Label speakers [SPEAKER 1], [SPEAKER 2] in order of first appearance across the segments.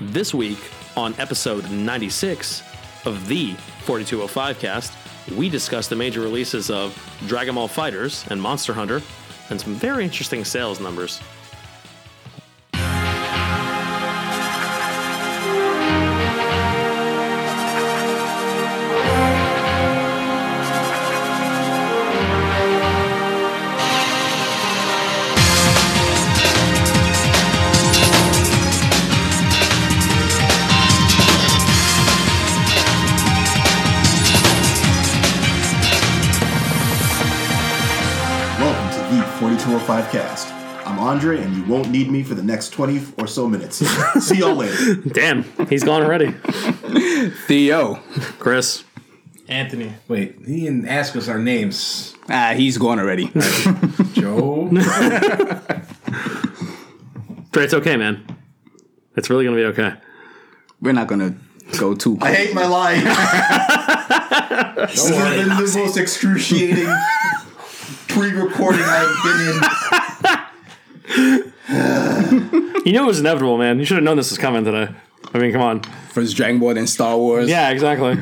[SPEAKER 1] This week, on episode 96 of the 4205 cast, we discuss the major releases of Dragon Ball Fighters and Monster Hunter and some very interesting sales numbers.
[SPEAKER 2] Welcome to the 4205 cast. I'm Andre, and you won't need me for the next 20 or so minutes. See y'all later.
[SPEAKER 1] Damn, he's gone already.
[SPEAKER 3] Theo.
[SPEAKER 1] Chris,
[SPEAKER 4] Anthony.
[SPEAKER 5] Wait, he didn't ask us our names.
[SPEAKER 3] Ah, he's gone already.
[SPEAKER 5] Joe.
[SPEAKER 1] Dre, it's okay, man. It's really going to be okay.
[SPEAKER 3] We're not gonna go too
[SPEAKER 2] I
[SPEAKER 3] quick.
[SPEAKER 2] hate my life. this has been the most excruciating pre-recording I've been in.
[SPEAKER 1] You knew it was inevitable, man. You should have known this was coming today. I mean, come on.
[SPEAKER 3] First Dragon Ball and Star Wars.
[SPEAKER 1] Yeah, exactly.
[SPEAKER 5] I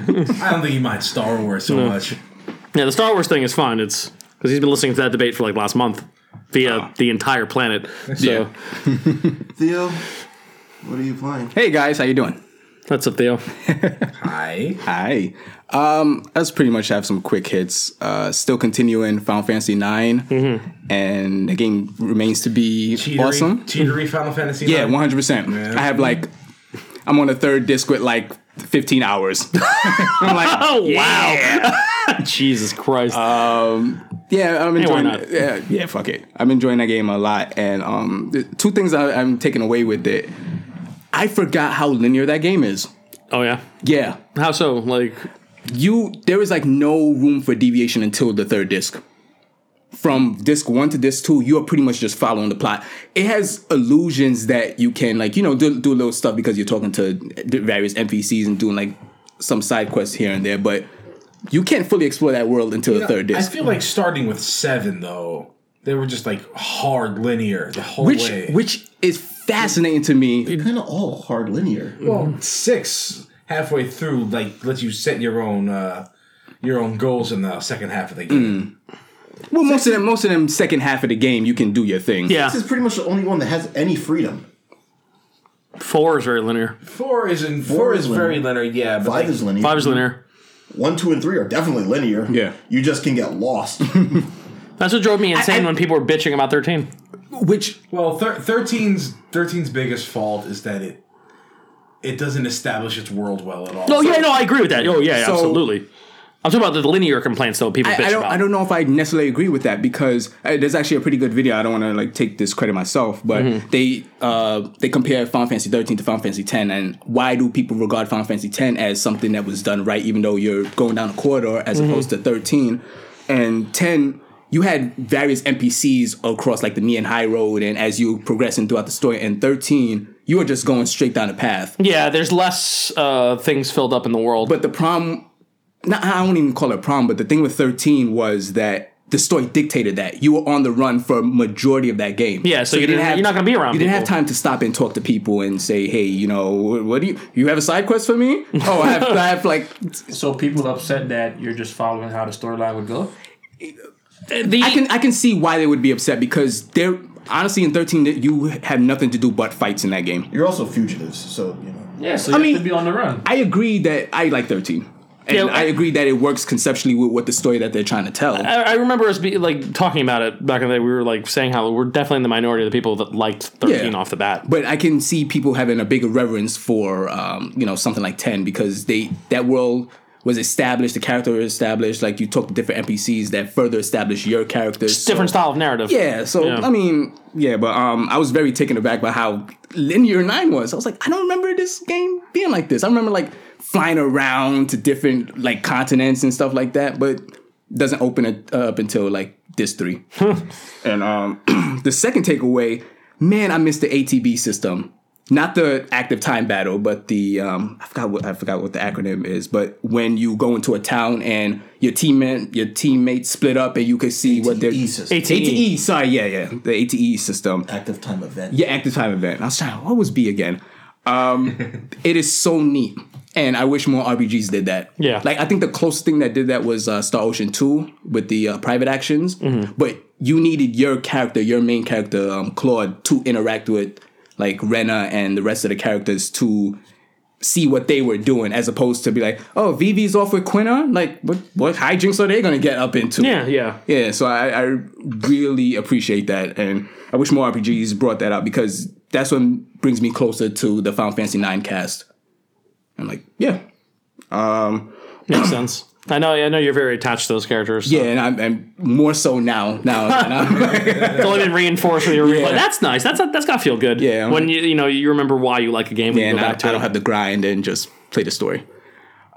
[SPEAKER 5] don't think he minds Star Wars so much.
[SPEAKER 1] yeah, the Star Wars thing is fun. It's because he's been listening to that debate for like last month via the entire planet. So
[SPEAKER 3] Yeah.
[SPEAKER 2] Theo, what are you playing?
[SPEAKER 3] Hey guys, how you doing?
[SPEAKER 1] that's up, Theo.
[SPEAKER 5] Hi.
[SPEAKER 3] Hi. Um, let's pretty much have some quick hits. Uh, still continuing Final Fantasy 9 and the game remains to be
[SPEAKER 5] Cheatery,
[SPEAKER 3] awesome.
[SPEAKER 5] Cheatery Final Fantasy.
[SPEAKER 3] Yeah,
[SPEAKER 5] nine.
[SPEAKER 3] one hundred percent. I have like, I'm on the third disc with like fifteen hours. I'm like,
[SPEAKER 1] Oh, wow. Jesus Christ.
[SPEAKER 3] Uh, yeah, I'm
[SPEAKER 1] why
[SPEAKER 3] enjoying.
[SPEAKER 1] not?
[SPEAKER 3] yeah, yeah, fuck it. I'm enjoying that game a lot. And um, the two things I, I'm taking away with it, I forgot how linear that game is.
[SPEAKER 1] oh, yeah.
[SPEAKER 3] Yeah,
[SPEAKER 1] How so? Like,
[SPEAKER 3] you there is like no room for deviation until the third disc. From disc one to disc two, you are pretty much just following the plot. It has illusions that you can like you know do, do little stuff because you're talking to the various NPCs and doing like some side quests here and there, but you can't fully explore that world until the third
[SPEAKER 5] I
[SPEAKER 3] disc.
[SPEAKER 5] feel like starting with seven though, they were just like hard linear the whole
[SPEAKER 3] Which
[SPEAKER 5] way.
[SPEAKER 3] which is fascinating to me.
[SPEAKER 2] Kind of all hard linear.
[SPEAKER 5] well, six halfway through like lets you set your own uh your own goals in the second half of the game.
[SPEAKER 3] Well, most of them most of them second half of the game you can do your thing.
[SPEAKER 1] yeah.
[SPEAKER 2] This is pretty much the only one that has any freedom.
[SPEAKER 1] Four is very linear.
[SPEAKER 5] Four is in four,
[SPEAKER 2] Four is
[SPEAKER 5] is very linear. Yeah, but
[SPEAKER 2] Five
[SPEAKER 5] like,
[SPEAKER 2] is linear.
[SPEAKER 1] Five
[SPEAKER 3] Mm-hmm.
[SPEAKER 1] is linear.
[SPEAKER 2] One, two, and three are definitely linear.
[SPEAKER 3] Yeah.
[SPEAKER 2] You just can get lost.
[SPEAKER 1] That's what drove me insane
[SPEAKER 3] I-
[SPEAKER 1] when people were bitching about 13.
[SPEAKER 3] Which
[SPEAKER 5] Well, thir- 13's 13's biggest fault is that it it doesn't establish its world well at all.
[SPEAKER 1] Oh, yeah, no, I agree with that. Oh, yeah,
[SPEAKER 3] So-
[SPEAKER 1] absolutely. I'm talking about the linear complaints, though, people bitch
[SPEAKER 3] I, I don't.
[SPEAKER 1] about.
[SPEAKER 3] I don't know if I necessarily agree with that because uh, there's actually a pretty good video. I don't want to like take this credit myself, but
[SPEAKER 1] Mm-hmm.
[SPEAKER 3] they uh, they compare Final Fantasy 13 to Final Fantasy 10, and why do people regard Final Fantasy 10 as something that was done right, even though you're going down a corridor as
[SPEAKER 1] Mm-hmm.
[SPEAKER 3] opposed to 13 and 10? You had various NPCs across like the Neon High Road, and as you progressing throughout the story, and 13, you are just going straight down a path.
[SPEAKER 1] Yeah, there's less uh, things filled up in the world.
[SPEAKER 3] But the problem, not, I don't even call it a problem, but the thing with 13 was that the story dictated that. You were on the run for a majority of that game.
[SPEAKER 1] Yeah, so you didn't- you're not gonna be around
[SPEAKER 3] You didn't have
[SPEAKER 1] people.
[SPEAKER 3] time to stop and talk to people and say, hey, you know, what, what do you, you have a side quest for me? Oh, I have, I have like,
[SPEAKER 4] So people upset that you're just following how the storyline would go.
[SPEAKER 1] the,
[SPEAKER 3] I can, I can see why they would be upset because they're, honestly, in 13, that you have nothing to do but fights in that game.
[SPEAKER 2] You're also fugitives, so you know.
[SPEAKER 4] Yeah, so you
[SPEAKER 3] mean-
[SPEAKER 4] have to be on the run.
[SPEAKER 3] I agree that I like 13. And
[SPEAKER 1] Yeah,
[SPEAKER 3] I agree that it works conceptually with what the story that they're trying to tell.
[SPEAKER 1] I I remember us be, like talking about it back in the day. We were like saying how we're definitely in the minority of the people that liked 13
[SPEAKER 3] Yeah.
[SPEAKER 1] off the bat.
[SPEAKER 3] but I can see people having a bigger reverence for um, you know something like Ten because they that world was established, the character was established. Like you talk to different NPCs that further establish your character. so-
[SPEAKER 1] Different style of narrative.
[SPEAKER 3] Yeah, so
[SPEAKER 1] Yeah.
[SPEAKER 3] I mean, yeah, but um, I was very taken aback by how linear nine was. I was like, I don't remember this game being like this. I remember like flying around to different like continents and stuff like that, but doesn't open it up until like this three. and um, the second takeaway, man, I missed the ATB system. Not the active time battle, but the um, I forgot what I forgot what the acronym is. But when you go into a town and your teammate your teammates split up and you can see what they're
[SPEAKER 2] E system.
[SPEAKER 1] ATE.
[SPEAKER 3] ATE, sorry, yeah, yeah, the ATE system.
[SPEAKER 2] Active time event.
[SPEAKER 3] Yeah, active time event. I was trying, what was B again? Um, it is so neat, and I wish more RPGs did that.
[SPEAKER 1] Yeah.
[SPEAKER 3] like I think the closest thing that did that was uh, Star Ocean Two with the uh, private actions,
[SPEAKER 1] Mm-hmm.
[SPEAKER 3] but you needed your character, your main character um, Claude, to interact with like Rena and the rest of the characters to see what they were doing, as opposed to be like, oh, Vivi's off with Quinna. Like, what what hijinks are they gonna get up into?
[SPEAKER 1] Yeah, yeah.
[SPEAKER 3] Yeah, so I, I really appreciate that, and I wish more RPGs brought that out because that's what brings me closer to the Final Fantasy IX cast. I'm like, yeah, um,
[SPEAKER 1] Makes sense. I know. I know you're very attached to those characters. so
[SPEAKER 3] yeah, and I'm, I'm more so now. Now, and I'm-
[SPEAKER 1] It's only been reinforced with your
[SPEAKER 3] Yeah.
[SPEAKER 1] replay. That's nice. That's that's gotta feel good.
[SPEAKER 3] Yeah, I'm
[SPEAKER 1] When
[SPEAKER 3] like-
[SPEAKER 1] you you know you remember why you like a game when
[SPEAKER 3] yeah,
[SPEAKER 1] you
[SPEAKER 3] and
[SPEAKER 1] go
[SPEAKER 3] I,
[SPEAKER 1] back to
[SPEAKER 3] I
[SPEAKER 1] it.
[SPEAKER 3] don't have the grind and just play the story.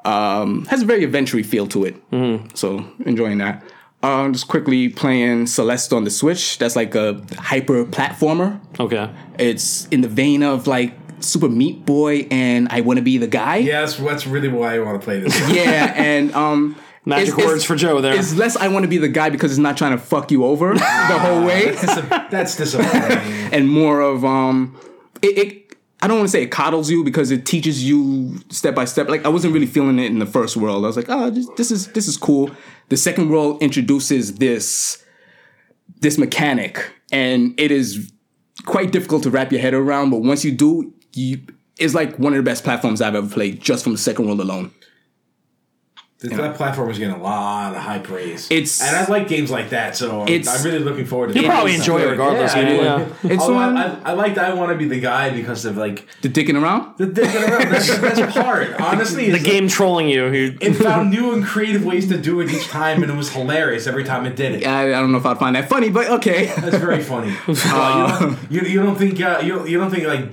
[SPEAKER 3] Um, has a very adventure feel to it,
[SPEAKER 1] Mm-hmm.
[SPEAKER 3] so enjoying that. Um, just quickly playing Celeste on the Switch. That's like a hyper platformer.
[SPEAKER 1] okay.
[SPEAKER 3] It's in the vein of like Super Meat Boy and I Want to Be the Guy.
[SPEAKER 5] Yeah, that's, that's really why I want to play this.
[SPEAKER 3] Yeah, and um,
[SPEAKER 1] Magic words for Joe there.
[SPEAKER 3] It's less I want to be the guy because it's not trying to fuck you over the whole way,
[SPEAKER 5] that's disappointing.
[SPEAKER 3] and more of um, it. it I don't want to say it coddles you because it teaches you step by step. Like I wasn't really feeling it in the first world. I was like, oh, this, this is this is cool. The second world introduces this this mechanic, and it is quite difficult to wrap your head around. But once you do, you it's like one of the best platforms I've ever played just from the second world alone.
[SPEAKER 5] that platform is getting a lot of high praise.
[SPEAKER 3] It's-
[SPEAKER 5] and I like games like that, so I'm,
[SPEAKER 3] It's-
[SPEAKER 5] I'm really looking forward to.
[SPEAKER 1] You probably
[SPEAKER 5] this.
[SPEAKER 1] enjoy it regardless.
[SPEAKER 5] Yeah,
[SPEAKER 1] you know?
[SPEAKER 5] I
[SPEAKER 1] Yeah.
[SPEAKER 5] would.
[SPEAKER 3] It's
[SPEAKER 5] Although
[SPEAKER 3] on-
[SPEAKER 5] I, I, I liked I want to be the guy because of like
[SPEAKER 3] The dicking around.
[SPEAKER 5] the dicking around. That's the best part, honestly.
[SPEAKER 1] The game trolling you. you
[SPEAKER 5] it found new and creative ways to do it each time, and it was hilarious every time it did it.
[SPEAKER 3] I, I don't know if I'd find that funny, but okay.
[SPEAKER 5] That's very funny.
[SPEAKER 3] Um,
[SPEAKER 5] Uh, you, don't, you, you don't think uh, you, don't- you don't think like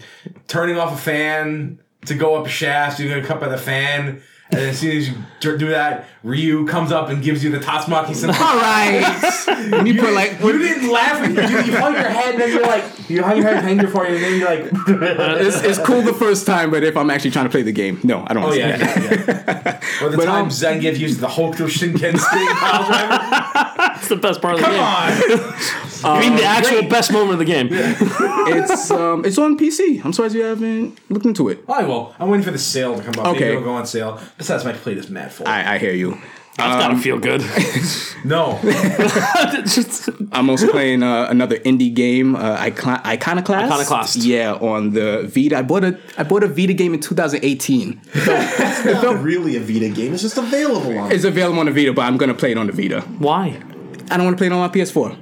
[SPEAKER 5] turning off a fan to go up a shaft, you're gonna cut by the fan, and as soon as you dur- do that, Ryu comes up and gives you the Tatsumaki
[SPEAKER 3] All
[SPEAKER 5] senpai.
[SPEAKER 3] right. And you put like,
[SPEAKER 5] You didn't laugh. You, you hung your head, and then you're like, you hung your head, hang your forehead, and then you're like,
[SPEAKER 3] it's, it's cool the first time, but if I'm actually trying to play the game, no, I don't.
[SPEAKER 5] oh
[SPEAKER 3] want to
[SPEAKER 5] yeah,
[SPEAKER 3] see that.
[SPEAKER 5] yeah, yeah. Or the
[SPEAKER 3] But,
[SPEAKER 5] time
[SPEAKER 3] um,
[SPEAKER 5] Zangief used the Hulk through Shinken stick.
[SPEAKER 1] That's the best part of the
[SPEAKER 5] Come
[SPEAKER 1] game.
[SPEAKER 5] on.
[SPEAKER 1] I mean, the actual
[SPEAKER 5] great.
[SPEAKER 1] best moment of the game.
[SPEAKER 3] It's um, it's on PC. I'm surprised you haven't looked into it.
[SPEAKER 5] I will. I'm waiting for the sale to come up.
[SPEAKER 3] Okay.
[SPEAKER 5] Maybe it'll go on sale. Besides, my plate is mad full.
[SPEAKER 3] I, I hear you.
[SPEAKER 1] That's
[SPEAKER 3] Um,
[SPEAKER 1] gotta feel good.
[SPEAKER 5] no.
[SPEAKER 1] It's just-
[SPEAKER 3] I'm also playing uh, another indie game, uh, Icon- Iconoclast.
[SPEAKER 1] Iconoclast.
[SPEAKER 3] Yeah, on the Vita. I bought a I bought a Vita game in 2018.
[SPEAKER 2] It's not really a Vita game. It's just available on.
[SPEAKER 3] It's available on the Vita, but I'm gonna play it on the Vita.
[SPEAKER 1] why?
[SPEAKER 3] I don't want to play it on my PS4.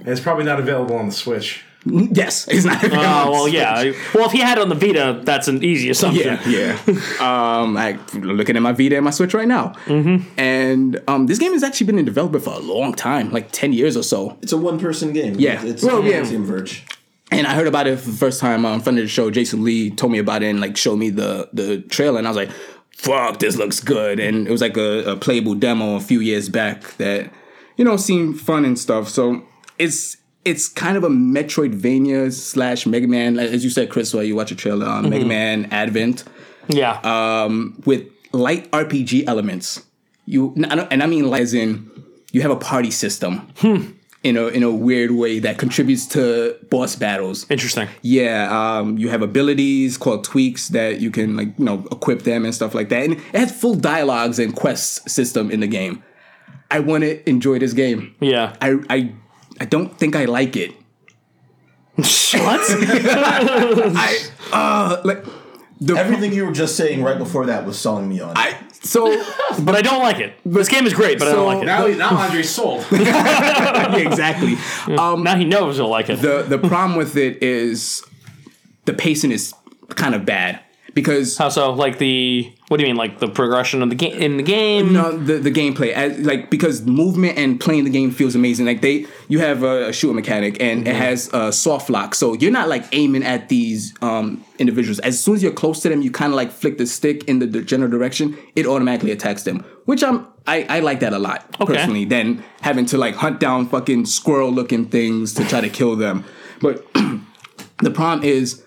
[SPEAKER 5] And it's probably not available on the Switch.
[SPEAKER 3] Yes, it's not. available on
[SPEAKER 1] Oh
[SPEAKER 3] the
[SPEAKER 1] well, yeah. I- Well, if he had it on the Vita, that's an easy assumption.
[SPEAKER 3] Yeah, yeah. um, I looking at my Vita and my Switch right now, mm-hmm. and um, this game has actually been in development for a long time, like ten years or so.
[SPEAKER 2] It's a one-person game.
[SPEAKER 3] Yeah.
[SPEAKER 2] It's
[SPEAKER 3] Well, yeah.
[SPEAKER 2] yeah. Team Verge.
[SPEAKER 3] And I heard about it for the first time um, in front of the show. Jason Lee told me about it and like showed me the the trailer, and I was like, "Fuck, this looks good!" And it was like a, a playable demo a few years back that you know seemed fun and stuff. So it's it's kind of a Metroidvania slash Mega Man, like, as you said, Chris, while you watch a trailer on Mega Man Advent.
[SPEAKER 1] Yeah.
[SPEAKER 3] Uh, with light RPG elements. You and I don't- and I mean light as in you have a party system in a in a weird way that contributes to boss battles.
[SPEAKER 1] Interesting.
[SPEAKER 3] Yeah, um, you have abilities called tweaks that you can like you know equip them and stuff like that, and it has full dialogues and quest system in the game. I want to enjoy this game.
[SPEAKER 1] Yeah.
[SPEAKER 3] I I I don't think I like it.
[SPEAKER 1] what?
[SPEAKER 3] I uh like the
[SPEAKER 2] Everything you were just saying right before that was selling me on. it.
[SPEAKER 3] I, so
[SPEAKER 1] but I don't like it. This game is great, but I
[SPEAKER 3] So-
[SPEAKER 1] don't like it. Now,
[SPEAKER 5] Now, now Andre's sold.
[SPEAKER 3] exactly. Um,
[SPEAKER 1] he knows he'll like it.
[SPEAKER 3] the the problem with it is the pacing is kind of bad because
[SPEAKER 1] How Oh, so? Like the what do you mean? Like the progression of the game in the game?
[SPEAKER 3] no the, the gameplay as, like because movement and playing the game feels amazing like they you have a, a shooter mechanic and it has a soft lock so you're not like aiming at these um individuals as soon as you're close to them you kind of like flick the stick in the, the general direction it automatically attacks them which i'm I, I like that a lot
[SPEAKER 1] Okay.
[SPEAKER 3] personally than having to like hunt down fucking squirrel looking things to try to kill them but the problem is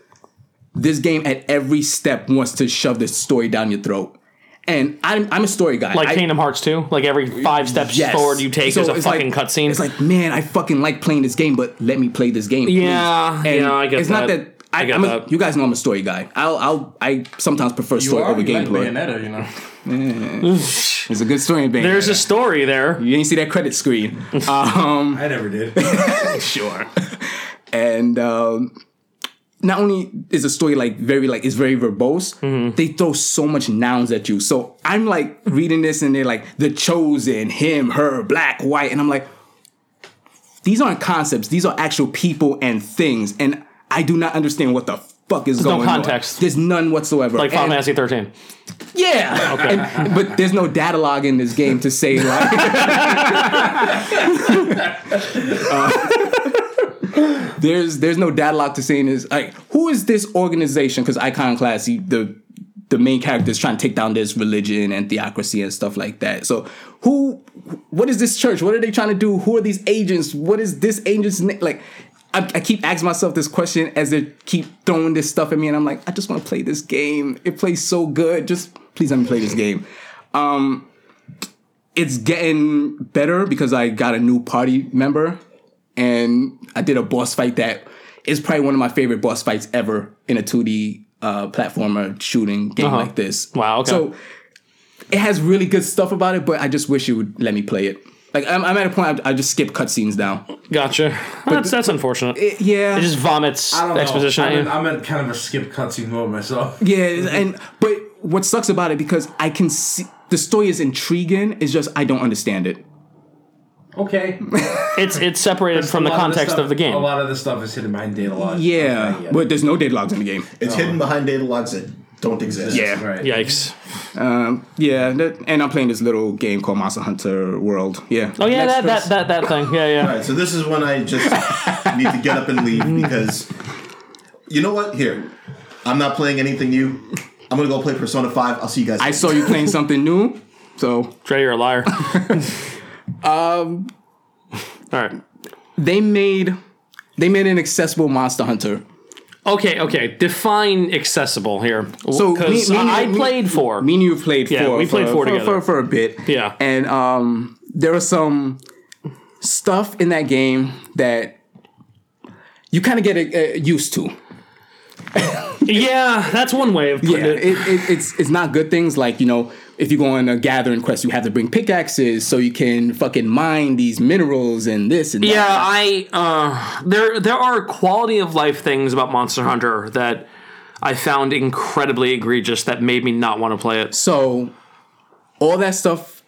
[SPEAKER 3] this game at every step wants to shove the story down your throat and I'm, I'm a story guy
[SPEAKER 1] Like
[SPEAKER 3] I-
[SPEAKER 1] Kingdom Hearts 2? Like every five steps
[SPEAKER 3] Yes.
[SPEAKER 1] forward you take
[SPEAKER 3] So
[SPEAKER 1] is a
[SPEAKER 3] it's
[SPEAKER 1] fucking
[SPEAKER 3] like-
[SPEAKER 1] cutscene.
[SPEAKER 3] It's like, man, I fucking like playing this game, but let me play this game. please.
[SPEAKER 1] Yeah, yeah, I get
[SPEAKER 3] it's not
[SPEAKER 1] that.
[SPEAKER 3] that I,
[SPEAKER 1] got
[SPEAKER 3] I'm a,
[SPEAKER 1] that.
[SPEAKER 3] you guys know I'm a story guy. I'll, I'll I sometimes prefer
[SPEAKER 4] You
[SPEAKER 3] story
[SPEAKER 4] are
[SPEAKER 3] over
[SPEAKER 4] you like
[SPEAKER 3] gameplay.
[SPEAKER 4] Bayonetta, you know.
[SPEAKER 3] There's a good story in Bayonetta.
[SPEAKER 1] There's a story there.
[SPEAKER 3] you ain't see that credit screen. Um,
[SPEAKER 5] I never did.
[SPEAKER 3] sure. And um, not only is the story like very like it's very verbose,
[SPEAKER 1] Mm-hmm.
[SPEAKER 3] they throw so much nouns at you. So I'm like reading this and they're like the chosen, him, her, black, white, and I'm like, these aren't concepts. These are actual people and things, and I do not understand what the fuck is
[SPEAKER 1] no
[SPEAKER 3] going on.
[SPEAKER 1] context.
[SPEAKER 3] There's none whatsoever.
[SPEAKER 1] Like Final
[SPEAKER 3] And-
[SPEAKER 1] Fantasy 13.
[SPEAKER 3] yeah. And- but there's no data log in this game to say like. Uh, there's there's no data log to say in this like who is this organization? Because Iconoclast, he, the the main character is trying to take down this religion and theocracy and stuff like that. So who? What is this church? What are they trying to do? Who are these agents? What is this agent's name? Like. I, I keep asking myself this question as they keep throwing this stuff at me, and I'm like, I just want to play this game. It plays so good. Just please let me play this game. Um, it's getting better because I got a new party member, and I did a boss fight that is probably one of my favorite boss fights ever in a 2D uh, platformer shooting game like this.
[SPEAKER 1] Uh-huh. Wow, okay.
[SPEAKER 3] So it has really good stuff about it, but I just wish it would let me play it. Like I'm, I'm at a point I, I just skip cutscenes now.
[SPEAKER 1] Gotcha. That's, that's unfortunate. It,
[SPEAKER 3] Yeah,
[SPEAKER 1] just vomits
[SPEAKER 5] I don't know.
[SPEAKER 1] exposition at
[SPEAKER 5] I'm,
[SPEAKER 1] you.
[SPEAKER 5] in, I'm in kind of a skip cutscene mode myself.
[SPEAKER 3] Yeah, and but what sucks about it because I can see the story is intriguing. It's just I don't understand it.
[SPEAKER 5] Okay.
[SPEAKER 1] it's it's separated from the
[SPEAKER 5] A lot
[SPEAKER 1] context
[SPEAKER 5] this
[SPEAKER 1] of,
[SPEAKER 5] stuff-
[SPEAKER 1] the game.
[SPEAKER 5] A lot of this stuff is hidden behind data logs.
[SPEAKER 3] Yeah,
[SPEAKER 5] Okay,
[SPEAKER 3] but there's no data logs in the game.
[SPEAKER 2] It's hidden behind data logs that don't exist.
[SPEAKER 3] Yeah,
[SPEAKER 5] right.
[SPEAKER 1] Yikes.
[SPEAKER 3] um, yeah, that, and I'm playing this little game called Monster Hunter World. Yeah.
[SPEAKER 1] Oh yeah, that,
[SPEAKER 3] that's
[SPEAKER 1] that that that thing. Yeah, yeah.
[SPEAKER 2] All right, so this is when I just need to get up and leave because you know what? Here, I'm not playing anything new. I'm gonna go play Persona Five. I'll see you guys.
[SPEAKER 3] I
[SPEAKER 2] later.
[SPEAKER 3] saw you playing something new, so
[SPEAKER 1] Dre, you're a liar. um. All right.
[SPEAKER 3] they made they made an accessible Monster Hunter.
[SPEAKER 1] Okay, okay. Define accessible here.
[SPEAKER 3] So
[SPEAKER 1] because
[SPEAKER 3] me- me and
[SPEAKER 1] I,
[SPEAKER 3] you-
[SPEAKER 1] I played for.
[SPEAKER 3] Me and you played
[SPEAKER 1] Yeah,
[SPEAKER 3] four.
[SPEAKER 1] we played
[SPEAKER 3] for,
[SPEAKER 1] four
[SPEAKER 3] for,
[SPEAKER 1] together.
[SPEAKER 3] for, for a bit.
[SPEAKER 1] Yeah.
[SPEAKER 3] and um, there was some stuff in that game that you kind of get uh, used to.
[SPEAKER 1] yeah, that's one way of putting
[SPEAKER 3] Yeah,
[SPEAKER 1] it.
[SPEAKER 3] it, it, it's it's not good things like you know if you go on a gathering quest, you have to bring pickaxes so you can fucking mine these minerals and this and
[SPEAKER 1] Yeah,
[SPEAKER 3] that.
[SPEAKER 1] I uh, there there are quality of life things about Monster Hunter that I found incredibly egregious that made me not want to play it.
[SPEAKER 3] So all that stuff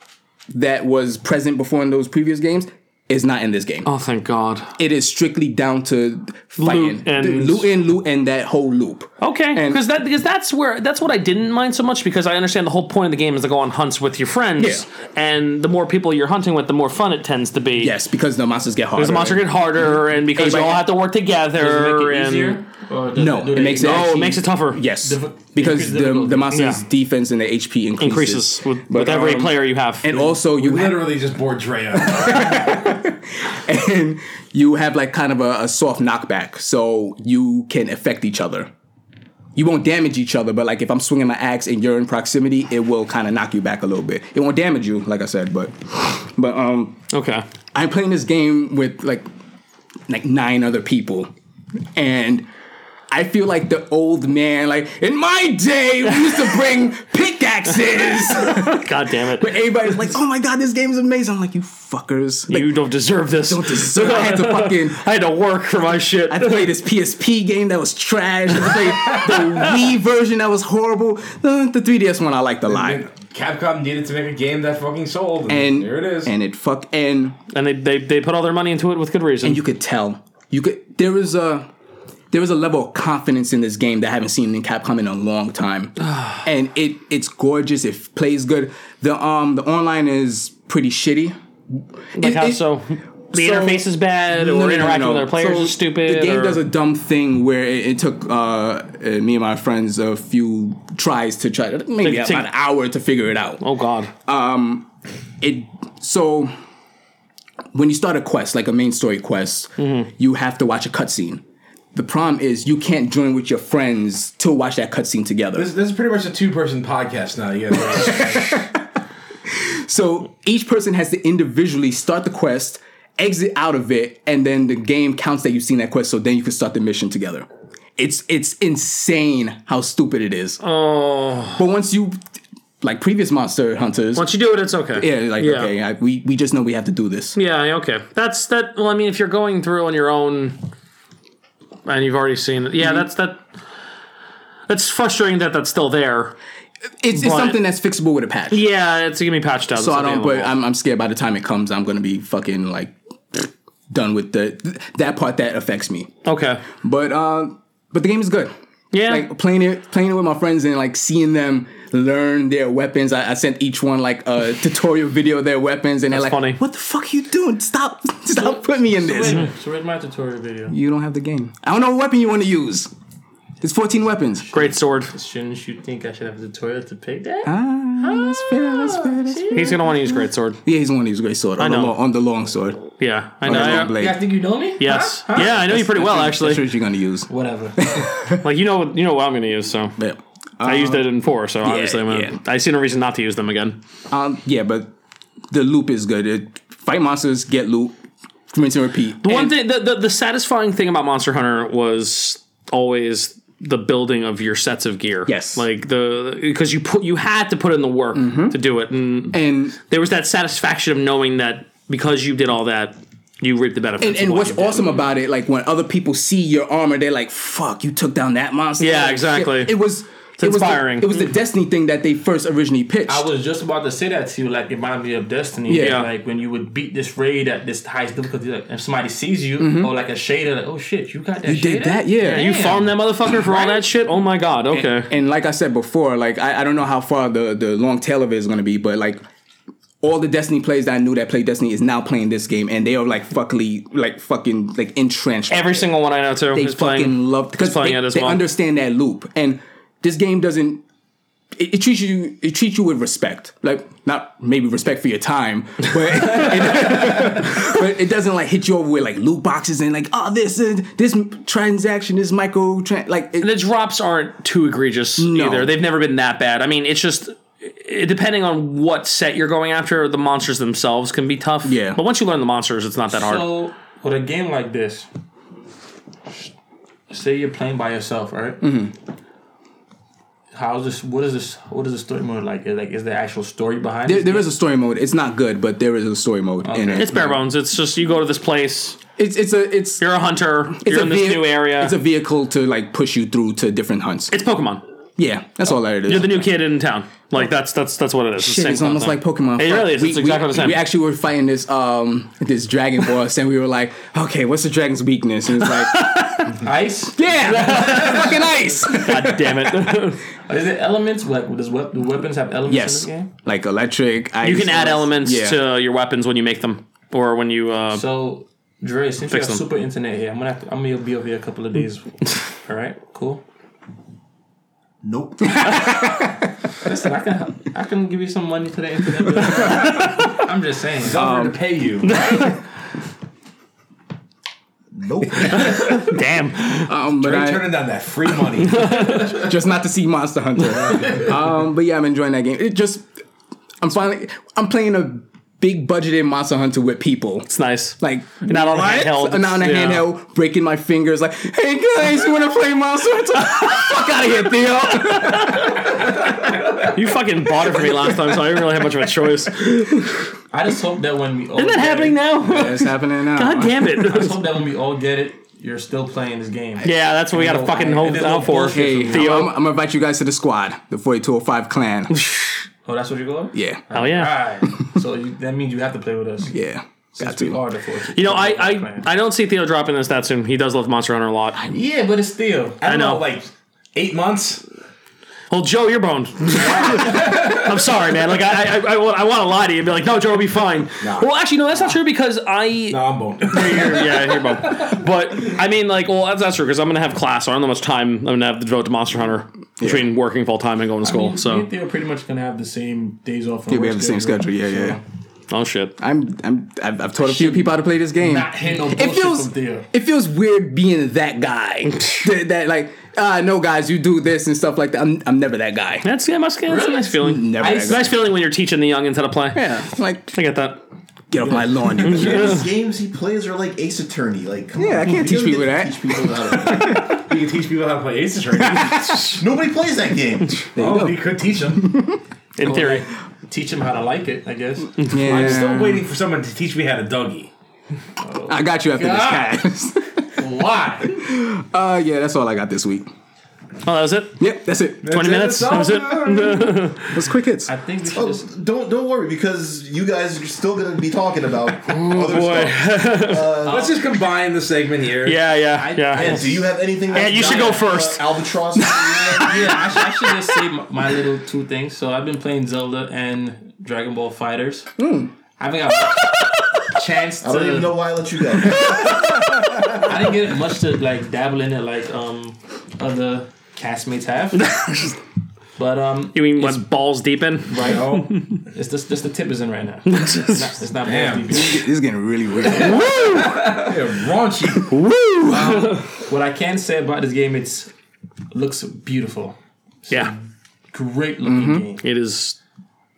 [SPEAKER 3] that was present before in those previous games is not in this game.
[SPEAKER 1] Oh, thank God.
[SPEAKER 3] It is strictly down to fighting,
[SPEAKER 1] Loot and-
[SPEAKER 3] loot and loot and that whole loop.
[SPEAKER 1] Okay,
[SPEAKER 3] And-
[SPEAKER 1] because that because that's where that's what I didn't mind so much because I understand the whole point of the game is to go on hunts with your friends,
[SPEAKER 3] Yeah.
[SPEAKER 1] and the more people you're hunting with, the more fun it tends to be.
[SPEAKER 3] Yes, because the monsters get harder. Mm-hmm.
[SPEAKER 1] because the monsters get harder, and because you all
[SPEAKER 3] Everybody-
[SPEAKER 1] have to work together,
[SPEAKER 4] Does it make it
[SPEAKER 1] and
[SPEAKER 4] easier? Or does
[SPEAKER 3] No,
[SPEAKER 4] do
[SPEAKER 3] it
[SPEAKER 4] they-
[SPEAKER 3] makes it
[SPEAKER 4] No.
[SPEAKER 1] oh, it
[SPEAKER 3] actually-
[SPEAKER 1] makes it tougher.
[SPEAKER 3] Yes,
[SPEAKER 4] Diffi-
[SPEAKER 3] because the,
[SPEAKER 4] difficult.
[SPEAKER 3] the monsters'
[SPEAKER 1] Yeah.
[SPEAKER 3] defense and their HP increases,
[SPEAKER 1] increases with,
[SPEAKER 3] But,
[SPEAKER 1] with every
[SPEAKER 3] um,
[SPEAKER 1] player you have.
[SPEAKER 3] And also, you have,
[SPEAKER 5] Literally just bored Dre up.
[SPEAKER 3] and you have like kind of a, a soft knockback, so you can affect each other. You won't damage each other, but like if I'm swinging my axe and you're in proximity, it will kind of knock you back a little bit. It won't damage you, like I said, but but um,
[SPEAKER 1] okay,
[SPEAKER 3] I'm playing this game with like like nine other people, and I feel like the old man. Like in my day, we used to bring pickaxes.
[SPEAKER 1] God damn it,
[SPEAKER 3] Everybody's like, "Oh my god, this game is amazing!" I'm like, "You fuckers!" Like,
[SPEAKER 1] you don't deserve this. Don't
[SPEAKER 3] deserve- I had to fucking-
[SPEAKER 1] I had to work for my shit.
[SPEAKER 3] I played this PSP game that was trash. I played the Wii version that was horrible. The, the 3DS one I liked a lot.
[SPEAKER 5] Capcom needed to make a game that fucking sold. And,
[SPEAKER 3] And
[SPEAKER 5] there it is.
[SPEAKER 3] And it fuck and
[SPEAKER 1] and they, they they put all their money into it with good reason.
[SPEAKER 3] you could tell you could there was a there was a level of confidence in this game that I haven't seen in Capcom in a long time, and it it's gorgeous. It plays good. The um the online is pretty shitty.
[SPEAKER 1] like
[SPEAKER 3] It-
[SPEAKER 1] how
[SPEAKER 3] it-
[SPEAKER 1] so? The
[SPEAKER 3] so-
[SPEAKER 1] interface is bad,
[SPEAKER 3] No,
[SPEAKER 1] or
[SPEAKER 3] no, no,
[SPEAKER 1] interacting
[SPEAKER 3] no.
[SPEAKER 1] with other players
[SPEAKER 3] So
[SPEAKER 1] is stupid.
[SPEAKER 3] The game
[SPEAKER 1] or-
[SPEAKER 3] does a dumb thing where it, it took uh, uh, me and my friends a few tries to try, maybe
[SPEAKER 1] Take-
[SPEAKER 3] about
[SPEAKER 1] take-
[SPEAKER 3] an hour to figure it out.
[SPEAKER 1] Oh God!
[SPEAKER 3] it so when you start a quest like a main story quest
[SPEAKER 1] Mm-hmm.
[SPEAKER 3] you have to watch a cutscene the problem is you can't join with your friends to watch that cutscene together
[SPEAKER 5] this, this is pretty much a two person podcast now. You guys
[SPEAKER 3] so each person has to individually start the quest exit out of it and then the game counts that you've seen that quest so then you can start the mission together It's it's insane how stupid it is.
[SPEAKER 1] Oh,
[SPEAKER 3] But once you like previous Monster Hunters,
[SPEAKER 1] once you do it, it's okay.
[SPEAKER 3] yeah, like okay, I, we we just know we have to do this.
[SPEAKER 1] Yeah, okay. That's that. Well, I mean, if you're going through on your own, and you've already seen it, yeah,
[SPEAKER 3] Mm-hmm.
[SPEAKER 1] that's that. That's frustrating that that's still there.
[SPEAKER 3] It's, it's
[SPEAKER 1] But-
[SPEAKER 3] something that's fixable with a patch.
[SPEAKER 1] Yeah, it's gonna be patched out.
[SPEAKER 3] so I don't. But I'm, I'm scared by the time it comes, I'm gonna be fucking like done with the th- that part that affects me.
[SPEAKER 1] okay.
[SPEAKER 3] But uh, but the game is good.
[SPEAKER 1] Yeah,
[SPEAKER 3] Like playing it, playing it with my friends, and like seeing them learn their weapons. I, I sent each one like a tutorial video of their weapons, and
[SPEAKER 1] That's
[SPEAKER 3] they're like,
[SPEAKER 1] funny.
[SPEAKER 3] "What the fuck you doing? Stop! Stop putting me in this."
[SPEAKER 4] So where's my tutorial video?
[SPEAKER 3] You don't have the game. I don't know what weapon you want to use. There's 14 weapons.
[SPEAKER 1] great sword.
[SPEAKER 4] Shouldn't you think I should have a tutorial to pick that?
[SPEAKER 3] Ah, that's fair. That's fair. That's fair.
[SPEAKER 1] He's gonna want to use great sword.
[SPEAKER 3] Yeah, he's the one who's great sword. On,
[SPEAKER 1] know.
[SPEAKER 3] The long, on the long sword. On
[SPEAKER 1] Yeah, I
[SPEAKER 3] the long
[SPEAKER 1] know.
[SPEAKER 3] blade.
[SPEAKER 4] I think you know me?
[SPEAKER 1] yes.
[SPEAKER 4] Huh? Huh?
[SPEAKER 1] Yeah, I know you pretty well
[SPEAKER 3] That's
[SPEAKER 1] actually.
[SPEAKER 3] what you're gonna use.
[SPEAKER 4] Whatever.
[SPEAKER 1] Like you know, what you know what I'm gonna use. So
[SPEAKER 3] But,
[SPEAKER 1] I
[SPEAKER 3] uh,
[SPEAKER 1] used it in four. So obviously, I'm gonna,
[SPEAKER 3] Uh-huh. yeah.
[SPEAKER 1] I see no reason not to use them again.
[SPEAKER 3] um, yeah, but the loop is good. It, fight monsters, get loot, rinse and repeat.
[SPEAKER 1] One thing, the, the, the satisfying thing about Monster Hunter was always the building of your sets of gear.
[SPEAKER 3] Yes. Mm-hmm.
[SPEAKER 1] like the because you put you had to put in the work to do it, and
[SPEAKER 3] and
[SPEAKER 1] there was that satisfaction of knowing that because you did all that, you reaped the benefits.
[SPEAKER 3] and,
[SPEAKER 1] of
[SPEAKER 3] and
[SPEAKER 1] what
[SPEAKER 3] what's
[SPEAKER 1] you did.
[SPEAKER 3] awesome about it, like when other people see your armor, they're like, "Fuck, you took down that monster."
[SPEAKER 1] Yeah,
[SPEAKER 3] Like, shit.
[SPEAKER 1] exactly.
[SPEAKER 3] It was it was the-
[SPEAKER 1] inspiring.
[SPEAKER 3] it was the Destiny thing that they first originally pitched.
[SPEAKER 4] I was just about to say that to you, like it reminded me of Destiny.
[SPEAKER 3] Yeah.
[SPEAKER 4] Like when you would beat this raid at this highest difficulty, like if somebody sees you, or like a shader, like, oh shit, you got that
[SPEAKER 3] Mm-hmm. You did
[SPEAKER 4] shader?
[SPEAKER 3] that, yeah.
[SPEAKER 1] You
[SPEAKER 4] Damn.
[SPEAKER 1] farmed that motherfucker for all that shit. Oh my god. Okay.
[SPEAKER 3] And like I said before, like I, I don't know how far the the long tail of it is going to be, but like all the Destiny players that I knew that played Destiny is now playing this game, and they are like fuckly like fucking like entrenched.
[SPEAKER 1] Every single one I know too
[SPEAKER 3] they
[SPEAKER 1] is playing.
[SPEAKER 3] fucking love because
[SPEAKER 1] playing
[SPEAKER 3] they,
[SPEAKER 1] it as
[SPEAKER 3] they
[SPEAKER 1] well.
[SPEAKER 3] understand that loop, and this game doesn't. It, it treats you. It treats you with respect, like not maybe respect for your time, but it, but it doesn't like hit you over with like loot boxes and like oh this and this transaction is micro tran like it,
[SPEAKER 1] the drops aren't too egregious either. They've never been that bad. I mean, it's just it, depending on what set you're going after, the monsters themselves can be tough.
[SPEAKER 3] Yeah.
[SPEAKER 1] But once you learn the monsters, it's not that hard.
[SPEAKER 4] So with a game like this, say you're playing by yourself, right?
[SPEAKER 1] Mm-hmm.
[SPEAKER 4] How's this? What is this? What is the story mode like? Is, like, is there actual story behind
[SPEAKER 3] There,
[SPEAKER 4] it?
[SPEAKER 3] there is a story mode. It's not good, but there is a story mode in it.
[SPEAKER 1] it's bare bones. It's just you go to this place.
[SPEAKER 3] It's it's a it's
[SPEAKER 1] You're a hunter.
[SPEAKER 3] it's
[SPEAKER 1] you're
[SPEAKER 3] a
[SPEAKER 1] in this
[SPEAKER 3] vehi-
[SPEAKER 1] new area.
[SPEAKER 3] It's
[SPEAKER 1] It's,
[SPEAKER 3] a vehicle to like push you through to different hunts.
[SPEAKER 1] Pokemon.
[SPEAKER 3] yeah, that's all that it is.
[SPEAKER 1] You're the new kid in town. Like that's that's that's what it is.
[SPEAKER 3] Shit, it's almost like Pokemon.
[SPEAKER 1] It
[SPEAKER 3] Fuck.
[SPEAKER 1] really is. It's exactly the same.
[SPEAKER 3] We actually were fighting this um this dragon boss, and we were like, okay, what's the dragon's weakness? And it's like,
[SPEAKER 4] ice?
[SPEAKER 3] yeah, fucking ice.
[SPEAKER 1] God damn it!
[SPEAKER 4] Is it elements? Like, does wep- do weapons have elements
[SPEAKER 3] yes,
[SPEAKER 4] in this game?
[SPEAKER 3] like electric. Ice,
[SPEAKER 1] you can add elements
[SPEAKER 3] Yeah.
[SPEAKER 1] to your weapons when you make them, or when you. Uh,
[SPEAKER 4] So, Dre, since you have
[SPEAKER 1] them.
[SPEAKER 4] super internet here, I'm gonna have to, I'm gonna be over here a couple of days. All right, cool.
[SPEAKER 2] Nope.
[SPEAKER 4] Listen, I can I can give you some money to the internet. bill. I'm just saying.
[SPEAKER 5] Government
[SPEAKER 3] Um,
[SPEAKER 5] to pay you. That's
[SPEAKER 2] nope.
[SPEAKER 1] damn.
[SPEAKER 3] Um, but I,
[SPEAKER 5] turning down that free money.
[SPEAKER 3] just not to see Monster Hunter. um, but yeah, I'm enjoying that game. It just, I'm finally, I'm playing a big budgeted Monster Hunter with people.
[SPEAKER 1] It's nice.
[SPEAKER 3] Like
[SPEAKER 1] Not on a
[SPEAKER 3] what?
[SPEAKER 1] handheld.
[SPEAKER 3] Not on a
[SPEAKER 1] Yeah.
[SPEAKER 3] handheld, breaking my fingers. Like, hey guys, you want to play Monster Hunter? Fuck out of here, Theo.
[SPEAKER 1] You fucking bought it for me last time, so I didn't really have much of a choice. Isn't
[SPEAKER 4] I just hope that when we all isn't
[SPEAKER 1] that happening now?
[SPEAKER 3] It's happening now.
[SPEAKER 1] God damn
[SPEAKER 4] I just
[SPEAKER 1] it.
[SPEAKER 4] hope that when we all get it, you're still playing this game.
[SPEAKER 1] yeah, that's what we gotta
[SPEAKER 4] No,
[SPEAKER 1] fucking
[SPEAKER 4] I-
[SPEAKER 1] hold
[SPEAKER 4] there's
[SPEAKER 1] out
[SPEAKER 4] no
[SPEAKER 1] for.
[SPEAKER 4] bullshit.
[SPEAKER 3] Hey,
[SPEAKER 1] Theo.
[SPEAKER 3] I'm, I'm gonna invite you guys to the squad, the 4205 clan.
[SPEAKER 4] Oh, that's what you're going.
[SPEAKER 3] Yeah,
[SPEAKER 1] Hell yeah.
[SPEAKER 4] All right. So you, that means you have to play with us.
[SPEAKER 3] yeah, got
[SPEAKER 4] We
[SPEAKER 3] to.
[SPEAKER 4] are the force.
[SPEAKER 1] You know, I, I I don't see Theo dropping this that soon. He does love Monster Hunter a lot.
[SPEAKER 4] yeah, but it's still.
[SPEAKER 5] I don't
[SPEAKER 1] know.
[SPEAKER 5] know, like eight months.
[SPEAKER 1] Well, Joe, you're boned. I'm sorry, man. Like I I, I, want to lie to you and be like, no, Joe will be fine. Well, actually, no, that's not true because I
[SPEAKER 5] No, I'm boned.
[SPEAKER 1] yeah, you're boned. But I mean, like, well, that's not true because I'm gonna have class. So I don't know how much time I'm gonna have to devote to Monster Hunter between working full time and going to school. so
[SPEAKER 4] they are pretty much gonna have the same days off.
[SPEAKER 3] oh, Yeah, we have the same schedule. Yeah, yeah.
[SPEAKER 1] oh shit.
[SPEAKER 3] I'm, I'm, I've, I've taught a few people how to play this game.
[SPEAKER 4] Not hit no
[SPEAKER 3] it
[SPEAKER 4] bullshit
[SPEAKER 3] feels
[SPEAKER 4] from Theo.
[SPEAKER 3] it feels weird being that guy that, that like uh no guys you do this and stuff like that i'm, I'm never that guy
[SPEAKER 1] That's yeah, that's, that's a nice feeling.
[SPEAKER 3] never
[SPEAKER 1] It's a
[SPEAKER 3] that
[SPEAKER 1] nice feeling when you're teaching the young how to play.
[SPEAKER 3] guy yeah like
[SPEAKER 1] I get that.
[SPEAKER 3] Get off my lawn. you
[SPEAKER 2] These
[SPEAKER 3] bitch.
[SPEAKER 2] games he plays are like Ace Attorney. Like, come
[SPEAKER 3] Yeah,
[SPEAKER 2] on,
[SPEAKER 3] I can't
[SPEAKER 2] you
[SPEAKER 3] teach
[SPEAKER 2] really
[SPEAKER 3] people
[SPEAKER 2] get to
[SPEAKER 3] that.
[SPEAKER 2] Teach people how to-
[SPEAKER 5] You can teach people how to play Ace Attorney.
[SPEAKER 2] Nobody plays that game.
[SPEAKER 5] oh, you could teach them.
[SPEAKER 1] In theory,
[SPEAKER 4] Teach them how to like it, I guess.
[SPEAKER 3] Yeah.
[SPEAKER 5] I'm still waiting for someone to teach me how to doggy.
[SPEAKER 3] I got you after
[SPEAKER 5] God.
[SPEAKER 3] this cast.
[SPEAKER 5] Why?
[SPEAKER 3] uh, yeah, that's all I got this week.
[SPEAKER 1] oh, that was it.
[SPEAKER 3] Yep, that's it.
[SPEAKER 1] Twenty minutes. That was it.
[SPEAKER 3] That's quick hits.
[SPEAKER 4] I think we should
[SPEAKER 2] Oh,
[SPEAKER 4] just
[SPEAKER 2] don't don't worry because you guys are still going to be talking about
[SPEAKER 3] Oh,
[SPEAKER 2] other stuff.
[SPEAKER 5] Let's just combine the segment here.
[SPEAKER 1] Uh, Yeah, yeah, yeah.
[SPEAKER 2] And do you have anything? Yeah,
[SPEAKER 1] you should go first.
[SPEAKER 2] Uh, albatross. yeah,
[SPEAKER 4] yeah, I should, I should just say my, my little two things. So I've been playing Zelda and Dragon Ball Fighters. I haven't got a chance to.
[SPEAKER 2] I
[SPEAKER 4] I,
[SPEAKER 2] don't even know why I let you go.
[SPEAKER 4] didn't get much to like dabble in it like um other castmates have. but um,
[SPEAKER 1] You mean went balls deep in?
[SPEAKER 4] right, oh, it's just just the tip is in right now. It's not, it's not
[SPEAKER 5] Damn.
[SPEAKER 4] balls deep.
[SPEAKER 3] this is getting really weird.
[SPEAKER 1] Uh,
[SPEAKER 5] Yeah, raunchy.
[SPEAKER 3] Woo!
[SPEAKER 4] What I can say about this game, it's looks beautiful,
[SPEAKER 1] Yeah,
[SPEAKER 4] great looking game.
[SPEAKER 1] it is.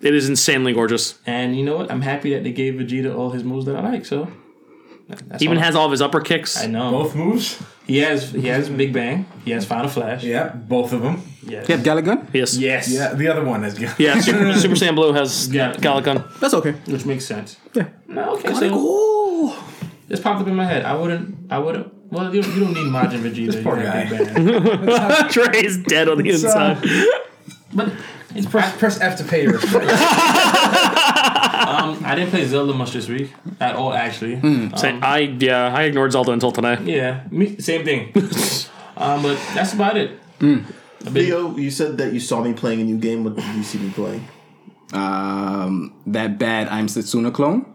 [SPEAKER 1] It is insanely gorgeous.
[SPEAKER 4] And you know what? I'm happy that they gave Vegeta all his moves that I like. So that's
[SPEAKER 1] Even
[SPEAKER 4] all.
[SPEAKER 1] has all of his upper kicks.
[SPEAKER 4] I know
[SPEAKER 5] Both moves.
[SPEAKER 4] He has he has Big Bang. He has Final Flash.
[SPEAKER 5] Yeah, both of them.
[SPEAKER 4] Yes.
[SPEAKER 3] You have Galagun?
[SPEAKER 1] Yes.
[SPEAKER 4] Yes.
[SPEAKER 5] Yeah, the other one is
[SPEAKER 1] Yeah, Super, Super Saiyan Blue has
[SPEAKER 4] Yeah.
[SPEAKER 1] Galagun.
[SPEAKER 3] That's okay.
[SPEAKER 4] Which makes sense. Yeah. No, okay. So
[SPEAKER 3] Ooh.
[SPEAKER 4] this popped up in my head. I wouldn't. I wouldn't. Well, you, you don't need Majin Vegeta. this
[SPEAKER 5] poor
[SPEAKER 4] Big Bang.
[SPEAKER 1] Trey is dead on the
[SPEAKER 4] uh,
[SPEAKER 1] inside.
[SPEAKER 4] But it's I,
[SPEAKER 5] Press F to pay your
[SPEAKER 4] um, I didn't play Zelda much this week at all. Actually. Um,
[SPEAKER 1] Say, I yeah, I ignored Zelda until today.
[SPEAKER 4] Yeah. Me, same thing. um, but that's about it.
[SPEAKER 2] Theo, you said that you saw me playing a new game. What did you see me playing?
[SPEAKER 3] Um, that bad I'm Setsuna clone?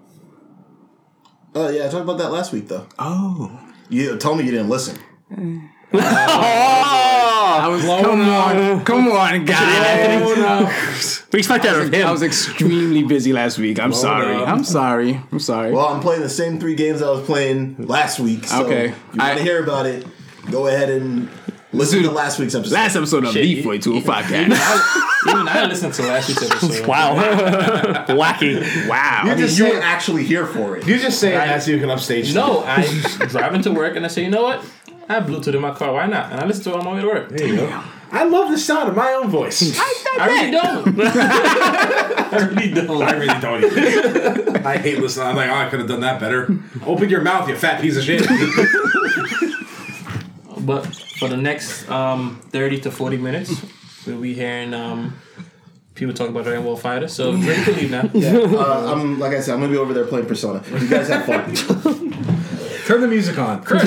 [SPEAKER 2] Oh yeah, I talked about that last week though.
[SPEAKER 3] Oh.
[SPEAKER 2] You tell me you didn't listen.
[SPEAKER 3] I was come on, come on, guys.
[SPEAKER 1] We expect that of
[SPEAKER 3] I
[SPEAKER 1] him.
[SPEAKER 3] was extremely busy last week. I'm sorry.
[SPEAKER 5] up.
[SPEAKER 3] I'm sorry. I'm sorry.
[SPEAKER 2] Well, I'm playing the same three games I was playing last week. So
[SPEAKER 3] Okay.
[SPEAKER 2] If you want
[SPEAKER 3] I-
[SPEAKER 2] to hear about it? Go ahead and listen to last week's episode.
[SPEAKER 3] last episode of the
[SPEAKER 4] you-
[SPEAKER 3] Boy 205 podcast.
[SPEAKER 4] Even I listened to last week's episode.
[SPEAKER 1] wow, wacky.
[SPEAKER 3] Wow.
[SPEAKER 2] I mean,
[SPEAKER 5] Just
[SPEAKER 2] you
[SPEAKER 5] say-
[SPEAKER 2] were actually here for it.
[SPEAKER 5] You just say that so you can upstage. them.
[SPEAKER 4] No, I driving to work and I say, you know what? I have Bluetooth in my car. Why not? And I listen to it on my way to work.
[SPEAKER 5] There you go. I love the sound of my own voice.
[SPEAKER 4] I really don't. I really don't.
[SPEAKER 5] I really don't. Either. I hate listening. I'm like, oh, I could have done that better. Open your mouth, you fat piece of shit.
[SPEAKER 4] But for the next um, 30 to 40 minutes, we'll be hearing um, people talk about Dragon Ball Fighter. So Dre, you can leave now.
[SPEAKER 2] Uh, I'm like I said, I'm gonna be over there playing Persona. You guys have fun.
[SPEAKER 5] Turn the music on.
[SPEAKER 4] Chris,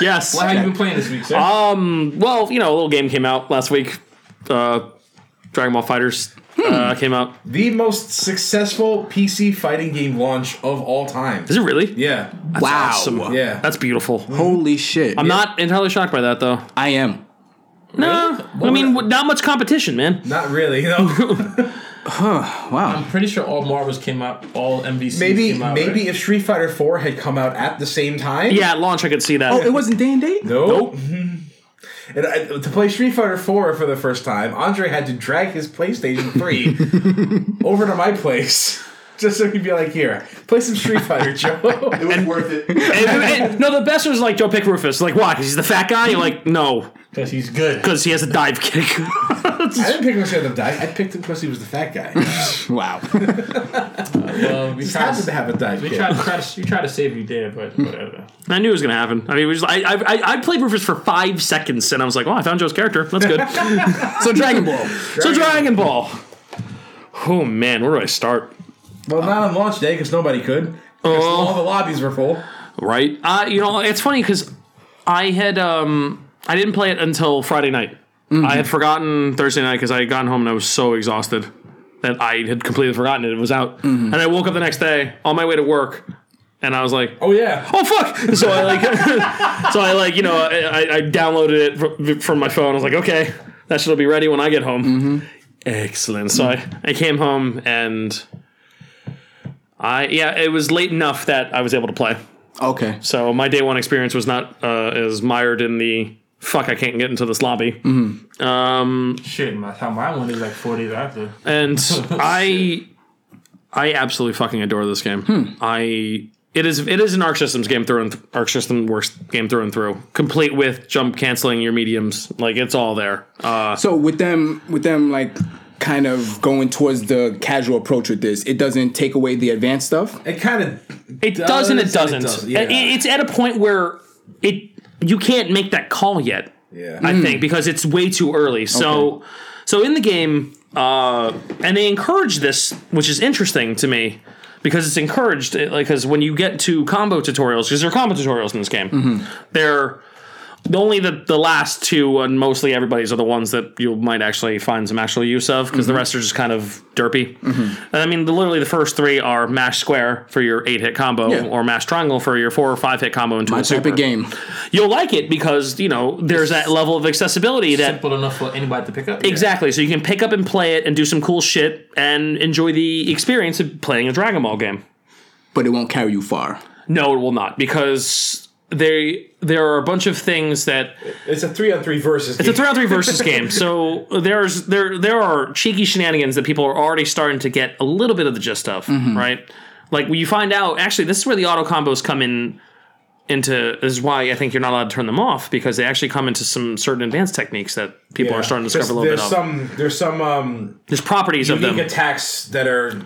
[SPEAKER 1] Yes.
[SPEAKER 4] what have you been playing this week, sir?
[SPEAKER 1] Well, you know, a little game came out last week. Uh, Dragon Ball Fighters
[SPEAKER 4] Hmm.
[SPEAKER 1] uh, came out.
[SPEAKER 5] The most successful PC fighting game launch of all time.
[SPEAKER 1] Is it really?
[SPEAKER 5] Yeah.
[SPEAKER 3] wow.
[SPEAKER 1] Awesome.
[SPEAKER 5] Yeah.
[SPEAKER 1] That's beautiful.
[SPEAKER 3] Holy shit.
[SPEAKER 1] I'm not entirely shocked by that though.
[SPEAKER 3] I am.
[SPEAKER 1] No, I mean, w- not much competition, man.
[SPEAKER 5] Not really, you know.
[SPEAKER 3] Wow.
[SPEAKER 4] I'm pretty sure all Marvels came out, all MVCs
[SPEAKER 5] maybe
[SPEAKER 4] came out.
[SPEAKER 5] maybe
[SPEAKER 4] right?
[SPEAKER 5] if Street Fighter 4 had come out at the same time.
[SPEAKER 1] Yeah, at launch I could see that.
[SPEAKER 3] Oh, it wasn't day and date?
[SPEAKER 5] Nope. And I, to play Street Fighter 4 for the first time, Andre had to drag his PlayStation 3 over to my place just so he'd be like, here, play some Street Fighter, Joe.
[SPEAKER 2] It was worth it.
[SPEAKER 1] And- and- and- no, the best was like Joe Pick Rufus. Like, why? 'Cause he's the fat guy. You're like, no,
[SPEAKER 4] Because he's good.
[SPEAKER 1] because he has a dive kick.
[SPEAKER 5] I didn't pick him because he had a diet. I picked him because he was the fat guy. Just
[SPEAKER 3] Wow.
[SPEAKER 4] Well, we tried,
[SPEAKER 5] happened to
[SPEAKER 4] to,
[SPEAKER 5] have a diet.
[SPEAKER 4] we,
[SPEAKER 5] kid.
[SPEAKER 4] tried, try to, we tried to save you there, but whatever.
[SPEAKER 1] I knew it was gonna happen. I mean, it was, I, I I- I played Rufus for five seconds, and I was like, oh, I found Joe's character. That's good.
[SPEAKER 3] so Dragon Ball.
[SPEAKER 1] so Dragon Ball. Oh man, where do I start?
[SPEAKER 5] Well, not on launch day because nobody could.
[SPEAKER 1] Oh.
[SPEAKER 5] 'Cause All the lobbies were full.
[SPEAKER 1] Right? Uh, you know, it's funny because I had um I didn't play it until Friday night.
[SPEAKER 5] Mm-hmm.
[SPEAKER 1] I had forgotten Thursday night because I had gotten home and I was so exhausted that I had completely forgotten it. It was out,
[SPEAKER 5] Mm-hmm.
[SPEAKER 1] and I woke up the next day on my way to work, and I was like,
[SPEAKER 5] Oh, yeah.
[SPEAKER 1] oh fuck so i like so i like you know i, I- I downloaded it from, from my phone i was like okay that shit'll be ready when i get home
[SPEAKER 5] Mm-hmm.
[SPEAKER 1] excellent so I, I came home and i yeah it was late enough that i was able to play
[SPEAKER 3] Okay.
[SPEAKER 1] so my day one experience was not uh, as mired in the fuck i can't get into this lobby um Oh,
[SPEAKER 4] Shit, my, how my one is like four days after.
[SPEAKER 1] and I I absolutely fucking adore this game. I it is it is an arc systems game through and th- arc system works game through and through, complete with jump canceling your mediums. Like it's all there. Uh,
[SPEAKER 3] So with them, with them like kind of going towards the casual approach with this, it doesn't take away the advanced stuff.
[SPEAKER 5] It kind of
[SPEAKER 1] it does and it doesn't.
[SPEAKER 5] Yeah.
[SPEAKER 1] It- it's at a point where it you can't make that call yet.
[SPEAKER 5] yeah.
[SPEAKER 3] Mm.
[SPEAKER 1] I think because it's way too early. So, so in the game, uh, and they encourage this, which is interesting to me because it's encouraged. it- Like, because when you get to combo tutorials, because there are combo tutorials in this game,
[SPEAKER 3] Mm-hmm.
[SPEAKER 1] they're only the, the last two and mostly everybody's are the ones that you might actually find some actual use of because
[SPEAKER 3] Mm-hmm.
[SPEAKER 1] the rest are just kind of derpy. And I mean, the, literally the first three are mash square for your eight hit combo
[SPEAKER 3] Yeah.
[SPEAKER 1] or mash triangle for your four or five hit combo into
[SPEAKER 3] My
[SPEAKER 1] a
[SPEAKER 3] type
[SPEAKER 1] super
[SPEAKER 3] of game.
[SPEAKER 1] you'll like it because you know there's that level of accessibility that
[SPEAKER 4] Simple enough for anybody to pick up.
[SPEAKER 1] exactly so you can pick up and play it and do some cool shit and enjoy the experience of playing a dragon ball game
[SPEAKER 3] But it won't carry you far.
[SPEAKER 1] no it will not because they there are a bunch of things that
[SPEAKER 5] It's a three on three versus.
[SPEAKER 1] it's a three on three versus game so there's there there are cheeky shenanigans that people are already starting to get a little bit of the gist of
[SPEAKER 5] Mm-hmm.
[SPEAKER 1] right like when you find out actually this is where the auto combos come in into this is why I think you're not allowed to turn them off because they actually come into some certain advanced techniques that people are starting to discover a little
[SPEAKER 5] there's
[SPEAKER 1] bit of.
[SPEAKER 5] some, There's some um,
[SPEAKER 1] There's properties of
[SPEAKER 5] unique
[SPEAKER 1] them
[SPEAKER 5] attacks that are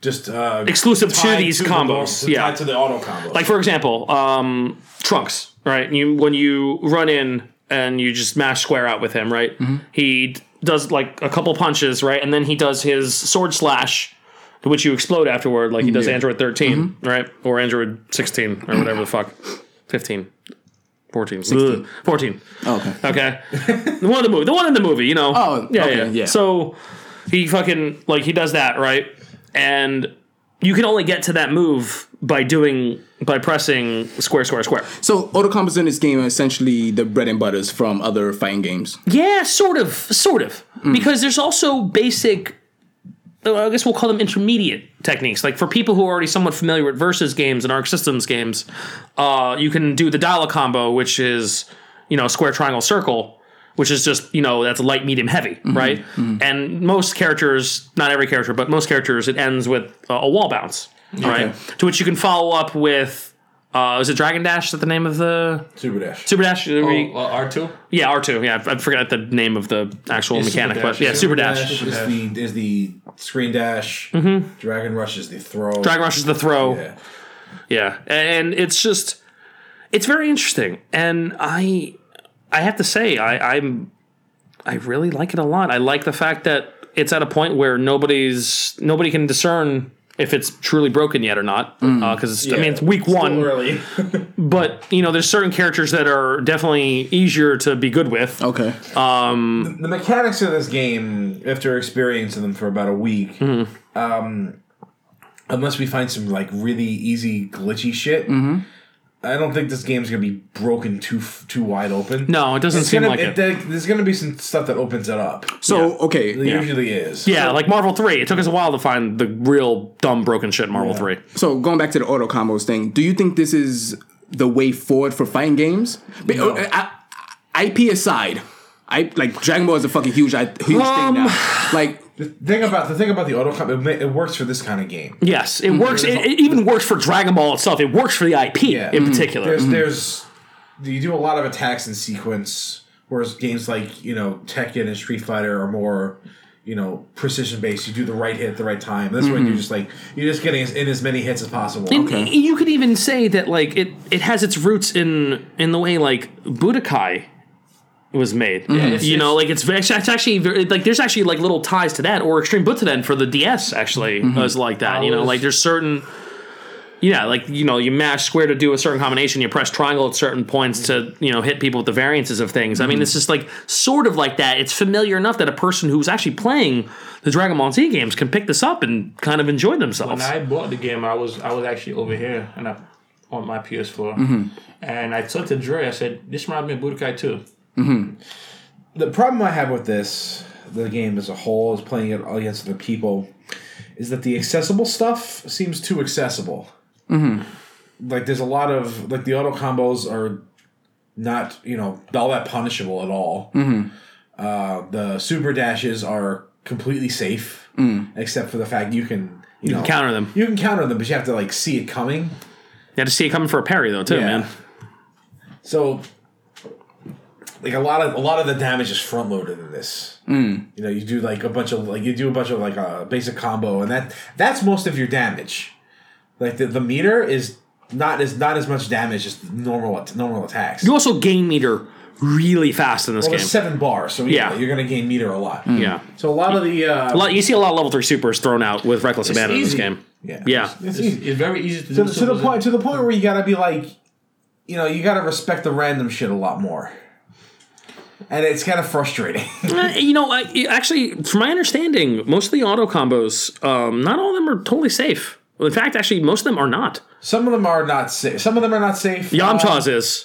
[SPEAKER 5] just uh,
[SPEAKER 1] exclusive to
[SPEAKER 5] tied
[SPEAKER 1] these
[SPEAKER 5] the
[SPEAKER 1] combos.
[SPEAKER 5] ball-
[SPEAKER 1] yeah,
[SPEAKER 5] tied to the auto combos.
[SPEAKER 1] like for example, um, Trunks. Right, you when you run in and you just mash square out with him. Right, he d- does like a couple punches. Right, and then he does his sword slash. Which you explode afterward, like he does Android 13, right? Or Android 16, or whatever the fuck. 15, 14, 16. 14.
[SPEAKER 3] Oh, okay.
[SPEAKER 1] Okay. the one in the movie. The one in the movie, you know.
[SPEAKER 3] Oh, okay, yeah.
[SPEAKER 1] So he fucking like he does that, right? And you can only get to that move by doing by pressing square, square, square.
[SPEAKER 3] So auto combos in this game are essentially the bread and butters from other fighting games.
[SPEAKER 1] Yeah, sort of, sort of. Because there's also basic uh, I guess we'll call them intermediate techniques. Like for people who are already somewhat familiar with versus games and arc systems games, uh, you can do the Dala combo, which is you know square, triangle, circle, which is just you know that's light, medium, heavy, right? And most characters, not every character, but most characters, it ends with uh, a wall bounce, right? To which you can follow up with. Uh, is it Dragon Dash? Is that the name of the
[SPEAKER 5] Super Dash.
[SPEAKER 1] Super Dash?
[SPEAKER 4] Oh, uh, R two.
[SPEAKER 1] Yeah, R two. Yeah, I I forgot the name of the actual mechanic,
[SPEAKER 4] Super
[SPEAKER 1] but
[SPEAKER 4] Dash.
[SPEAKER 1] yeah, Super, Dash.
[SPEAKER 5] is the is the screen dash. Dragon Rush is the throw.
[SPEAKER 1] Mm-hmm. Dragon Rush is the throw. Yeah.
[SPEAKER 5] Yeah.
[SPEAKER 1] and it's just it's very interesting, and I I have to say I I'm I really like it a lot. I like the fact that it's at a point where nobody's nobody can discern if it's truly broken yet or not because it's I mean it's week one,
[SPEAKER 5] Really.
[SPEAKER 1] but you know there's certain characters that are definitely easier to be good with.
[SPEAKER 3] Okay.
[SPEAKER 5] the mechanics of this game, after experiencing them for about a week,
[SPEAKER 1] Mm-hmm.
[SPEAKER 5] um, unless we find some like really easy glitchy shit,
[SPEAKER 1] Mm-hmm.
[SPEAKER 5] I don't think this game's gonna be broken too f- too wide open.
[SPEAKER 1] No, it doesn't
[SPEAKER 5] It's
[SPEAKER 1] seem
[SPEAKER 5] gonna,
[SPEAKER 1] like it.
[SPEAKER 5] there- there's gonna be some stuff that opens it up.
[SPEAKER 3] So okay.
[SPEAKER 5] There usually is.
[SPEAKER 1] Yeah, like Marvel Three. It took us a while to find the real dumb broken shit in Marvel Three.
[SPEAKER 3] So going back to the auto combos thing, do you think this is the way forward for fighting games? But, uh, I- I- IP aside, I like Dragon Ball is a fucking huge, I- huge
[SPEAKER 1] Um,
[SPEAKER 3] thing now. Like,
[SPEAKER 5] Think about the thing about the auto comp. It, ma- it works for this kind of game.
[SPEAKER 1] Yes, it works. It, it even works for Dragon Ball itself. It works for the IP
[SPEAKER 5] Yeah.
[SPEAKER 1] in
[SPEAKER 5] Mhm.
[SPEAKER 1] particular.
[SPEAKER 5] There's there's you do a lot of attacks in sequence, whereas games like you know Tekken and Street Fighter are more you know precision based. You do the right hit at the right time. That's when you're just like you're just getting as, in as many hits as possible.
[SPEAKER 1] And y- You could even say that like it, it has its roots in in the way like Budokai was made.
[SPEAKER 4] it's-
[SPEAKER 1] you know,
[SPEAKER 4] it's-
[SPEAKER 1] like it's, ve- it's actually ver- like there's actually like little ties to that or Extreme Butoden for the DS actually
[SPEAKER 4] Mm-hmm.
[SPEAKER 1] was like that. You know,
[SPEAKER 4] Powers.
[SPEAKER 1] like there's certain yeah, like you know, you mash square to do a certain combination, you press triangle at certain points to you know hit people with the variances of things. I
[SPEAKER 4] Mm-hmm.
[SPEAKER 1] mean, it's just like sort of like that. It's familiar enough that a person who's actually playing the Dragon Ball Z games can pick this up and kind of enjoy
[SPEAKER 4] When
[SPEAKER 1] themselves.
[SPEAKER 4] I bought the game, I was I was actually over here and I on my PS4,
[SPEAKER 1] Mm-hmm.
[SPEAKER 4] and I told to Dre, I said, "This reminds me of Budokai 2.
[SPEAKER 5] the problem I have with this, the game as a whole, is playing it against other people, is that the accessible stuff seems too accessible. Like there's a lot of like the auto combos are not you know all that punishable at all. Uh, the super dashes are completely safe, except for the fact you can you,
[SPEAKER 1] can
[SPEAKER 5] know,
[SPEAKER 1] counter them.
[SPEAKER 5] You can counter them, but you have to like see it coming.
[SPEAKER 1] You had to see it coming for a parry though, too, man.
[SPEAKER 5] So, like a lot of a lot of the damage is front loaded in this.
[SPEAKER 1] Hmm.
[SPEAKER 5] You know, you do like a bunch of like you do a bunch of like a basic combo, and that that's most of your damage. Like the, the meter is not as not as much damage as normal at- normal attacks.
[SPEAKER 1] You also gain meter really fast in this
[SPEAKER 5] well,
[SPEAKER 1] game.
[SPEAKER 5] there's seven bars, so yeah,
[SPEAKER 1] Yeah.
[SPEAKER 5] you're gonna gain meter a lot.
[SPEAKER 1] yeah.
[SPEAKER 5] So a lot of the uh,
[SPEAKER 1] A lot, you see a lot of level three supers thrown out with reckless abandon in this
[SPEAKER 4] easy.
[SPEAKER 1] game.
[SPEAKER 5] yeah,
[SPEAKER 1] Yeah.
[SPEAKER 5] it's, it's
[SPEAKER 4] It's,
[SPEAKER 5] easy.
[SPEAKER 4] it's very easy to
[SPEAKER 5] To,
[SPEAKER 4] do.
[SPEAKER 5] to
[SPEAKER 4] some
[SPEAKER 5] the
[SPEAKER 4] of
[SPEAKER 5] point to the point where you gotta be like, you know, you gotta respect the random shit a lot more, and it's kind of frustrating.
[SPEAKER 1] Uh, you know, I, it- actually, from my understanding, most of the auto combos, um, not all of them are totally safe. In fact, actually, most of them are not.
[SPEAKER 5] Some of them are not safe. Some of them are not safe. Uh,
[SPEAKER 1] Yamcha's is,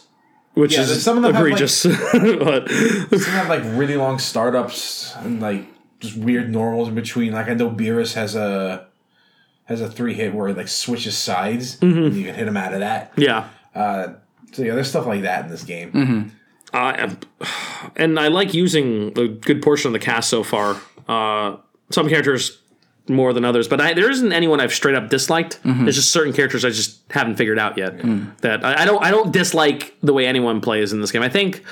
[SPEAKER 1] which
[SPEAKER 5] yeah,
[SPEAKER 1] is
[SPEAKER 5] some of them have, like-
[SPEAKER 1] egregious. But-
[SPEAKER 5] some have like really long startups and like just weird normals in between. Like I know Beerus has a has a three hit where he like switches sides
[SPEAKER 1] Mm-hmm.
[SPEAKER 5] and you can hit him out of that.
[SPEAKER 1] yeah.
[SPEAKER 5] Uh, so yeah, there's stuff like that in this game.
[SPEAKER 1] I am- and I like using a good portion of the cast so far. Uh, some characters more than others, but I, there isn't anyone I've straight up disliked.
[SPEAKER 3] Mm-hmm.
[SPEAKER 1] There's just certain characters I just haven't figured out yet. That I, I don't I don't dislike the way anyone plays in this game. I think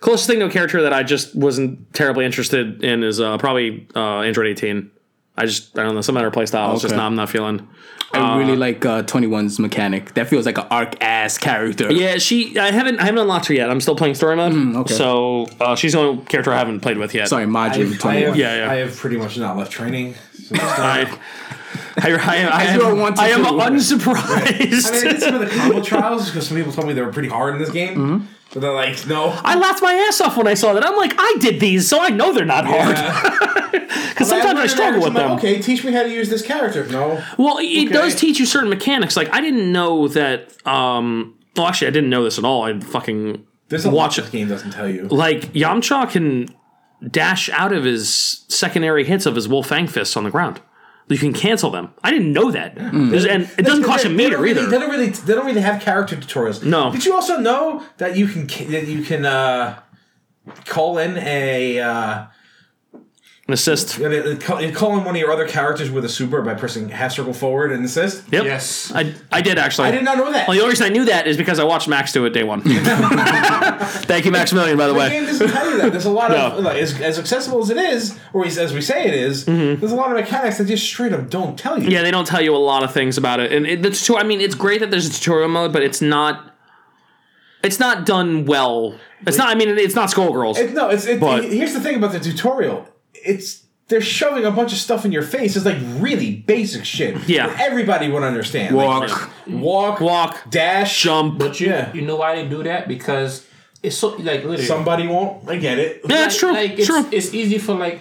[SPEAKER 1] closest thing to a character that I just wasn't terribly interested in is uh, probably uh, Android 18. I just I don't know some other play style. It's just
[SPEAKER 3] Okay.
[SPEAKER 1] not I'm not feeling.
[SPEAKER 3] I really like uh, 21's mechanic. That feels like an arc ass character.
[SPEAKER 1] Yeah, she I haven't I haven't unlocked her yet. I'm still playing story mode.
[SPEAKER 3] Mm, okay.
[SPEAKER 1] So uh, she's the only character I haven't played with yet.
[SPEAKER 3] Sorry, Madru
[SPEAKER 5] I
[SPEAKER 3] 21.
[SPEAKER 5] have,
[SPEAKER 1] Yeah, yeah.
[SPEAKER 5] I have pretty much not left training. So
[SPEAKER 1] I, I, I, am- I,
[SPEAKER 3] you are
[SPEAKER 1] am,
[SPEAKER 3] one to
[SPEAKER 1] I am
[SPEAKER 3] do.
[SPEAKER 5] I mean, I did
[SPEAKER 1] unsurprised.
[SPEAKER 5] some of the combo trials because some people told me they were pretty hard in this game, but they're like, no.
[SPEAKER 1] I laughed my ass off when I saw that. I'm like, I did these, so I know they're not hard. Because sometimes I struggle with
[SPEAKER 5] I'm like,
[SPEAKER 1] them.
[SPEAKER 5] Okay, teach me how to use this character. No,
[SPEAKER 1] Well, it does teach you certain mechanics. Like, I didn't know that. Um, well, actually, I didn't know this at all. I fucking
[SPEAKER 5] there's a
[SPEAKER 1] Watch
[SPEAKER 5] lot this game doesn't tell you.
[SPEAKER 1] like Yamcha can dash out of his secondary hits of his Wolfang fists on the ground. You can cancel them. I didn't know that, There's- and it doesn't cost a
[SPEAKER 5] Hmm. They- they
[SPEAKER 1] meter
[SPEAKER 5] don't really-
[SPEAKER 1] either.
[SPEAKER 5] They don't really. They don't really have character tutorials.
[SPEAKER 1] No.
[SPEAKER 5] Did you also know that you can ca- that you can uh, call in a uh,
[SPEAKER 1] An assist.
[SPEAKER 5] that it- it call, you call in one of your other characters with a super by pressing half circle forward and assist?
[SPEAKER 1] Yep. Oh,
[SPEAKER 4] Yes.
[SPEAKER 1] I, I did actually.
[SPEAKER 5] I did not know that.
[SPEAKER 1] Well, the only reason I knew that is because I watched Max do it day one. Thank you, Maximilian, by the
[SPEAKER 5] The game
[SPEAKER 1] way.
[SPEAKER 5] doesn't tell you that. There's a lot of
[SPEAKER 1] No.
[SPEAKER 5] like, as, as accessible as it is, or as, as we say it is, There's a lot of mechanics that just straight up don't tell you.
[SPEAKER 1] Mm-hmm. Yeah, they don't tell you a lot of things about it, and it, the tutorial. I mean, it's great that there's a tutorial mode, but it's not. It's not done well. It's not. I mean, it's not Skullgirls.
[SPEAKER 5] It- no, it's it,
[SPEAKER 1] But-
[SPEAKER 5] here's the thing about the tutorial. It's they're shoving a bunch of stuff in your face. It's like really basic shit.
[SPEAKER 1] Yeah.
[SPEAKER 5] that everybody would understand. Like,
[SPEAKER 3] Walk.
[SPEAKER 5] walk,
[SPEAKER 1] Walk,
[SPEAKER 5] dash,
[SPEAKER 1] jump.
[SPEAKER 4] But you,
[SPEAKER 5] Yeah.
[SPEAKER 4] you know why they do that? Because it's so like literally.
[SPEAKER 5] Somebody won't. I get it.
[SPEAKER 1] Yeah, it's
[SPEAKER 4] like-
[SPEAKER 1] true.
[SPEAKER 4] Like, it's,
[SPEAKER 1] true.
[SPEAKER 4] it's easy for like,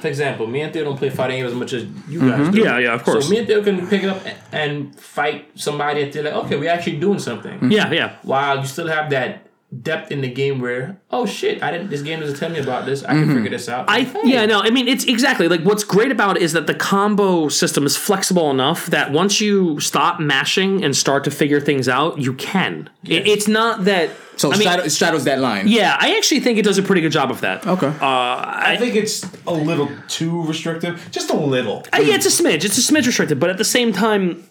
[SPEAKER 4] for example, me and Theo don't play fighting games as much as you guys
[SPEAKER 1] Mm-hmm.
[SPEAKER 4] do.
[SPEAKER 1] Yeah, yeah, of course.
[SPEAKER 4] So me and Theo can pick it up a- and fight somebody and they're like, okay, we're actually doing something.
[SPEAKER 1] yeah, yeah.
[SPEAKER 4] While you still have that depth in the game where, oh shit, I didn't. This game doesn't tell me about this. I can figure this out.
[SPEAKER 1] Mm-hmm. I yeah no I mean it's exactly like what's great about it is that the combo system is flexible enough that once you stop mashing and start to figure things out you can It- it's not that
[SPEAKER 3] So
[SPEAKER 1] I
[SPEAKER 3] it
[SPEAKER 1] mean,
[SPEAKER 3] shadow- it shadows that line.
[SPEAKER 1] yeah I actually think it does a pretty good job of that
[SPEAKER 3] Okay.
[SPEAKER 1] Uh,
[SPEAKER 5] I think it's a little too restrictive. Just a little.
[SPEAKER 1] Uh, yeah, it's a smidge. It's a smidge restricted, but at the same time,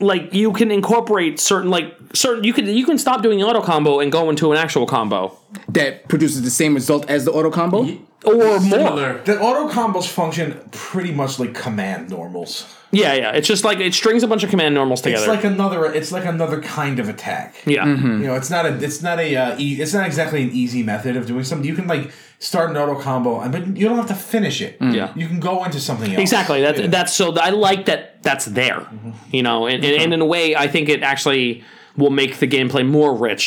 [SPEAKER 1] like you can incorporate certain like certain you can you can stop doing auto combo and go into an actual combo
[SPEAKER 3] that produces the same result as the auto combo.
[SPEAKER 1] or more.
[SPEAKER 4] Similar.
[SPEAKER 5] The auto combos function pretty much like command normals.
[SPEAKER 1] Yeah, yeah. It's just like it strings a bunch of command normals together.
[SPEAKER 5] It's like Mm-hmm. another. It's like another kind of attack.
[SPEAKER 1] yeah,
[SPEAKER 5] You know, it's not a, it's not a, uh, e- it's not exactly an easy method of doing something. You can like start an auto combo, and but you don't have to finish it.
[SPEAKER 1] Yeah.
[SPEAKER 5] you can go into something else.
[SPEAKER 1] Hmm. exactly. That
[SPEAKER 5] Yeah.
[SPEAKER 1] that's so I like that that's there.
[SPEAKER 3] Mm-hmm.
[SPEAKER 1] You know, and, and, and in a way, I think it actually will make the gameplay more rich.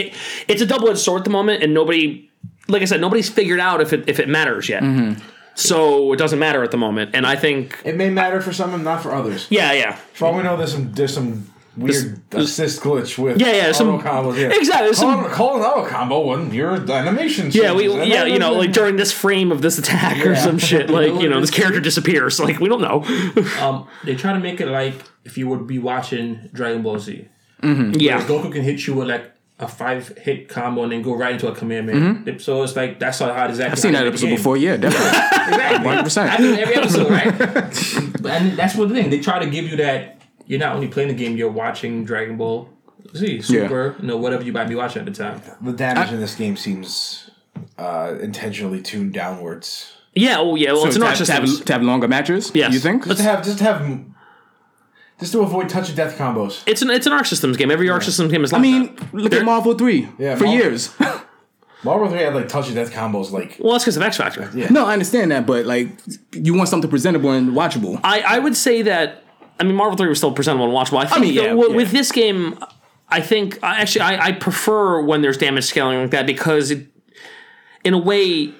[SPEAKER 1] It it's a double edged sword at the moment, and nobody. Like I said, nobody's figured out if it if it matters yet,
[SPEAKER 3] Mm-hmm.
[SPEAKER 1] so it doesn't matter at the moment. And I think,
[SPEAKER 5] It may matter for some, and not for others.
[SPEAKER 1] yeah, yeah,
[SPEAKER 5] For all we know, there's some there's some weird assist glitch with
[SPEAKER 1] Yeah, yeah,
[SPEAKER 5] auto
[SPEAKER 1] some-
[SPEAKER 5] combos. Yeah.
[SPEAKER 1] exactly, there's
[SPEAKER 5] Call,
[SPEAKER 1] some-
[SPEAKER 5] call an auto combo when your animation.
[SPEAKER 1] Yeah, we
[SPEAKER 5] changes.
[SPEAKER 1] yeah, you know, like during this frame of this attack or
[SPEAKER 5] Yeah.
[SPEAKER 1] some shit, like you know, this character disappears. Like we don't know.
[SPEAKER 3] Mm-hmm.
[SPEAKER 4] Um, they try to make it like if you would be watching Dragon Ball Z.
[SPEAKER 1] Yeah,
[SPEAKER 4] Goku can hit you with like a five hit combo and then go right into a command man. So it's like that's how hard is that.
[SPEAKER 3] Mm-hmm. I've seen that episode before. Yeah, definitely.
[SPEAKER 4] Exactly.
[SPEAKER 3] 100%.
[SPEAKER 4] I mean, every episode, right? and that's what the thing. They try to give you that you're not only playing the game, you're watching Dragon Ball Z, Super, you know, whatever you might be watching at the time.
[SPEAKER 5] The damage in this game seems uh, intentionally tuned downwards.
[SPEAKER 1] Yeah. Oh, yeah. Well, it's
[SPEAKER 3] to,
[SPEAKER 1] not
[SPEAKER 3] have,
[SPEAKER 1] just
[SPEAKER 3] to, have, to have longer matches.
[SPEAKER 1] Yes.
[SPEAKER 3] you think?
[SPEAKER 1] Let's-
[SPEAKER 5] Just to have, just to have, just to avoid touch of death combos.
[SPEAKER 1] It's an it's an arc systems game. Every arc systems game is. Like
[SPEAKER 3] I mean, look at Marvel three
[SPEAKER 5] Yeah,
[SPEAKER 3] for
[SPEAKER 5] Marvel-
[SPEAKER 3] years.
[SPEAKER 5] Marvel Three had like touch of death combos, like
[SPEAKER 1] well, that's because of X Factor.
[SPEAKER 3] no, I understand that, but like, you want something presentable and watchable.
[SPEAKER 1] I, I would say that I mean Marvel Three was still presentable and watchable. I think
[SPEAKER 3] mean,
[SPEAKER 1] that
[SPEAKER 3] yeah,
[SPEAKER 1] w-
[SPEAKER 3] yeah.
[SPEAKER 1] with this game, I think I actually I, I prefer when there's damage scaling like that because it, in a way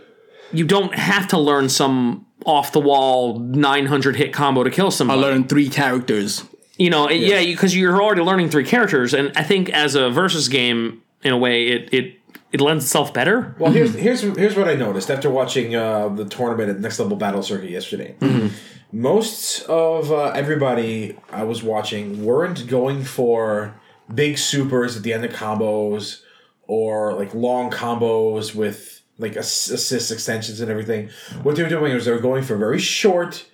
[SPEAKER 1] you don't have to learn some off the wall 900 hit combo to kill somebody.
[SPEAKER 3] Learn three characters.
[SPEAKER 1] You know, it- yeah, because you're already learning three characters, and I think as a versus game in a way it it it lends itself better.
[SPEAKER 5] Well, here's here's here's what I noticed after watching uh, the tournament at Next Level Battle Circuit yesterday. Most of uh, everybody I was watching weren't going for big supers at the end of combos or like long combos with like ass- assist extensions and everything. What they were doing was they were going for very short,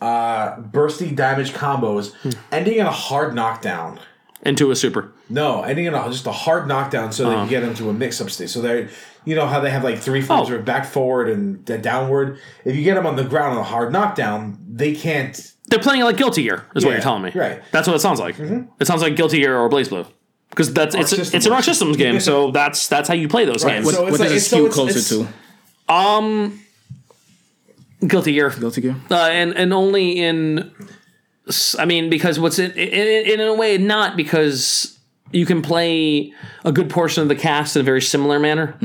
[SPEAKER 5] uh, bursty damage combos, ending in a hard knockdown.
[SPEAKER 1] into a super.
[SPEAKER 5] No, ending in a, just a hard knockdown so they can get into a mix-up stage. So they, you know how they have like three forms
[SPEAKER 1] Uh-huh. Oh.
[SPEAKER 5] or back forward and d- downward. If you get them on the ground on a hard knockdown, they can't.
[SPEAKER 1] They're playing it like Guilty Gear, is what
[SPEAKER 5] Yeah,
[SPEAKER 1] you're telling me.
[SPEAKER 5] right. Mm-hmm.
[SPEAKER 1] That's what it sounds like. It sounds like Guilty Gear or Blaze Blue. Because that's it's
[SPEAKER 5] System
[SPEAKER 1] it's an Arc
[SPEAKER 5] Wars.
[SPEAKER 1] Systems game, so that's that's how you play those
[SPEAKER 5] Right,
[SPEAKER 1] games.
[SPEAKER 5] so-
[SPEAKER 3] What,
[SPEAKER 5] it's
[SPEAKER 3] what
[SPEAKER 5] like-
[SPEAKER 3] does it
[SPEAKER 5] it's- so
[SPEAKER 3] skew
[SPEAKER 5] it's-
[SPEAKER 3] closer
[SPEAKER 5] it's-
[SPEAKER 3] to?
[SPEAKER 1] Guilty Gear,
[SPEAKER 3] Guilty Gear.
[SPEAKER 1] uh, and and only in, s- I mean, because what's it in, in, in a way not because you can play a good portion of the cast in a very similar manner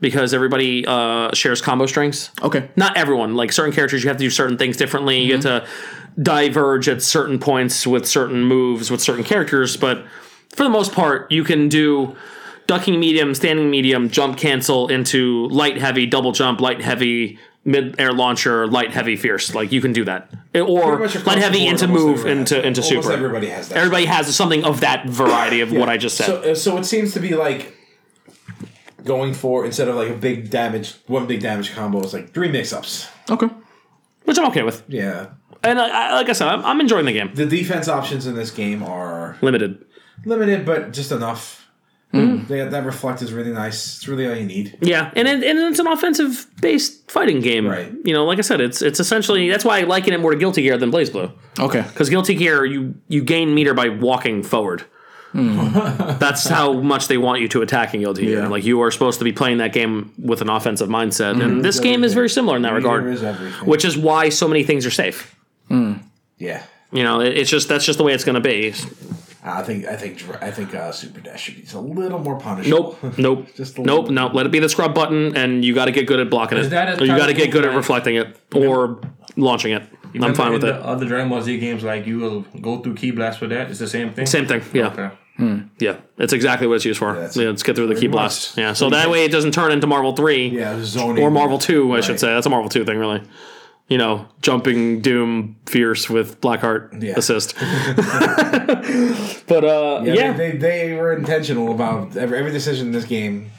[SPEAKER 1] because everybody uh, shares combo strings.
[SPEAKER 3] Okay.
[SPEAKER 1] not everyone like certain characters you have to do certain things differently you get
[SPEAKER 5] Mm-hmm.
[SPEAKER 1] to diverge at certain points with certain moves with certain characters but for the most part you can do ducking medium standing medium jump cancel into light heavy double jump light heavy mid air launcher light heavy fierce like you can do that or
[SPEAKER 5] Pretty much across
[SPEAKER 1] light
[SPEAKER 5] the
[SPEAKER 1] heavy
[SPEAKER 5] board,
[SPEAKER 1] into
[SPEAKER 5] almost
[SPEAKER 1] move
[SPEAKER 5] everyone has
[SPEAKER 1] into
[SPEAKER 5] that.
[SPEAKER 1] into
[SPEAKER 5] Almost
[SPEAKER 1] super
[SPEAKER 5] everybody has that.
[SPEAKER 1] everybody has something of that variety of what i just said
[SPEAKER 5] So, uh, so it seems to be like going for instead of like a big damage, one big damage combo is like three mix-ups.
[SPEAKER 3] Okay.
[SPEAKER 1] which i'm okay with
[SPEAKER 5] Yeah,
[SPEAKER 1] and uh, I, I, like i said I'm, I'm enjoying the game
[SPEAKER 5] the defense options in this game are
[SPEAKER 1] limited
[SPEAKER 5] limited, but just enough.
[SPEAKER 1] Hmm.
[SPEAKER 5] They, that reflect is really nice. It's really all you need.
[SPEAKER 1] Yeah, and it, and it's an offensive based fighting game.
[SPEAKER 5] Right.
[SPEAKER 1] You know, like I said, it's it's essentially that's why I liken it more to Guilty Gear than Blaze Blue
[SPEAKER 3] Okay.
[SPEAKER 1] because Guilty Gear you you gain meter by walking forward.
[SPEAKER 5] Hmm.
[SPEAKER 1] that's how much they want you to attack in Guilty Gear.
[SPEAKER 3] Yeah.
[SPEAKER 1] Like you are supposed to be playing that game with an offensive mindset, and this game is very similar in that regard,
[SPEAKER 5] Hmm. Meter is everything.
[SPEAKER 1] which is why so many things are safe.
[SPEAKER 5] Yeah,
[SPEAKER 1] You know, it, it's just that's just the way it's going to be.
[SPEAKER 5] I think I think dr- I think uh, Super Dash should be just a little more punishable.
[SPEAKER 1] Nope, nope,
[SPEAKER 5] Just a little
[SPEAKER 1] nope, no. Let it be the scrub button, and you got to get good at blocking it.
[SPEAKER 4] that a
[SPEAKER 1] Or you got to
[SPEAKER 4] type
[SPEAKER 1] get
[SPEAKER 4] of
[SPEAKER 1] good at
[SPEAKER 4] like-
[SPEAKER 1] reflecting it or launching it. I'm fine with
[SPEAKER 4] in
[SPEAKER 1] it.
[SPEAKER 4] The other Dragon Ball Z games, like you will go through key blast for that. It's the same thing.
[SPEAKER 1] Same thing. Yeah.
[SPEAKER 4] Okay.
[SPEAKER 1] Yeah. It's exactly what it's used for. Yeah,
[SPEAKER 5] that's-
[SPEAKER 1] let's get through the key
[SPEAKER 5] pretty much.
[SPEAKER 1] blast. Yeah. So that way it doesn't turn into Marvel 3
[SPEAKER 5] Yeah, zoning
[SPEAKER 1] or Marvel 2, I should
[SPEAKER 5] Right.
[SPEAKER 1] say. That's a Marvel 2 thing, really. You know, jumping Doom Fierce with Blackheart
[SPEAKER 5] Yeah.
[SPEAKER 1] assist. but, uh, yeah.
[SPEAKER 5] Yeah, They, they, they were intentional about every, every decision in this game.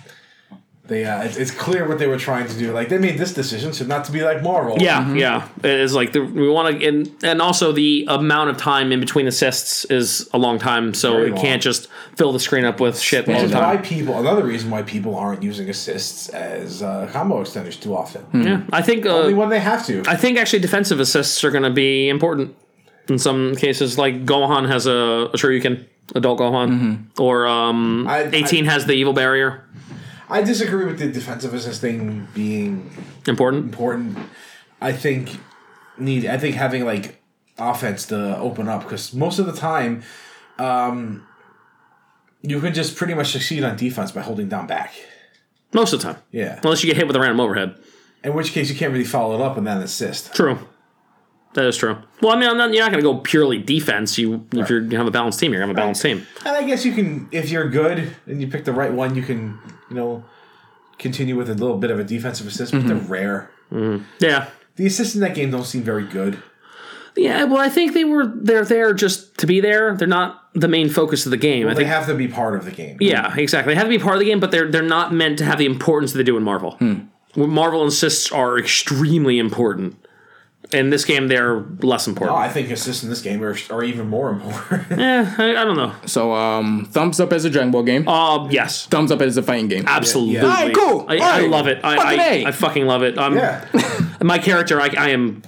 [SPEAKER 5] They uh, it's, it's clear what they were trying to do. Like they made this decision so not to be like Marvel.
[SPEAKER 1] Yeah, yeah. It's like the, we want to, and and also the amount of time in between assists is a long time, so
[SPEAKER 5] Very
[SPEAKER 1] we
[SPEAKER 5] long.
[SPEAKER 1] can't just fill the screen up with shit all
[SPEAKER 5] Which
[SPEAKER 1] the
[SPEAKER 5] is why
[SPEAKER 1] time.
[SPEAKER 5] people. Another reason why people aren't using assists as uh, combo extenders too often.
[SPEAKER 1] Yeah, I think uh,
[SPEAKER 5] Only when they have to.
[SPEAKER 1] I think actually defensive assists are going to be important in some cases. Like Gohan has a, a Shuriken, adult Gohan, or um,
[SPEAKER 5] Mm-hmm. I- I-
[SPEAKER 1] 18 has the evil barrier.
[SPEAKER 5] I disagree with the defensive assist thing being
[SPEAKER 1] Important.
[SPEAKER 5] important. I think need. I think having like offense to open up because most of the time, um, you can just pretty much succeed on defense by holding down back.
[SPEAKER 1] Most of the time.
[SPEAKER 5] Yeah.
[SPEAKER 1] Unless you get hit with a random overhead.
[SPEAKER 5] In which case, you can't really follow it up and then assist.
[SPEAKER 1] True. That is true. Well, I mean, I'm not, you're not going to go purely defense. You, If you're, you have a balanced team, you're going to have a balanced team.
[SPEAKER 5] And I guess you can, if you're good and you pick the right one, you can, you know, continue with a little bit of a defensive assist, but they're rare.
[SPEAKER 1] Yeah.
[SPEAKER 5] The assists in that game don't seem very good.
[SPEAKER 1] Yeah, well, I think they were they're there just to be there. They're not the main focus of the game. I
[SPEAKER 5] They
[SPEAKER 1] think.
[SPEAKER 5] have to be part of the game.
[SPEAKER 1] yeah, exactly. They have to be part of the game, but they're they're not meant to have the importance that they do in Marvel.
[SPEAKER 3] Hmm.
[SPEAKER 1] What Marvel insists are extremely important. In this game, they're less
[SPEAKER 5] Oh,
[SPEAKER 1] important.
[SPEAKER 5] I think assists in this game are, are even more important.
[SPEAKER 1] Eh, I, I don't know.
[SPEAKER 3] So um, thumbs up as a Dragon Ball game.
[SPEAKER 1] Uh, yes.
[SPEAKER 3] thumbs up as a fighting game.
[SPEAKER 1] Absolutely.
[SPEAKER 5] Yeah. All
[SPEAKER 3] right, cool.
[SPEAKER 1] I,
[SPEAKER 3] All
[SPEAKER 1] I
[SPEAKER 3] right.
[SPEAKER 1] love it. I,
[SPEAKER 3] Fucking A.
[SPEAKER 1] I, I fucking love it. Um,
[SPEAKER 5] yeah.
[SPEAKER 1] My character, I, I am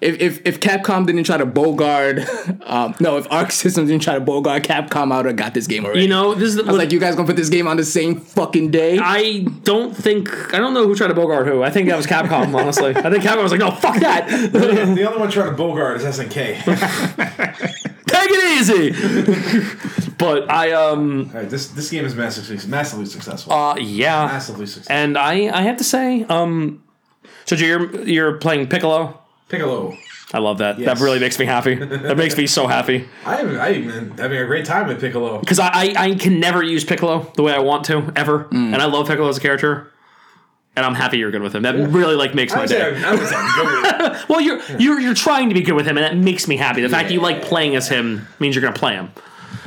[SPEAKER 3] if, if if Capcom didn't try to bogard, um, no, if Arc Systems didn't try to bogard Capcom, I would have got this game already.
[SPEAKER 1] You know, this is the,
[SPEAKER 3] I was like, you guys gonna put this game on the same fucking day?
[SPEAKER 1] I don't think I don't know who tried to bogart who. I think that was Capcom. honestly, I think Capcom was like, no, fuck that, take
[SPEAKER 5] the only one trying to Bogart is SNK. All
[SPEAKER 1] it easy. but I um
[SPEAKER 5] right, this this game is massively massively successful.
[SPEAKER 1] uh, yeah,
[SPEAKER 5] massively successful.
[SPEAKER 1] and I I have to say um, so you're you're playing Piccolo.
[SPEAKER 5] Piccolo.
[SPEAKER 1] I love that.
[SPEAKER 5] Yes.
[SPEAKER 1] That really makes me happy. That makes me so happy
[SPEAKER 5] I am I am having a great time with Piccolo.
[SPEAKER 1] because I, I I can never use Piccolo the way I want to ever,
[SPEAKER 5] Mm.
[SPEAKER 1] and I love Piccolo as a character. And I'm happy you're good with him. That really like makes my
[SPEAKER 5] I'm
[SPEAKER 1] day.
[SPEAKER 5] saying- I'm saying good with-
[SPEAKER 1] Well, you're you're you're trying to be good with him, and that makes me happy. The fact that you like playing as him means you're gonna play him.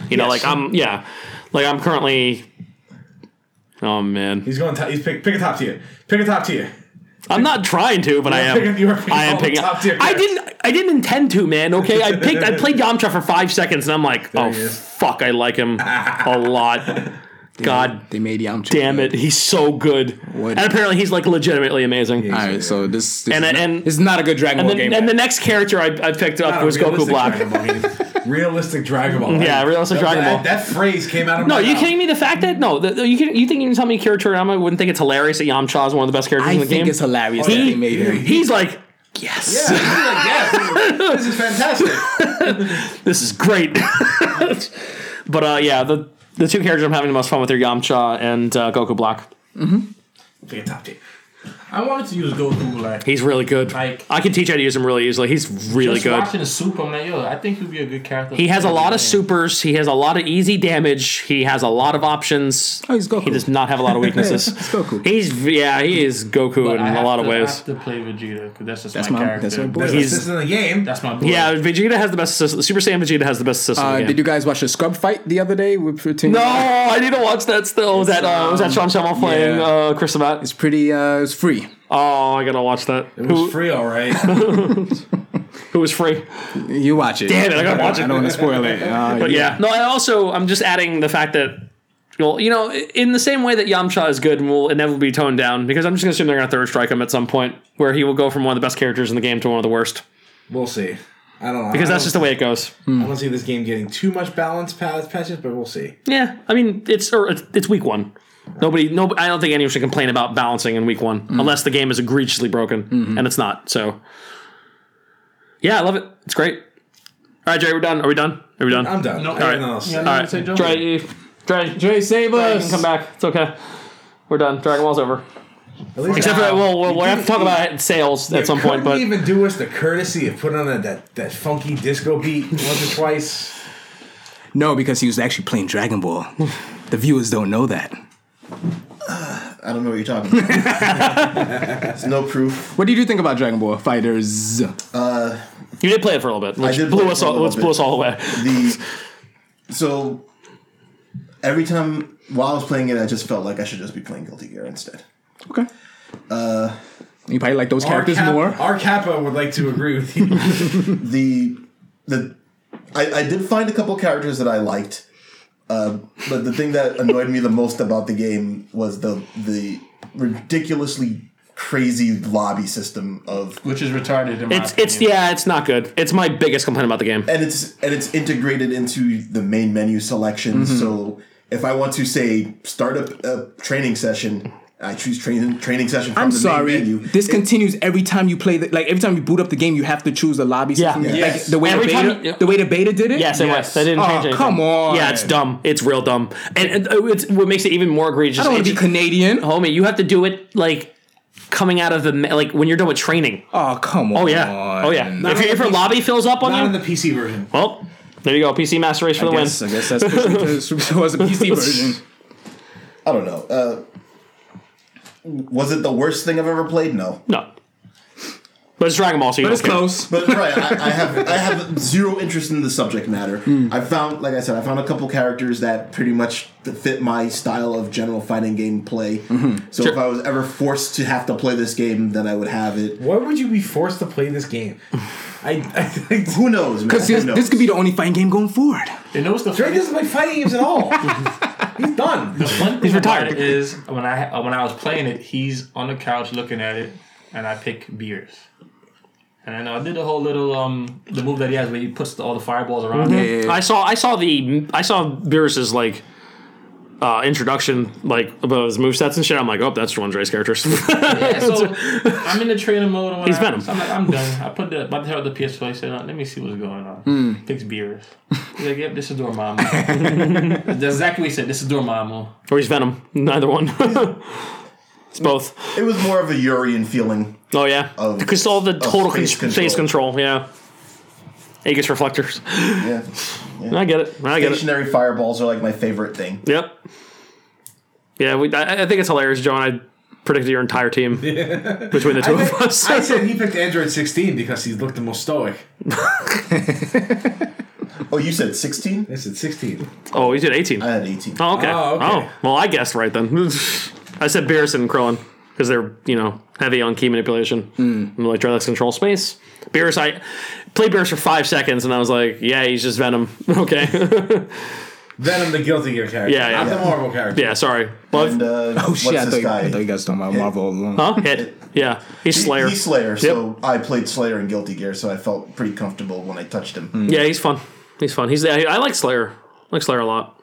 [SPEAKER 1] You know, like I'm yeah, like I'm currently. Oh man,
[SPEAKER 5] He's going. To, he's pick, pick a top tier. Pick a top tier.
[SPEAKER 1] I'm not trying to, but I am.
[SPEAKER 5] picking- you are picking
[SPEAKER 1] I am
[SPEAKER 5] all the
[SPEAKER 1] picking.
[SPEAKER 5] top tier
[SPEAKER 1] I didn't. I didn't intend to, man. Okay, I picked. I played Yamcha for five seconds, and I'm like, oh
[SPEAKER 5] he is.
[SPEAKER 1] fuck, I like him a lot. God
[SPEAKER 3] they made Yamcha.
[SPEAKER 1] damn it, he's so good.
[SPEAKER 3] What-
[SPEAKER 1] And apparently, he's like legitimately amazing.
[SPEAKER 3] All right, so this, this
[SPEAKER 1] And-
[SPEAKER 3] is,
[SPEAKER 1] and-
[SPEAKER 3] not, this is not a good Dragon
[SPEAKER 1] And
[SPEAKER 3] Ball
[SPEAKER 1] the,
[SPEAKER 3] game.
[SPEAKER 1] and the next character I, I picked up
[SPEAKER 5] Not a
[SPEAKER 1] was Goku
[SPEAKER 5] realistic
[SPEAKER 1] Black.
[SPEAKER 5] Dragon Ball game. realistic Dragon Ball.
[SPEAKER 1] Yeah, realistic
[SPEAKER 5] That-
[SPEAKER 1] Dragon
[SPEAKER 5] that-
[SPEAKER 1] Ball.
[SPEAKER 5] That, phrase came out of
[SPEAKER 1] No,
[SPEAKER 5] my
[SPEAKER 1] you
[SPEAKER 5] mouth.
[SPEAKER 1] kidding me? The fact that no, the, the- you can, you think you can tell me Kirtoriyama wouldn't think it's hilarious that Yamcha is one of the best characters
[SPEAKER 3] I
[SPEAKER 1] in the
[SPEAKER 3] think
[SPEAKER 1] game?
[SPEAKER 3] it's hilarious
[SPEAKER 1] He-
[SPEAKER 3] that they made him.
[SPEAKER 1] He's like, yes,
[SPEAKER 5] Yeah, he's like, yeah, this is fantastic.
[SPEAKER 1] this is great. but uh, yeah, the the two characters I'm having the most fun with are Yamcha and uh, Goku Black.
[SPEAKER 5] Pick a top tier.
[SPEAKER 4] I wanted to use Goku like
[SPEAKER 1] He's really good.
[SPEAKER 4] Like-
[SPEAKER 1] I can teach how to use him really easily. He's really
[SPEAKER 4] just
[SPEAKER 1] good.
[SPEAKER 4] watching the Super. I'm like, yo, I think he'll be a good character.
[SPEAKER 1] He has a lot of supers. He has a lot of easy damage. He has a lot of options.
[SPEAKER 3] Oh, he's Goku.
[SPEAKER 1] He does not have a lot of weaknesses.
[SPEAKER 3] He's Goku.
[SPEAKER 1] He's yeah, he is Goku
[SPEAKER 4] But I
[SPEAKER 1] in a
[SPEAKER 4] have
[SPEAKER 1] lot
[SPEAKER 4] to,
[SPEAKER 1] of
[SPEAKER 4] I
[SPEAKER 1] ways.
[SPEAKER 4] have to play Vegeta because that's just
[SPEAKER 3] That's
[SPEAKER 4] my,
[SPEAKER 3] my-
[SPEAKER 4] character.
[SPEAKER 3] that's my boy.
[SPEAKER 5] That's
[SPEAKER 1] He's-
[SPEAKER 5] he's, in the game.
[SPEAKER 4] That's my boy.
[SPEAKER 1] Yeah, Vegeta has the best system. Super Saiyan Vegeta has the best system.
[SPEAKER 3] uh,
[SPEAKER 1] in the
[SPEAKER 3] did
[SPEAKER 1] game.
[SPEAKER 3] you guys watch the Scrub fight the other day with between?
[SPEAKER 1] No, I need to watch that still. Was that uh, was that Sean Shamel playing
[SPEAKER 3] yeah.
[SPEAKER 1] uh, Chris Sabat?
[SPEAKER 3] it's pretty. Uh, it's free.
[SPEAKER 1] Oh, I gotta watch that.
[SPEAKER 5] It was
[SPEAKER 1] Who,
[SPEAKER 5] free, all right.
[SPEAKER 1] who was free?
[SPEAKER 3] You watch it.
[SPEAKER 1] Damn it, I gotta watch
[SPEAKER 3] I
[SPEAKER 1] it.
[SPEAKER 3] don't want to spoil it. Uh,
[SPEAKER 1] But yeah, no. I also I'm just adding the fact that. Well, you know, in the same way that Yamcha is good and will inevitably be toned down, because I'm just gonna assume they're gonna third strike him at some point, where he will go from one of the best characters in the game to one of the worst,
[SPEAKER 5] We'll see. I don't know.
[SPEAKER 1] because
[SPEAKER 5] I
[SPEAKER 1] that's
[SPEAKER 5] don't-
[SPEAKER 1] just the way it goes.
[SPEAKER 5] I don't see this game getting too much balance pa- patches, but we'll see.
[SPEAKER 1] Yeah, I mean it's or it's, it's week one. Nobody, no, I don't think anyone should complain about balancing in week one unless the game is egregiously broken, and it's not. So, yeah, I love it. It's great. All right, Jerry, we're done. Are we done? Are we done?
[SPEAKER 5] I'm done.
[SPEAKER 4] No,
[SPEAKER 5] Everything
[SPEAKER 1] all right.
[SPEAKER 5] else.
[SPEAKER 4] You know what
[SPEAKER 1] All
[SPEAKER 4] I'm
[SPEAKER 1] right,
[SPEAKER 4] gonna say, Joe?
[SPEAKER 1] Dre, you- Dre, Dre,
[SPEAKER 3] Dre, save
[SPEAKER 1] you can
[SPEAKER 3] us.
[SPEAKER 1] come back. It's okay. We're done. Dragon Ball's over.
[SPEAKER 5] At least
[SPEAKER 1] Except
[SPEAKER 5] I-
[SPEAKER 1] for we'll, we'll, we'll have to talk about sales at
[SPEAKER 5] You
[SPEAKER 1] some point,
[SPEAKER 5] couldn't
[SPEAKER 1] but
[SPEAKER 5] even do us the courtesy of putting on that, that, that funky disco beat once or twice.
[SPEAKER 3] No, because he was actually playing Dragon Ball. the viewers don't know that.
[SPEAKER 2] I don't know what you're talking about. There's no proof.
[SPEAKER 3] What did you think about Dragon Ball Fighters?
[SPEAKER 1] you did play it for a little bit, which
[SPEAKER 2] did
[SPEAKER 1] blew
[SPEAKER 2] play it
[SPEAKER 1] us
[SPEAKER 2] for a
[SPEAKER 1] all,
[SPEAKER 2] little
[SPEAKER 1] which blew
[SPEAKER 2] bit.
[SPEAKER 1] us all away.
[SPEAKER 2] The so every time while I was playing it, I just felt like I should just be playing Guilty Gear instead.
[SPEAKER 3] Okay. Uh, you probably like those
[SPEAKER 5] Our,
[SPEAKER 3] characters
[SPEAKER 5] Cap-
[SPEAKER 3] more.
[SPEAKER 5] our Kappa would like to agree with you.
[SPEAKER 2] the the I, I did find a couple characters that I liked, uh, but the thing that annoyed me the most about the game was the the ridiculously crazy lobby system of
[SPEAKER 4] Which is retarded. In my
[SPEAKER 1] It's it's
[SPEAKER 4] opinion.
[SPEAKER 1] yeah, it's not good. It's my biggest complaint about the game.
[SPEAKER 2] and it's and it's integrated into the main menu selection.
[SPEAKER 3] Mm-hmm.
[SPEAKER 2] So if I want to say start a, a training session, I choose training training session from
[SPEAKER 3] I'm
[SPEAKER 2] the
[SPEAKER 3] sorry.
[SPEAKER 2] main menu.
[SPEAKER 3] This continues every time you play the like every time you boot up the game, you have to choose the lobby
[SPEAKER 1] Yeah.
[SPEAKER 3] system.
[SPEAKER 1] Yeah.
[SPEAKER 3] Like the way
[SPEAKER 1] Every
[SPEAKER 3] the
[SPEAKER 1] time
[SPEAKER 3] beta,
[SPEAKER 1] you-
[SPEAKER 3] the way the beta did it.
[SPEAKER 1] Yes, it was. They didn't
[SPEAKER 3] Oh,
[SPEAKER 1] change anything.
[SPEAKER 3] come on.
[SPEAKER 1] Yeah, it's dumb. It's real dumb. And, and it's what makes it even more egregious.
[SPEAKER 3] I don't want
[SPEAKER 1] is
[SPEAKER 3] to be
[SPEAKER 1] just-
[SPEAKER 3] Canadian. Oh,
[SPEAKER 1] homie, you have to do it like coming out of the ma- like when you're done with training.
[SPEAKER 3] come on.
[SPEAKER 1] Oh yeah. Oh yeah.
[SPEAKER 3] Not
[SPEAKER 1] if your if your lobby fills up
[SPEAKER 5] Not
[SPEAKER 1] on
[SPEAKER 5] in
[SPEAKER 1] you,
[SPEAKER 5] the PC version.
[SPEAKER 1] well, there you go. PC Master Race for the
[SPEAKER 3] I guess, I guess that's pushing to- towards the PC version.
[SPEAKER 2] I don't know. Uh, was it the worst thing I've ever played? No.
[SPEAKER 1] win. No. But it's Dragon Ball, so you
[SPEAKER 3] But
[SPEAKER 1] don't
[SPEAKER 3] it's
[SPEAKER 1] care.
[SPEAKER 3] close.
[SPEAKER 2] But right, I, I have I have zero interest in the subject matter.
[SPEAKER 3] Hmm.
[SPEAKER 2] I found, like I said, I found a couple characters that pretty much fit my style of general fighting game play.
[SPEAKER 3] Mm-hmm.
[SPEAKER 2] So if I was ever forced to have to play this game, then I would have it.
[SPEAKER 5] Why would you be forced to play this game? I, I think
[SPEAKER 2] Who knows, man?
[SPEAKER 3] Because
[SPEAKER 2] Who
[SPEAKER 3] this,
[SPEAKER 2] knows?
[SPEAKER 3] this could be the only fighting game going forward.
[SPEAKER 4] You know what's the
[SPEAKER 5] Drake
[SPEAKER 4] funny,
[SPEAKER 5] doesn't play fighting games at all. He's done.
[SPEAKER 4] the fun thing
[SPEAKER 1] retired.
[SPEAKER 4] about it is when I uh, when I was playing it, he's on the couch looking at it, and I pick beers. And I know I did the whole little um the move that he has where he puts the, all the fireballs around. him.
[SPEAKER 1] I saw I saw the I saw Beerus's like uh, introduction like about his movesets and shit. I'm like, oh, that's one of Dre's characters.
[SPEAKER 4] Yeah, so I'm in the trainer mode. And
[SPEAKER 1] He's
[SPEAKER 4] whatever,
[SPEAKER 1] Venom.
[SPEAKER 4] So I'm like, I'm done. I put the about to hell the PS4. I said, "Oh, let me see what's going on. Fix beers. He's like, yep, this is Dormammu. That's exactly what he said. This is Dormammu.
[SPEAKER 1] or he's Venom. Neither one. it's both.
[SPEAKER 2] it was more of a Urian feeling.
[SPEAKER 1] Oh yeah,
[SPEAKER 2] Of-
[SPEAKER 1] because all the total con-
[SPEAKER 2] face
[SPEAKER 1] face, control. Yeah, Aegis reflectors.
[SPEAKER 2] Yeah.
[SPEAKER 1] I get it. I get it.
[SPEAKER 2] Stationary fireballs are like my favorite thing.
[SPEAKER 1] Yep. Yeah, we, I, I think it's hilarious, John. I predicted your entire team between the two of us.
[SPEAKER 5] I said he picked Android 16 because he looked the most stoic.
[SPEAKER 2] Oh, you said 16?
[SPEAKER 5] I said 16.
[SPEAKER 1] oh, you did 18.
[SPEAKER 2] I had 18.
[SPEAKER 1] Oh, okay.
[SPEAKER 5] Oh,
[SPEAKER 1] Oh,
[SPEAKER 5] okay.
[SPEAKER 1] well, I guessed right then. I said Beerus and Krillin because they're you know heavy on key manipulation. Mm. And Electrolux control space. Beerus, I played Beerus for five seconds, and I was like, yeah, he's just Venom. okay.
[SPEAKER 5] Venom, the Guilty Gear character.
[SPEAKER 1] Yeah, yeah.
[SPEAKER 5] Not the Marvel character.
[SPEAKER 1] yeah, sorry. Well,
[SPEAKER 2] And, uh,
[SPEAKER 3] Oh
[SPEAKER 2] what's
[SPEAKER 3] shit! I
[SPEAKER 2] this
[SPEAKER 3] thought, you- I
[SPEAKER 2] guy?
[SPEAKER 3] thought you guys were talking about Marvel alone.
[SPEAKER 1] huh? Hit. Yeah, he's Slayer.
[SPEAKER 2] He's Slayer, so I played Slayer in Guilty Gear, so I felt pretty comfortable when I touched him.
[SPEAKER 1] yeah, he's fun. He's fun. He's I, I like Slayer. I like Slayer a lot.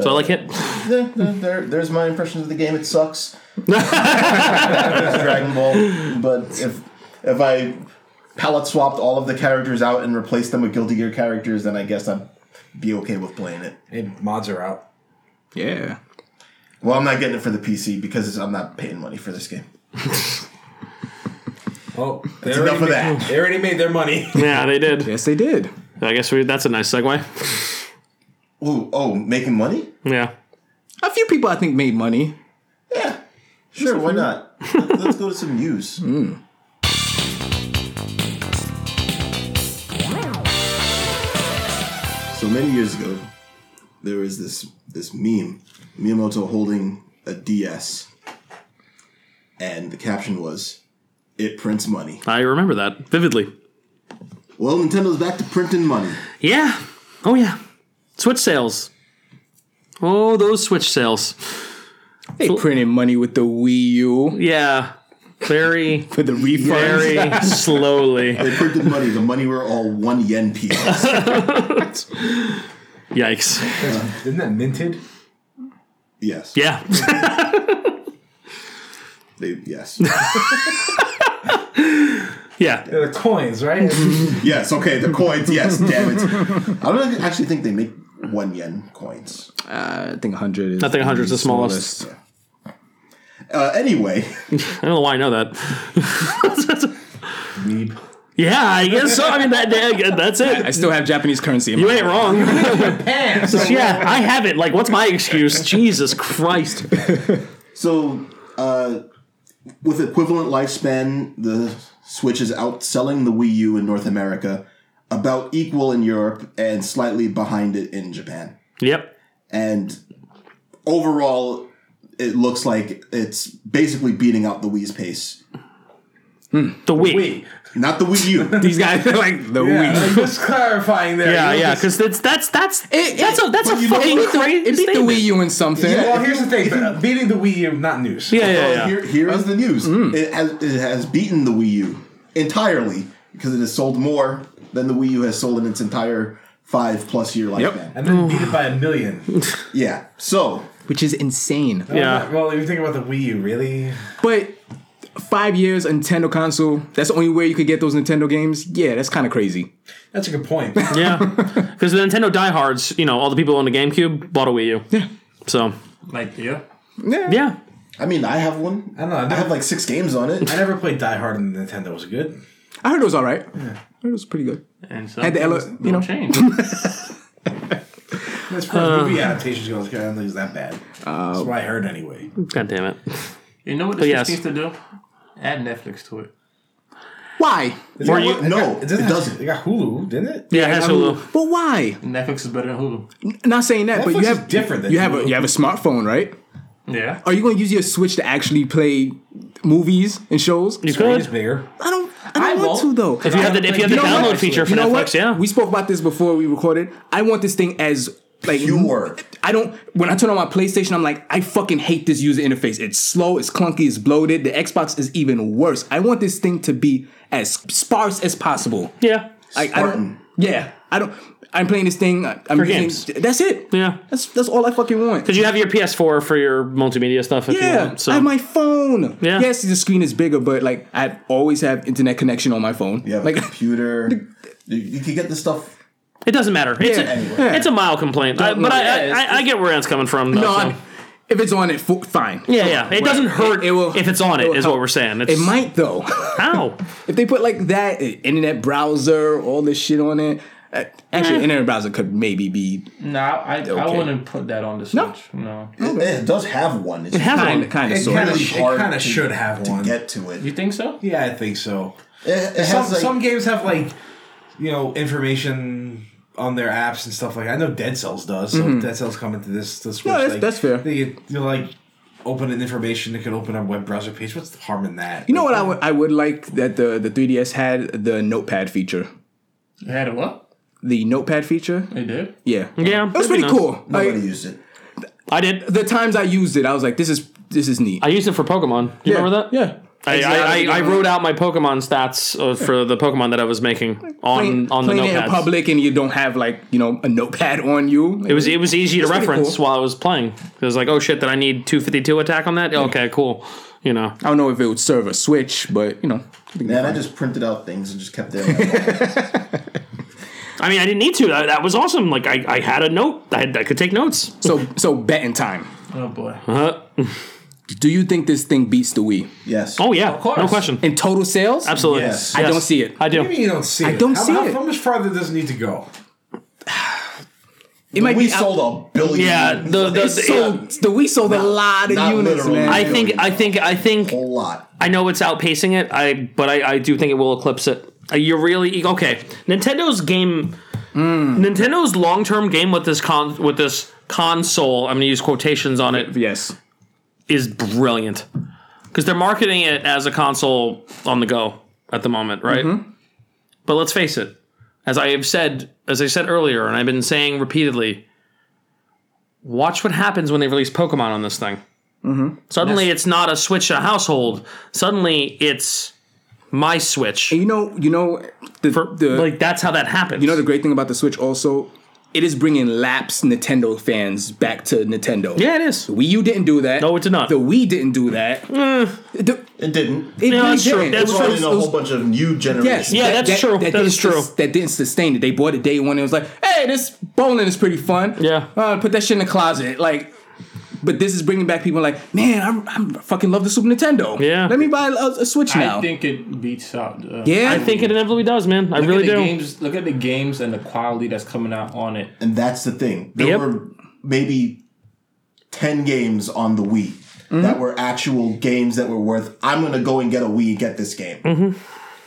[SPEAKER 1] So I like Hit.
[SPEAKER 2] There, there, there- there's my impression of the game. It sucks. It's Dragon Ball, but if if I palette swapped all of the characters out and replaced them with Guilty Gear characters, then I guess I'd be okay with playing it.
[SPEAKER 5] And mods are out.
[SPEAKER 3] Yeah.
[SPEAKER 2] Well, I'm not getting it for the PC because I'm not paying money for this game.
[SPEAKER 5] Oh, they
[SPEAKER 2] That's enough
[SPEAKER 5] already
[SPEAKER 2] of
[SPEAKER 5] made-
[SPEAKER 2] that.
[SPEAKER 5] They already made their money.
[SPEAKER 1] Yeah, they did.
[SPEAKER 3] Yes, they did.
[SPEAKER 1] I guess we, that's a nice segue.
[SPEAKER 2] Ooh, oh, making money?
[SPEAKER 1] Yeah.
[SPEAKER 3] A few people I think made money.
[SPEAKER 2] Yeah, sure. Why not? Hmm. Let's go to some news. So many years ago, there was this this meme, Miyamoto holding a DS, and the caption was, "It prints money."
[SPEAKER 1] I remember that vividly.
[SPEAKER 2] Well, Nintendo's back to printing money.
[SPEAKER 1] Yeah. Oh yeah. Switch sales. Oh, those Switch sales.
[SPEAKER 3] They printed money with the Wii U
[SPEAKER 1] Yeah. Very,
[SPEAKER 3] for the refunds.
[SPEAKER 1] very slowly.
[SPEAKER 2] They printed money. The money were all one yen pieces.
[SPEAKER 1] Yikes.
[SPEAKER 5] Isn't that minted?
[SPEAKER 2] Yes.
[SPEAKER 1] Yeah.
[SPEAKER 2] They, yes.
[SPEAKER 1] Yeah.
[SPEAKER 5] They're the coins, right?
[SPEAKER 2] Yes, okay, the coins, yes, damn it. I don't actually think they make one yen coins.
[SPEAKER 3] Uh, I think 100 is
[SPEAKER 1] I think 100 is the smallest.
[SPEAKER 2] Uh, anyway,
[SPEAKER 1] I don't know why I know that. yeah, I guess so. I mean, that, that- that's
[SPEAKER 3] I
[SPEAKER 1] it.
[SPEAKER 3] still have Japanese currency. In
[SPEAKER 1] You
[SPEAKER 3] my
[SPEAKER 1] ain't wrong. yeah, I have it. Like, what's my excuse? Jesus Christ.
[SPEAKER 2] so uh, with equivalent lifespan, the Switch is outselling the Wii U in North America, about equal in Europe, and slightly behind it in Japan.
[SPEAKER 1] Yep.
[SPEAKER 2] And overall, it looks like it's basically beating out the Wii's pace.
[SPEAKER 1] The Wii.
[SPEAKER 5] Wait,
[SPEAKER 2] Not the Wii U.
[SPEAKER 3] These guys like the
[SPEAKER 5] yeah,
[SPEAKER 3] Wii.
[SPEAKER 5] like, just clarifying there.
[SPEAKER 1] Yeah,
[SPEAKER 5] You know,
[SPEAKER 1] yeah,
[SPEAKER 5] 'cause-
[SPEAKER 1] because that's that's that's that's a that's a
[SPEAKER 2] but you know,
[SPEAKER 1] fucking
[SPEAKER 2] it beat
[SPEAKER 1] crazy.
[SPEAKER 3] It beat the
[SPEAKER 1] statement.
[SPEAKER 3] Wii U in something.
[SPEAKER 5] Well, here's the thing: but uh, beating the Wii U, not news.
[SPEAKER 1] Yeah, yeah, yeah. Mm.
[SPEAKER 2] Well, Here, here is the news. It, has, it has beaten the Wii U entirely because it has sold more than the Wii U has sold in its entire five plus year lifespan.
[SPEAKER 5] And then beat it by a million.
[SPEAKER 2] Yeah. So
[SPEAKER 3] Which is insane.
[SPEAKER 1] Yeah.
[SPEAKER 5] Well, if you think about the Wii U, really?
[SPEAKER 3] But five years, a Nintendo console, that's the only way you could get those Nintendo games? Yeah, that's kind of crazy.
[SPEAKER 5] That's a good point.
[SPEAKER 1] Yeah, because the Nintendo diehards, you know, all the people on the GameCube bought a Wii U. Yeah. So
[SPEAKER 4] Like, yeah.
[SPEAKER 3] Yeah.
[SPEAKER 1] yeah,
[SPEAKER 2] I mean, I have one.
[SPEAKER 5] I don't know. I
[SPEAKER 2] I have
[SPEAKER 5] never,
[SPEAKER 2] like six games on it.
[SPEAKER 5] I never played Die Hard on the Nintendo. Was it good?
[SPEAKER 3] I heard it was all right. I heard it was pretty good.
[SPEAKER 4] And so
[SPEAKER 3] Had the ele- you know.
[SPEAKER 4] change.
[SPEAKER 5] As far
[SPEAKER 3] Uh,
[SPEAKER 5] as movie adaptations go, I don't think it's that bad. That's what I heard anyway.
[SPEAKER 1] God damn it.
[SPEAKER 4] You know what this
[SPEAKER 1] yes.
[SPEAKER 4] needs to do? Add Netflix to it.
[SPEAKER 3] Why?
[SPEAKER 1] Were you?
[SPEAKER 2] No, it
[SPEAKER 5] It, doesn't
[SPEAKER 2] doesn't.
[SPEAKER 5] It got Hulu, didn't it?
[SPEAKER 1] Yeah, it has Hulu.
[SPEAKER 3] But why?
[SPEAKER 4] Netflix is better than Hulu.
[SPEAKER 3] Not saying that, but you
[SPEAKER 5] Netflix is
[SPEAKER 3] have
[SPEAKER 5] different than
[SPEAKER 3] you have a
[SPEAKER 5] Hulu.
[SPEAKER 3] you have a smartphone, right?
[SPEAKER 4] Yeah.
[SPEAKER 3] Are you going to use your Switch to actually play movies and shows?
[SPEAKER 1] You
[SPEAKER 5] It's
[SPEAKER 1] could.
[SPEAKER 5] bigger.
[SPEAKER 3] I don't. I don't
[SPEAKER 5] I
[SPEAKER 3] want
[SPEAKER 5] won't.
[SPEAKER 3] to though.
[SPEAKER 1] If you have the, if you have the
[SPEAKER 3] You know
[SPEAKER 1] download
[SPEAKER 3] what?
[SPEAKER 1] feature for
[SPEAKER 3] you know
[SPEAKER 1] Netflix,
[SPEAKER 3] what?
[SPEAKER 1] yeah.
[SPEAKER 3] We spoke about this before we recorded. I want this thing as like
[SPEAKER 2] Pure.
[SPEAKER 3] I don't. When I turn on my PlayStation, I'm like, I fucking hate this user interface. It's slow. It's clunky. It's bloated. The Xbox is even worse. I want this thing to be as sparse as possible.
[SPEAKER 1] yeah.
[SPEAKER 3] I, I don't.
[SPEAKER 2] Spartan.
[SPEAKER 3] Yeah, I don't. I'm playing this thing. I- I'm
[SPEAKER 1] For
[SPEAKER 3] using,
[SPEAKER 1] games.
[SPEAKER 3] That's it.
[SPEAKER 1] Yeah.
[SPEAKER 3] That's that's all I fucking want.
[SPEAKER 1] Because you have your PS4 for your multimedia stuff. If you
[SPEAKER 3] Yeah,
[SPEAKER 1] want, so.
[SPEAKER 3] I have my phone.
[SPEAKER 1] Yeah.
[SPEAKER 3] Yes, the screen is bigger, but like I always have internet connection on my phone.
[SPEAKER 2] You have
[SPEAKER 3] like
[SPEAKER 2] a computer. you, you can get this stuff.
[SPEAKER 1] It doesn't matter. It's,
[SPEAKER 3] Yeah,
[SPEAKER 1] a,
[SPEAKER 3] yeah.
[SPEAKER 1] it's a mild complaint, I, but
[SPEAKER 3] Yeah,
[SPEAKER 1] I,
[SPEAKER 3] it's-
[SPEAKER 1] I, I get where that's coming from. Though,
[SPEAKER 3] no,
[SPEAKER 1] so.
[SPEAKER 3] I- if it's on it, fo- fine.
[SPEAKER 1] yeah, yeah. It doesn't hurt
[SPEAKER 3] It- it will-
[SPEAKER 1] if it's on
[SPEAKER 3] it
[SPEAKER 1] it,
[SPEAKER 3] will
[SPEAKER 1] is
[SPEAKER 3] help.
[SPEAKER 1] what we're saying. It's,
[SPEAKER 3] It might though.
[SPEAKER 1] How?
[SPEAKER 3] if they put like that eh, internet browser, all this shit on it. uh, Actually, internet browser could maybe be
[SPEAKER 4] No, I, I
[SPEAKER 3] Okay.
[SPEAKER 4] wouldn't put that on the Switch. No.
[SPEAKER 2] It, it does have one. It's
[SPEAKER 1] Have
[SPEAKER 3] kind
[SPEAKER 1] one.
[SPEAKER 3] of kind of
[SPEAKER 5] It
[SPEAKER 3] sort
[SPEAKER 5] kind
[SPEAKER 3] of.
[SPEAKER 5] of
[SPEAKER 2] really hard to-
[SPEAKER 5] should have one.
[SPEAKER 2] get to it.
[SPEAKER 4] You think so?
[SPEAKER 5] Yeah, I think so.
[SPEAKER 2] It, it has
[SPEAKER 5] Some,
[SPEAKER 2] like,
[SPEAKER 5] some games have like you know information on their apps and stuff like. that. I know Dead Cells does. So Dead Cells coming to this. this Switch,
[SPEAKER 3] Mm-hmm. that's-
[SPEAKER 5] like,
[SPEAKER 3] that's fair.
[SPEAKER 5] They, you know, like open an information that could open a web browser page. What's the harm in that?
[SPEAKER 3] You know what I would I would like that the the 3ds had the notepad feature.
[SPEAKER 4] You had a what?
[SPEAKER 3] The notepad feature,
[SPEAKER 4] They did.
[SPEAKER 3] yeah,
[SPEAKER 1] Yeah, that'd
[SPEAKER 3] it was
[SPEAKER 1] be
[SPEAKER 3] pretty
[SPEAKER 1] nice.
[SPEAKER 3] cool.
[SPEAKER 2] nobody
[SPEAKER 3] Like,
[SPEAKER 2] used it.
[SPEAKER 1] I did.
[SPEAKER 3] the times I used it, I was like, this is this is neat.
[SPEAKER 1] I used it for Pokemon. Do you
[SPEAKER 3] Yeah.
[SPEAKER 1] remember that?
[SPEAKER 3] Yeah.
[SPEAKER 1] I,
[SPEAKER 4] Exactly.
[SPEAKER 1] I, I, I wrote out my Pokemon stats uh, for the Pokemon that I was making on
[SPEAKER 3] Playing,
[SPEAKER 1] on the
[SPEAKER 3] playing it in
[SPEAKER 1] notepad.
[SPEAKER 3] public and you don't have like you know a notepad on you.
[SPEAKER 1] It was it was easy to
[SPEAKER 3] That's pretty
[SPEAKER 1] reference
[SPEAKER 3] cool.
[SPEAKER 1] while I was playing. It was like, oh shit, did I need 252 attack on that? Okay, cool. You know,
[SPEAKER 3] I don't know if it would serve a Switch, but you know,
[SPEAKER 2] Man, I just printed out things and just kept it.
[SPEAKER 1] I mean, I didn't need to. That, that was awesome. Like, I, I had a note. I, had, I could take notes.
[SPEAKER 3] so so betting time.
[SPEAKER 4] Oh boy.
[SPEAKER 1] Uh,
[SPEAKER 3] Do you think this thing beats the Wii
[SPEAKER 2] yes.
[SPEAKER 1] oh yeah,
[SPEAKER 4] course.
[SPEAKER 1] no question.
[SPEAKER 3] in total sales?
[SPEAKER 1] Absolutely.
[SPEAKER 5] Yes.
[SPEAKER 3] I don't see it.
[SPEAKER 1] I do.
[SPEAKER 5] What do you mean you don't see
[SPEAKER 3] I
[SPEAKER 5] it?
[SPEAKER 3] don't
[SPEAKER 5] how,
[SPEAKER 3] see
[SPEAKER 5] how,
[SPEAKER 3] it.
[SPEAKER 5] How much farther does it need to go?
[SPEAKER 3] It might
[SPEAKER 2] we
[SPEAKER 3] be out-
[SPEAKER 2] sold a billion.
[SPEAKER 1] Yeah, the the,
[SPEAKER 3] It
[SPEAKER 1] the-
[SPEAKER 3] sold the Wii sold a lot of
[SPEAKER 2] not
[SPEAKER 3] units,
[SPEAKER 2] literally.
[SPEAKER 3] man.
[SPEAKER 1] I think I think I think
[SPEAKER 2] a lot.
[SPEAKER 1] I know it's outpacing it. I but I, I do think it will eclipse it. Uh, You're really okay. Nintendo's game, Nintendo's long term game with this con with this console. I'm going to use quotations on it
[SPEAKER 3] yes,
[SPEAKER 1] is brilliant because they're marketing it as a console on the go at the moment, right? But let's face it, as I have said, as I said earlier, and I've been saying repeatedly, watch what happens when they release Pokemon on this thing. Suddenly, it's not a Switch to household. Suddenly, it's my Switch.
[SPEAKER 3] you know you know the, the
[SPEAKER 1] like that's how that happens. You
[SPEAKER 3] You know the great thing about the Switch also, it is bringing lapsed Nintendo fans back to Nintendo.
[SPEAKER 1] yeah, it is.
[SPEAKER 3] Wii U didn't do that.
[SPEAKER 1] No, it did not. Eh.
[SPEAKER 3] The Wii didn't do do that. The- it
[SPEAKER 2] It didn't. It
[SPEAKER 3] really
[SPEAKER 1] that's true.
[SPEAKER 3] didn't.
[SPEAKER 1] That's
[SPEAKER 3] It
[SPEAKER 1] true.
[SPEAKER 2] brought
[SPEAKER 3] was-
[SPEAKER 2] in a
[SPEAKER 3] it was-
[SPEAKER 2] whole bunch of new
[SPEAKER 3] Yes,
[SPEAKER 2] generations.
[SPEAKER 1] Yeah, that's true. That
[SPEAKER 3] didn't
[SPEAKER 1] is true.
[SPEAKER 3] sus- that didn't sustain it. They bought it day one. and It was like, hey, this bowling is pretty fun.
[SPEAKER 1] Yeah.
[SPEAKER 3] uh, put that shit in the closet. Like, but this is bringing back people like, man, I, I fucking love the Super Nintendo.
[SPEAKER 1] Yeah.
[SPEAKER 3] let me buy a, a Switch now.
[SPEAKER 4] I think it beats out. Uh,
[SPEAKER 3] yeah,
[SPEAKER 1] I think it inevitably does, man. I
[SPEAKER 4] Look
[SPEAKER 1] really
[SPEAKER 4] at the
[SPEAKER 1] do.
[SPEAKER 4] games. Look at the games and the quality that's coming out on it.
[SPEAKER 2] And that's the thing. There
[SPEAKER 1] Yep.
[SPEAKER 2] were maybe 10 games on the Wii
[SPEAKER 1] Mm-hmm.
[SPEAKER 2] that were actual games that were worth, I'm going to go and get a Wii and get this game.
[SPEAKER 1] Mm-hmm.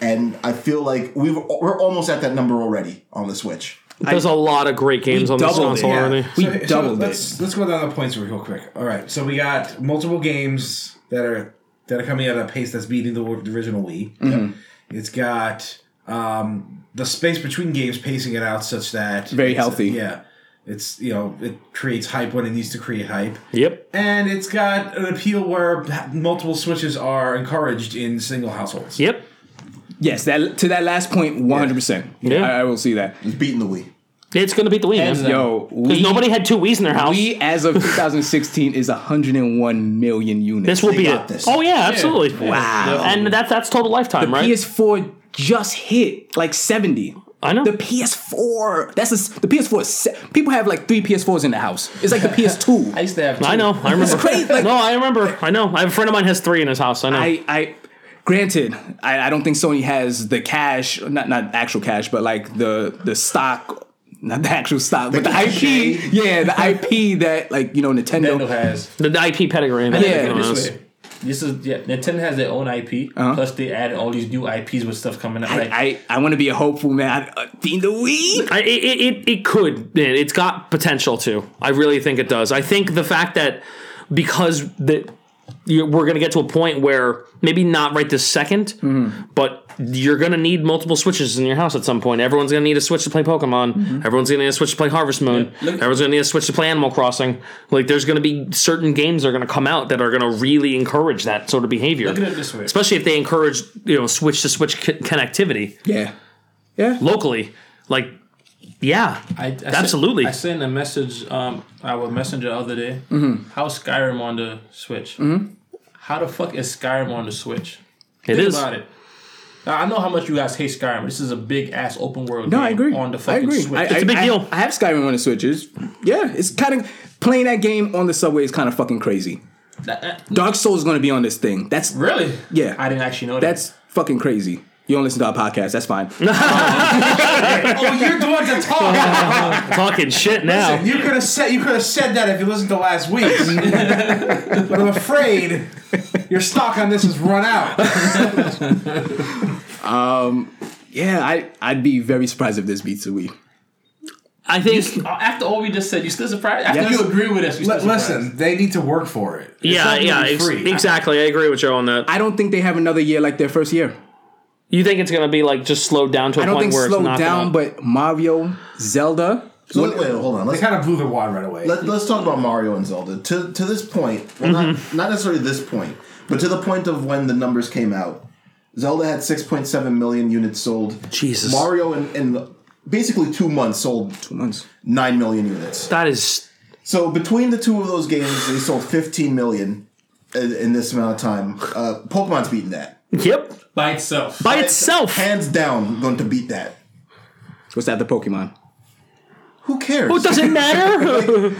[SPEAKER 2] And I feel like we've, we're almost at that number already on the Switch.
[SPEAKER 1] There's a lot of great games on this
[SPEAKER 3] doubled it,
[SPEAKER 1] console
[SPEAKER 3] yeah.
[SPEAKER 1] already.
[SPEAKER 3] We doubled
[SPEAKER 5] let's, Let's go down the points real quick. All right, so we got multiple games that are that are coming at a pace that's beating the, the original Wii.
[SPEAKER 3] Mm-hmm.
[SPEAKER 5] It's got um, the space between games pacing it out such that
[SPEAKER 3] Very
[SPEAKER 5] it's-
[SPEAKER 3] healthy.
[SPEAKER 5] yeah, it's you know it creates hype when it needs to create hype.
[SPEAKER 1] Yep.
[SPEAKER 5] And it's got an appeal where multiple switches are encouraged in single households.
[SPEAKER 1] Yep.
[SPEAKER 3] yes. That to that last point, one hundred percent.
[SPEAKER 1] Yeah.
[SPEAKER 3] I, I will see that.
[SPEAKER 2] It's beating the Wii.
[SPEAKER 1] It's gonna beat the Wii.
[SPEAKER 4] Hands
[SPEAKER 1] man.
[SPEAKER 4] down.
[SPEAKER 3] Yo,
[SPEAKER 1] Because
[SPEAKER 3] we,
[SPEAKER 1] nobody had two Wii's in their house.
[SPEAKER 3] we as of 2016 is 101 million units.
[SPEAKER 1] this will
[SPEAKER 2] They
[SPEAKER 1] be
[SPEAKER 2] got
[SPEAKER 1] it.
[SPEAKER 2] this.
[SPEAKER 1] Oh yeah, um, absolutely.
[SPEAKER 3] Wow.
[SPEAKER 1] And that's that's total lifetime, right?
[SPEAKER 3] PS4 just hit like 70.
[SPEAKER 1] I know.
[SPEAKER 3] The PS4. That's a s the PS4. is se- People have like three PS4s in the house. It's like the PS2.
[SPEAKER 4] I
[SPEAKER 3] I,
[SPEAKER 4] used to have. Two.
[SPEAKER 1] I know. I remember.
[SPEAKER 3] crazy, like-
[SPEAKER 1] no, I remember. I know. I have a friend of mine has three in his house. I know.
[SPEAKER 3] I, granted, I, I don't think Sony has the cash, not not actual cash, but like the the stock. Not the actual stock, but the IP. Yeah, the IP that like you know Nintendo.
[SPEAKER 4] Nintendo has.
[SPEAKER 1] the, the IP pedigree.
[SPEAKER 4] Look
[SPEAKER 3] Yeah.
[SPEAKER 4] at it
[SPEAKER 1] Everyone
[SPEAKER 4] this
[SPEAKER 1] knows.
[SPEAKER 4] way. This is yeah. Nintendo has their own IP.
[SPEAKER 3] Uh-huh.
[SPEAKER 4] Plus, they add all these new IPs with stuff coming out. like,
[SPEAKER 3] I, I, I want to be a hopeful man. Uh, Team the week.
[SPEAKER 1] I, it, it- it, it could. Man, it's got potential to. I really think it does. I think the fact that because the, you we're going to get to a point where maybe not right this 2nd
[SPEAKER 4] Mm-hmm.
[SPEAKER 1] but you're going to need multiple switches in your house at some point. Everyone's going to need a switch to play Pokemon.
[SPEAKER 4] Mm-hmm.
[SPEAKER 1] Everyone's going to need a switch to play Harvest Moon. Everyone's going to need a switch to play Animal Crossing. Like there's going to be certain games that are going to come out that are going to really encourage that sort of behavior.
[SPEAKER 4] Look at it this way.
[SPEAKER 1] Especially if they encourage, you know, switch to switch connectivity
[SPEAKER 3] Yeah. Yeah.
[SPEAKER 1] locally. Like, yeah,
[SPEAKER 4] I, I sent-
[SPEAKER 1] Absolutely.
[SPEAKER 4] I sent a message, um, our messenger the other day.
[SPEAKER 3] Mm-hmm.
[SPEAKER 4] How's Skyrim on the Switch? How the fuck is Skyrim on the Switch?
[SPEAKER 1] it
[SPEAKER 4] Think
[SPEAKER 1] is.
[SPEAKER 4] about it. Now, I know how much you guys hate Skyrim. This is a big ass open world.
[SPEAKER 3] No,
[SPEAKER 4] game
[SPEAKER 3] I agree.
[SPEAKER 4] On the
[SPEAKER 3] I
[SPEAKER 4] fucking
[SPEAKER 3] agree.
[SPEAKER 4] Switch.
[SPEAKER 3] I,
[SPEAKER 1] It's a
[SPEAKER 3] I-
[SPEAKER 1] big
[SPEAKER 3] I-
[SPEAKER 1] deal.
[SPEAKER 3] I have Skyrim on the Switch. It's, yeah, it's kind of playing that game on the subway is kind of fucking crazy.
[SPEAKER 4] That- that-
[SPEAKER 3] Dark Souls is going to be on this thing. That's
[SPEAKER 4] really?
[SPEAKER 3] Yeah.
[SPEAKER 4] I didn't actually know
[SPEAKER 3] that's fucking crazy. You don't listen to our podcast. That's fine.
[SPEAKER 5] Oh, you're the one to talk.
[SPEAKER 1] Talking shit now.
[SPEAKER 5] you could have said you could have said that if you listened to last week. but I'm afraid your stock on this has run out.
[SPEAKER 3] yeah, I I'd be very surprised if this beats a week.
[SPEAKER 1] I think.
[SPEAKER 4] that. Uh, After all we just said, you still surprised? After
[SPEAKER 3] Yes.
[SPEAKER 4] you agree with us, you still
[SPEAKER 5] L-
[SPEAKER 4] surprised.
[SPEAKER 5] listen, they need to work for it.
[SPEAKER 1] Yeah,
[SPEAKER 5] not
[SPEAKER 1] yeah,
[SPEAKER 5] really
[SPEAKER 1] ex-
[SPEAKER 5] free.
[SPEAKER 1] exactly. I agree with Joe on that.
[SPEAKER 3] I don't think they have another year like their first year.
[SPEAKER 1] You think it's gonna be like just slowed down to a
[SPEAKER 3] I don't
[SPEAKER 1] point
[SPEAKER 3] think
[SPEAKER 1] where it's
[SPEAKER 3] slowed
[SPEAKER 1] not
[SPEAKER 3] down,
[SPEAKER 1] down, gonna,
[SPEAKER 3] but Mario, Zelda.
[SPEAKER 2] So wait, wait, hold on.
[SPEAKER 5] They
[SPEAKER 2] Let's
[SPEAKER 5] kind of blew their wad right away.
[SPEAKER 2] Let, let's talk about Mario and Zelda. To to this point, well,
[SPEAKER 1] Mm-hmm.
[SPEAKER 2] not not necessarily this point, but to the point of when the numbers came out, Zelda had 6.7 million units sold.
[SPEAKER 1] Jesus.
[SPEAKER 2] Mario in, in basically two months sold
[SPEAKER 3] Months.
[SPEAKER 2] nine million units.
[SPEAKER 1] that is
[SPEAKER 2] So between the two of those games, they sold 15 million in, in this amount of time. Uh, Pokemon's beating that
[SPEAKER 1] yep
[SPEAKER 4] by itself.
[SPEAKER 1] by itself.
[SPEAKER 2] hands down. Going to beat that.
[SPEAKER 3] What's that? The Pokemon.
[SPEAKER 2] Who cares?
[SPEAKER 1] It doesn't matter.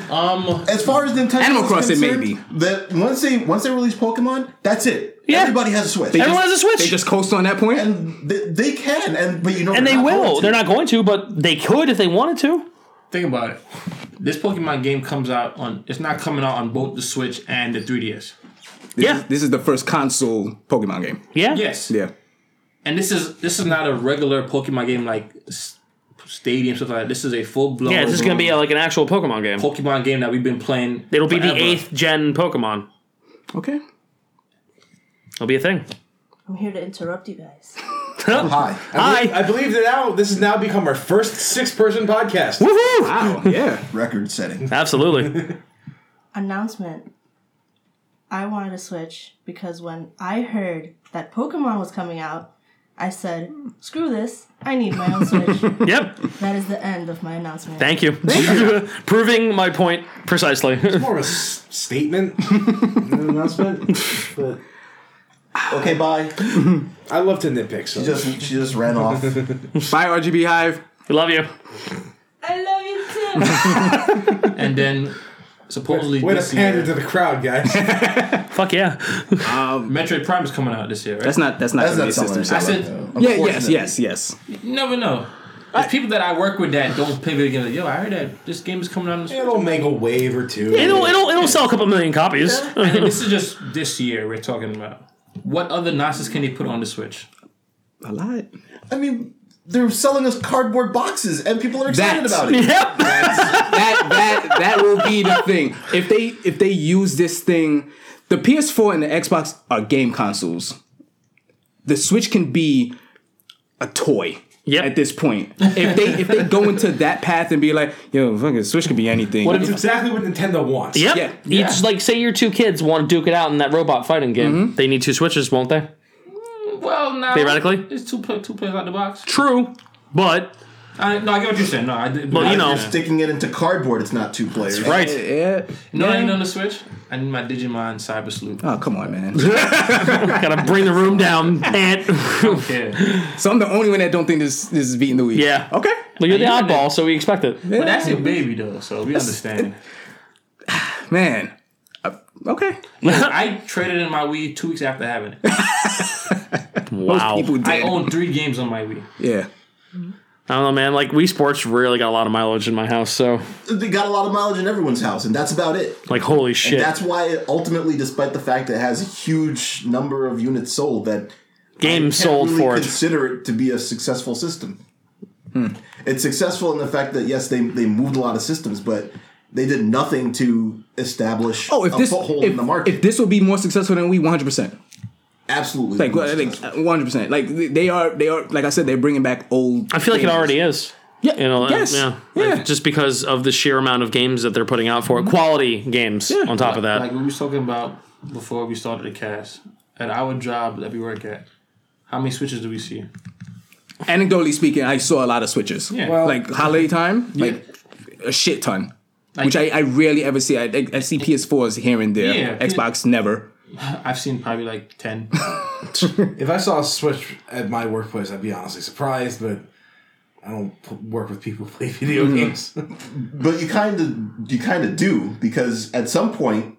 [SPEAKER 2] As far as Nintendo,
[SPEAKER 3] Animal
[SPEAKER 2] is
[SPEAKER 3] Crossing,
[SPEAKER 2] concerned,
[SPEAKER 3] maybe.
[SPEAKER 2] That once they once they release Pokemon, that's it.
[SPEAKER 1] Yeah.
[SPEAKER 2] Everybody has a Switch.
[SPEAKER 1] Everyone has a
[SPEAKER 3] They
[SPEAKER 1] switch,
[SPEAKER 3] just coast on that point.
[SPEAKER 2] and they, they can, and but you know,
[SPEAKER 1] and they
[SPEAKER 2] they're not going
[SPEAKER 1] will.
[SPEAKER 2] to.
[SPEAKER 1] They're not going to, but they could if they wanted to.
[SPEAKER 4] Think about it. This Pokemon game comes out on. It's not coming out on both the Switch and the 3DS.
[SPEAKER 1] Yeah,
[SPEAKER 3] This is the first console Pokemon game.
[SPEAKER 1] yeah,
[SPEAKER 4] Yes.
[SPEAKER 3] Yeah.
[SPEAKER 4] And this is this is not a regular Pokemon game like s- Stadium stuff like that. This is a full blown.
[SPEAKER 1] yeah. This is gonna be uh, like an actual Pokemon game.
[SPEAKER 4] Pokemon game that we've been playing.
[SPEAKER 1] It'll be the
[SPEAKER 4] forever.
[SPEAKER 1] eighth gen Pokemon.
[SPEAKER 3] Okay.
[SPEAKER 1] It'll be a thing.
[SPEAKER 6] I'm here to interrupt you guys.
[SPEAKER 2] Hi.
[SPEAKER 1] Hi.
[SPEAKER 5] I believe that now this has now become our first six-person podcast.
[SPEAKER 1] Woohoo!
[SPEAKER 3] Wow. Oh, Yeah.
[SPEAKER 2] Record setting.
[SPEAKER 1] Absolutely.
[SPEAKER 6] Announcement. I wanted to switch because when I heard that Pokemon was coming out, I said, screw this, I need my own Switch.
[SPEAKER 1] Yep.
[SPEAKER 6] that is the end of my announcement.
[SPEAKER 1] Thank you. Proving my point precisely.
[SPEAKER 5] More of a s- statement than an announcement. But
[SPEAKER 2] Okay, bye.
[SPEAKER 5] I love to nitpick. So
[SPEAKER 2] She just she just ran off.
[SPEAKER 3] Bye RGB Hive.
[SPEAKER 1] We love you.
[SPEAKER 6] I love you too.
[SPEAKER 4] And then supposedly
[SPEAKER 5] way to
[SPEAKER 4] this year,
[SPEAKER 5] pander to the crowd, guys.
[SPEAKER 1] Fuck yeah.
[SPEAKER 4] Metroid Prime is coming out this year, right?
[SPEAKER 3] That's not that's not
[SPEAKER 2] That's
[SPEAKER 3] gonna
[SPEAKER 2] not
[SPEAKER 3] be a system
[SPEAKER 2] something.
[SPEAKER 3] seller.
[SPEAKER 4] I said,
[SPEAKER 3] yeah, yes, yes, yes.
[SPEAKER 4] you never know. There's people that I work with that don't play video games. Like, Yo, I heard that this game is coming out. On the Switch."
[SPEAKER 5] It'll make a wave or two.
[SPEAKER 1] It'll it'll it'll sell a couple million copies.
[SPEAKER 4] and then this is just this year we're talking about. What other nonsense can they put on the Switch?
[SPEAKER 3] A lot.
[SPEAKER 2] I mean, they're selling us cardboard boxes, and people are excited
[SPEAKER 3] That's-
[SPEAKER 2] about it.
[SPEAKER 1] Yep.
[SPEAKER 3] that that that will be the thing. If they if they use this thing, the PS4 and the Xbox are game consoles. The Switch can be a toy.
[SPEAKER 1] Yep.
[SPEAKER 3] At this point, if they if they go into that path and be like, yo, fucking Switch could be anything.
[SPEAKER 5] But it's exactly what Nintendo wants.
[SPEAKER 1] Yep.
[SPEAKER 3] Yeah.
[SPEAKER 1] You just like say your two kids want to duke it out in that robot fighting game. They need two switches, won't they?
[SPEAKER 4] Well, now
[SPEAKER 1] Theoretically?
[SPEAKER 4] it's two play, two players out the box.
[SPEAKER 1] True. But
[SPEAKER 4] I, Uh, no, I get what you're saying. No, I did.
[SPEAKER 1] Well, you know.
[SPEAKER 2] Sticking it into cardboard, it's not two players.
[SPEAKER 1] right.
[SPEAKER 3] yeah.
[SPEAKER 4] No, I ain't on the Switch. I need my Digimon Cyber Sleuth.
[SPEAKER 3] Oh come on, man.
[SPEAKER 1] Gotta bring the room down. And
[SPEAKER 4] Yeah.
[SPEAKER 3] So I'm the only one that don't think this this is beating the week.
[SPEAKER 1] Yeah.
[SPEAKER 3] Okay.
[SPEAKER 1] you're the
[SPEAKER 4] you on
[SPEAKER 1] oddball, so we expect it.
[SPEAKER 4] But that's your baby, though, so we understand.
[SPEAKER 3] Man. Uh, okay.
[SPEAKER 4] I traded in my Wii two weeks after having it.
[SPEAKER 1] Wow.
[SPEAKER 3] People
[SPEAKER 4] I
[SPEAKER 3] did.
[SPEAKER 4] own three games on my Wii.
[SPEAKER 3] Yeah.
[SPEAKER 1] I don't know, man. Like Wii Sports really got a lot of mileage in my house, so
[SPEAKER 2] They got a lot of mileage in everyone's house, and that's about it.
[SPEAKER 1] like holy
[SPEAKER 2] And
[SPEAKER 1] shit.
[SPEAKER 2] that's why, it ultimately, despite the fact that it has a huge number of units sold, that
[SPEAKER 1] Game
[SPEAKER 2] can't
[SPEAKER 1] sold
[SPEAKER 2] really
[SPEAKER 1] for Hmm. it.
[SPEAKER 2] Consider it to be a successful system. It's successful in the fact that yes, they they moved a lot of systems, but they did nothing to establish
[SPEAKER 3] Oh, if
[SPEAKER 2] a
[SPEAKER 3] this
[SPEAKER 2] foothold
[SPEAKER 3] if,
[SPEAKER 2] in the market.
[SPEAKER 3] if this will be more successful than we, one hundred percent.
[SPEAKER 2] Absolutely,
[SPEAKER 3] Like
[SPEAKER 2] more
[SPEAKER 3] I think
[SPEAKER 2] successful.
[SPEAKER 3] one hundred percent. Like they are they are like I said they're bringing back old.
[SPEAKER 1] I feel like it already is.
[SPEAKER 3] Yeah.
[SPEAKER 1] You know,
[SPEAKER 3] yes.
[SPEAKER 1] yeah,
[SPEAKER 3] Yeah.
[SPEAKER 1] Like, just because of the sheer amount of games that they're putting out for it. quality games.
[SPEAKER 3] Yeah.
[SPEAKER 1] On top of that,
[SPEAKER 4] Like we was talking about before we started the cast, at our job that we work at, how many switches do we see?
[SPEAKER 3] Anecdotally speaking, I saw a lot of switches.
[SPEAKER 4] Yeah. Well-
[SPEAKER 3] like holiday time, like a shit ton. which I, I rarely ever see. I, I, I see PS4s here and there.
[SPEAKER 4] Yeah.
[SPEAKER 3] Xbox never.
[SPEAKER 4] I've seen probably like ten.
[SPEAKER 5] If I saw a Switch at my workplace, I'd be honestly surprised, but I don't p- work with people who play video games.
[SPEAKER 2] But you kind of you kind of do because at some point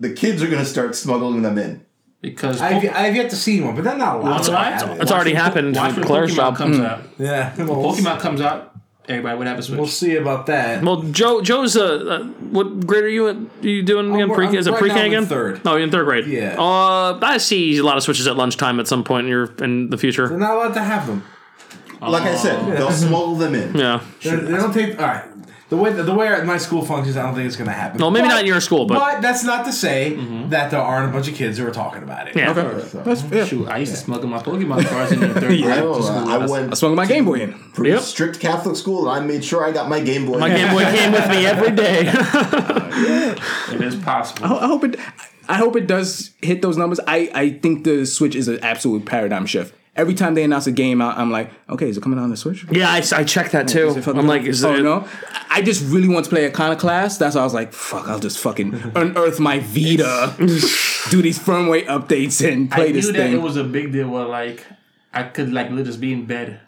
[SPEAKER 2] the kids are going to start smuggling them in.
[SPEAKER 4] Because
[SPEAKER 5] I've, I've yet to see one, but they're not a lot.
[SPEAKER 4] That's
[SPEAKER 5] They're
[SPEAKER 4] all
[SPEAKER 5] not
[SPEAKER 4] right.
[SPEAKER 5] that
[SPEAKER 1] it's
[SPEAKER 5] many.
[SPEAKER 1] already happened.
[SPEAKER 4] watch
[SPEAKER 1] with
[SPEAKER 4] when
[SPEAKER 1] Claire's Hmm. job.
[SPEAKER 4] Pokemon comes out.
[SPEAKER 5] Yeah. Well,
[SPEAKER 4] Pokemon comes out. Everybody would have a switch.
[SPEAKER 5] We'll see about that.
[SPEAKER 1] Well, Joe, Joe's uh, uh, what grade are you in, you doing again? Pre
[SPEAKER 5] we're- I'm
[SPEAKER 1] is it
[SPEAKER 5] right
[SPEAKER 1] pre-K
[SPEAKER 5] now I'm in
[SPEAKER 1] again?
[SPEAKER 5] third.
[SPEAKER 1] Oh, you're in third grade.
[SPEAKER 5] Yeah.
[SPEAKER 1] Uh, I see a lot of switches at lunchtime at some point in your in the
[SPEAKER 5] They're
[SPEAKER 1] future.
[SPEAKER 5] not allowed to have them.
[SPEAKER 2] Like I said, they'll smuggle them in.
[SPEAKER 1] Oh. Yeah.
[SPEAKER 5] They're- They don't take. All right. The way the way my school functions, I don't think it's going to happen.
[SPEAKER 1] Well, maybe not in your school, but- Mm-hmm.
[SPEAKER 5] but that's not to say that there aren't a bunch of kids who are talking about it.
[SPEAKER 1] Yeah.
[SPEAKER 3] That's yeah.
[SPEAKER 4] Shoot, I used to smuggle my Pokemon cards in the third
[SPEAKER 2] I,
[SPEAKER 4] grade.
[SPEAKER 1] Oh,
[SPEAKER 2] know, uh, I went
[SPEAKER 3] I swung my Game Boy in.
[SPEAKER 2] pretty
[SPEAKER 1] Yep.
[SPEAKER 2] strict Catholic school, and I made sure I got my Game Boy.
[SPEAKER 1] My Game Boy came with me every day.
[SPEAKER 4] It is possible.
[SPEAKER 3] I hope it. I hope it does hit those numbers. I, I think the Switch is an absolute paradigm shift. Every time they announce a game out, I'm like, okay, is it coming out on the Switch?
[SPEAKER 1] yeah, I, I checked that too. I'm like, is
[SPEAKER 3] oh
[SPEAKER 1] it?
[SPEAKER 3] no! I just really want to play Iconoclast. That's why I was like, fuck, I'll just fucking unearth my Vita, do these firmware updates, and play
[SPEAKER 4] I knew
[SPEAKER 3] this
[SPEAKER 4] that
[SPEAKER 3] thing.
[SPEAKER 4] it was a big deal. Where like I could like literally just be in bed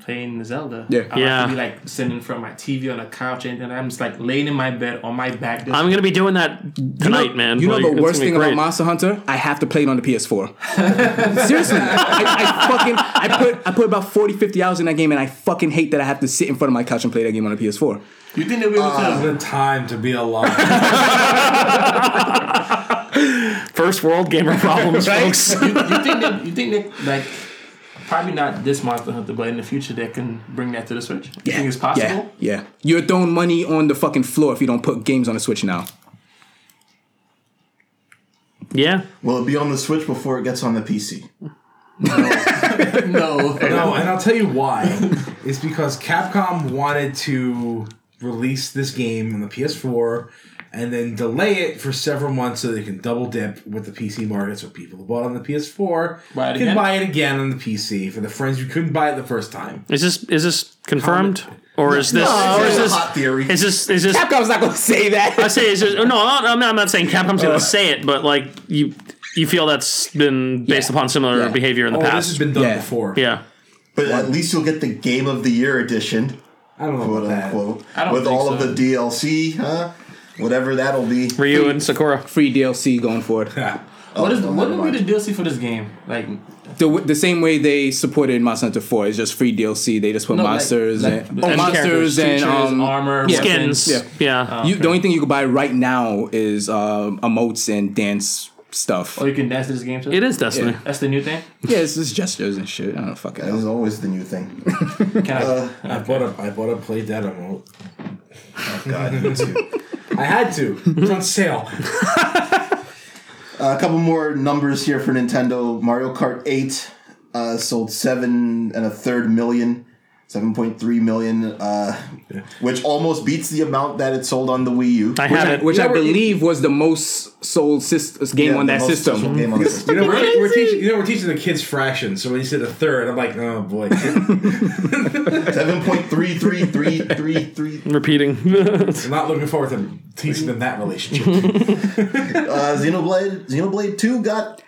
[SPEAKER 4] playing Zelda.
[SPEAKER 3] Hmm. Yeah.
[SPEAKER 4] I don't
[SPEAKER 1] Yeah.
[SPEAKER 4] have to be like sitting in front of my TV on a couch and then I'm just like laying in my bed on my back. Just,
[SPEAKER 1] I'm gonna be doing that tonight, man.
[SPEAKER 3] You know
[SPEAKER 1] Like,
[SPEAKER 3] the
[SPEAKER 1] it's gonna
[SPEAKER 3] worst
[SPEAKER 1] be
[SPEAKER 3] thing about
[SPEAKER 1] great.
[SPEAKER 3] Monster Hunter? I have to play it on the PS4. Seriously. I, I fucking I put I put about 40, 50 hours in that game and I fucking hate that I have to sit in front of my couch and play that game on the PS4.
[SPEAKER 4] you think they'll be able
[SPEAKER 5] It's
[SPEAKER 4] to?
[SPEAKER 5] a time to be alive.
[SPEAKER 1] first world gamer problems, folks.
[SPEAKER 4] you, you think they, you think they like probably not this Monster Hunter, but in the future they can bring that to the Switch. You think it's possible?
[SPEAKER 3] Yeah, yeah. You're throwing money on the fucking floor if you don't put games on the Switch now.
[SPEAKER 1] Yeah,
[SPEAKER 2] Will it be on the Switch before it gets on the PC?
[SPEAKER 4] No.
[SPEAKER 5] no, and I'll tell you why. It's because Capcom wanted to release this game on the PS4 and then delay it for several months so they can double dip with the PC market so people who bought it on the PS4
[SPEAKER 4] Buy it
[SPEAKER 5] can
[SPEAKER 4] again?
[SPEAKER 5] buy it again on the PC for the friends who couldn't buy it the first time.
[SPEAKER 1] is this is this confirmed or is this or is
[SPEAKER 2] It's a
[SPEAKER 1] this
[SPEAKER 2] hot theory.
[SPEAKER 1] is this is this?
[SPEAKER 3] Capcom's not gonna say
[SPEAKER 1] I
[SPEAKER 3] that.
[SPEAKER 1] say is this, no, I'm not, I'm not- I'm not saying Capcom's gonna say it, but like you you feel that's been based
[SPEAKER 3] Yeah.
[SPEAKER 1] upon similar
[SPEAKER 3] Yeah.
[SPEAKER 1] behavior in the
[SPEAKER 5] Oh, this has
[SPEAKER 1] past.
[SPEAKER 5] been done
[SPEAKER 3] Yeah.
[SPEAKER 5] before.
[SPEAKER 1] yeah,
[SPEAKER 2] But at least you'll get the Game of the Year edition,
[SPEAKER 5] I don't know
[SPEAKER 2] quote
[SPEAKER 5] about that.
[SPEAKER 2] unquote,
[SPEAKER 4] I don't
[SPEAKER 2] with
[SPEAKER 4] think
[SPEAKER 2] all
[SPEAKER 4] so.
[SPEAKER 2] of the DLC, huh? Whatever that'll be.
[SPEAKER 1] Ryu and Sakura.
[SPEAKER 3] Free DLC going forward.
[SPEAKER 4] What is
[SPEAKER 2] Oh,
[SPEAKER 4] what
[SPEAKER 2] never
[SPEAKER 4] would be
[SPEAKER 2] mind.
[SPEAKER 4] the DLC for this game? Like
[SPEAKER 3] The, w- the same way they supported Monster Hunter 4 is just free DLC. They just put
[SPEAKER 4] like-
[SPEAKER 3] monsters
[SPEAKER 4] like
[SPEAKER 3] and,
[SPEAKER 4] the-
[SPEAKER 3] oh,
[SPEAKER 4] and
[SPEAKER 3] monsters and
[SPEAKER 4] features,
[SPEAKER 3] um,
[SPEAKER 4] armor,
[SPEAKER 3] yeah.
[SPEAKER 1] Skins.
[SPEAKER 3] Yeah.
[SPEAKER 1] Yeah.
[SPEAKER 3] You, the only thing you can buy right now is uh, emotes and dance stuff.
[SPEAKER 1] Oh,
[SPEAKER 4] Or Oh, you can dance to this game too.
[SPEAKER 1] it is Destiny.
[SPEAKER 4] That's the new thing.
[SPEAKER 3] Yeah, it's just gestures and shit. I don't know, fuck it.
[SPEAKER 2] That was always the new thing.
[SPEAKER 4] Can I?
[SPEAKER 5] I bought a I bought a play dead remote.
[SPEAKER 2] God, me too.
[SPEAKER 5] I had to. It was on sale.
[SPEAKER 2] Uh, a couple more numbers here for Nintendo. Mario Kart 8 uh, sold seven and a third million, 7.3 million, uh, which almost beats the amount that it sold on the Wii U.
[SPEAKER 1] I have it.
[SPEAKER 3] Which I
[SPEAKER 5] Yeah, we're-
[SPEAKER 3] believe was the most sold syst- game
[SPEAKER 2] Yeah,
[SPEAKER 3] on
[SPEAKER 2] the
[SPEAKER 3] that
[SPEAKER 2] most sold
[SPEAKER 3] system.
[SPEAKER 2] Game on the system.
[SPEAKER 5] You know, we're, we're teaching. You know, we're teaching the kids fractions. So when you said a third, I'm like, oh boy. I'm
[SPEAKER 2] Seven point three three three three three.
[SPEAKER 1] Repeating.
[SPEAKER 5] not looking forward to teaching them that relationship.
[SPEAKER 2] Uh, Xenoblade Xenoblade Two got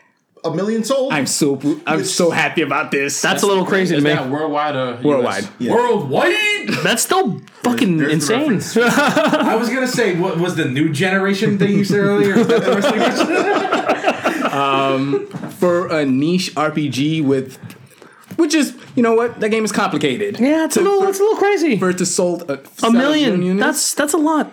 [SPEAKER 2] a million sold.
[SPEAKER 3] I'm so I'm so happy about this.
[SPEAKER 1] That's a little crazy to
[SPEAKER 4] is
[SPEAKER 1] me.
[SPEAKER 4] that worldwide or
[SPEAKER 3] worldwide.
[SPEAKER 4] US?
[SPEAKER 5] Worldwide.
[SPEAKER 1] That's still fucking
[SPEAKER 2] there's the
[SPEAKER 1] insane.
[SPEAKER 2] reference.
[SPEAKER 5] I was gonna say, what was the new generation they used earlier? Is that the wrestling version?
[SPEAKER 3] For a niche RPG with Which is, you know what? That game is complicated.
[SPEAKER 1] Yeah, it's a little, it's a little crazy.
[SPEAKER 3] For it to sold a, sell
[SPEAKER 1] a million.
[SPEAKER 3] units,
[SPEAKER 1] That's that's a lot.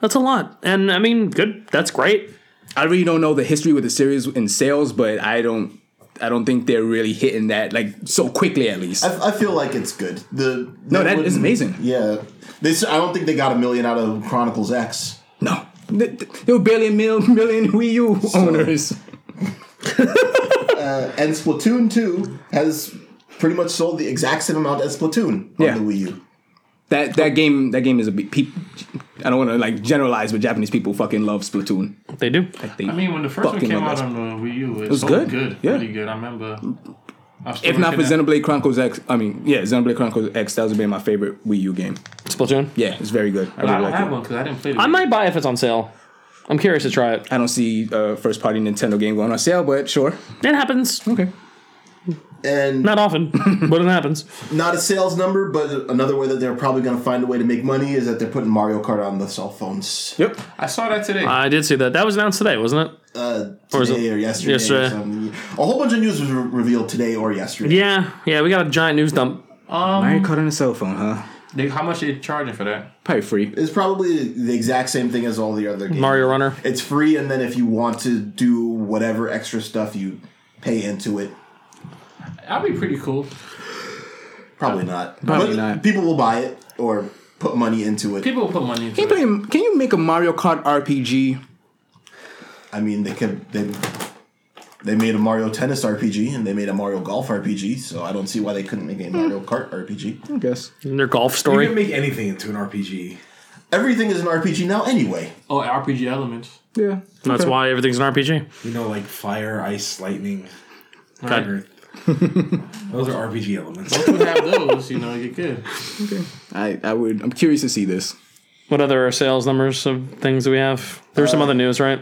[SPEAKER 1] That's a lot. And I mean, good. That's great.
[SPEAKER 3] I really don't know the history with the series in sales, but I don't. I don't think they're really hitting that like so quickly. At least
[SPEAKER 2] I, I feel like it's good. The
[SPEAKER 3] No,
[SPEAKER 2] they
[SPEAKER 3] that is
[SPEAKER 2] wouldn't-
[SPEAKER 3] amazing.
[SPEAKER 2] Yeah, this I don't think they got a million out of Chronicles X.
[SPEAKER 3] no, Th- th- there were barely a mil- million Wii U owners.
[SPEAKER 2] And Splatoon two has pretty much sold the exact same amount as Splatoon on
[SPEAKER 3] Yeah.
[SPEAKER 2] the Wii U.
[SPEAKER 3] That that game that game is a big. Peop- I don't want to like generalize, but Japanese people fucking love Splatoon.
[SPEAKER 1] They do.
[SPEAKER 3] They,
[SPEAKER 4] I mean, when the first one
[SPEAKER 3] Fucking
[SPEAKER 4] came out
[SPEAKER 3] love
[SPEAKER 4] on the Wii U, it,
[SPEAKER 3] was
[SPEAKER 4] sold
[SPEAKER 3] good.
[SPEAKER 4] good,
[SPEAKER 3] Yeah.
[SPEAKER 4] really good. I remember. I was still
[SPEAKER 3] if not for
[SPEAKER 4] looking at-
[SPEAKER 3] Xenoblade Chronicles X, I mean, yeah, Xenoblade Chronicles X, that was been my favorite Wii U game.
[SPEAKER 1] Splatoon.
[SPEAKER 3] Yeah, it's very good. I
[SPEAKER 4] I
[SPEAKER 3] really
[SPEAKER 4] don't
[SPEAKER 3] like
[SPEAKER 4] have
[SPEAKER 3] it.
[SPEAKER 4] one because I didn't play the
[SPEAKER 1] I
[SPEAKER 4] Wii.
[SPEAKER 1] might buy if it's on sale. I'm curious to try it.
[SPEAKER 3] I don't see a first party Nintendo game going on sale, but sure.
[SPEAKER 1] It happens.
[SPEAKER 3] Okay.
[SPEAKER 2] And
[SPEAKER 1] Not often, but it happens.
[SPEAKER 2] not a sales number, but another way that they're probably going to find a way to make money is that they're putting Mario Kart on the cell phones.
[SPEAKER 3] Yep.
[SPEAKER 4] I saw that today.
[SPEAKER 1] I did see that. That was announced today, wasn't it?
[SPEAKER 2] Uh,
[SPEAKER 1] is
[SPEAKER 2] today
[SPEAKER 1] it-
[SPEAKER 2] or yesterday. or
[SPEAKER 1] yesterday.
[SPEAKER 2] something. a whole bunch of news was re- revealed today or yesterday.
[SPEAKER 1] Yeah, yeah. We got a giant news dump.
[SPEAKER 4] Um,
[SPEAKER 3] Mario Kart on a cell phone, huh?
[SPEAKER 4] They, how much are they charging for that?
[SPEAKER 3] Probably free.
[SPEAKER 2] It's probably the exact same thing as all the other games.
[SPEAKER 1] Mario Runner.
[SPEAKER 2] It's free, and then if you want to do whatever extra stuff you pay into it,
[SPEAKER 4] That'd be pretty cool.
[SPEAKER 2] probably not.
[SPEAKER 3] Uh, Probably
[SPEAKER 2] But
[SPEAKER 3] not.
[SPEAKER 2] People will buy it or put money into it.
[SPEAKER 4] People will put money into
[SPEAKER 3] Can you,
[SPEAKER 4] it.
[SPEAKER 3] play, can you make a Mario Kart RPG?
[SPEAKER 2] I mean, they could they they made a Mario Tennis RPG and they made a Mario Golf RPG, so I don't see why they couldn't make a Mario Kart RPG.
[SPEAKER 3] I guess.
[SPEAKER 1] Their golf
[SPEAKER 5] You can
[SPEAKER 1] story.
[SPEAKER 5] make anything into an RPG.
[SPEAKER 2] Everything is an RPG now, anyway.
[SPEAKER 4] Oh, RPG elements.
[SPEAKER 3] Yeah.
[SPEAKER 1] That's why everything's an RPG.
[SPEAKER 5] You know, like fire, ice, lightning,
[SPEAKER 1] God.
[SPEAKER 5] earth. Those are RPG elements.
[SPEAKER 4] If you have those, you know, you could.
[SPEAKER 3] I, I would. I'm curious to see this.
[SPEAKER 1] What other sales numbers of things do we have? There was some other news, right?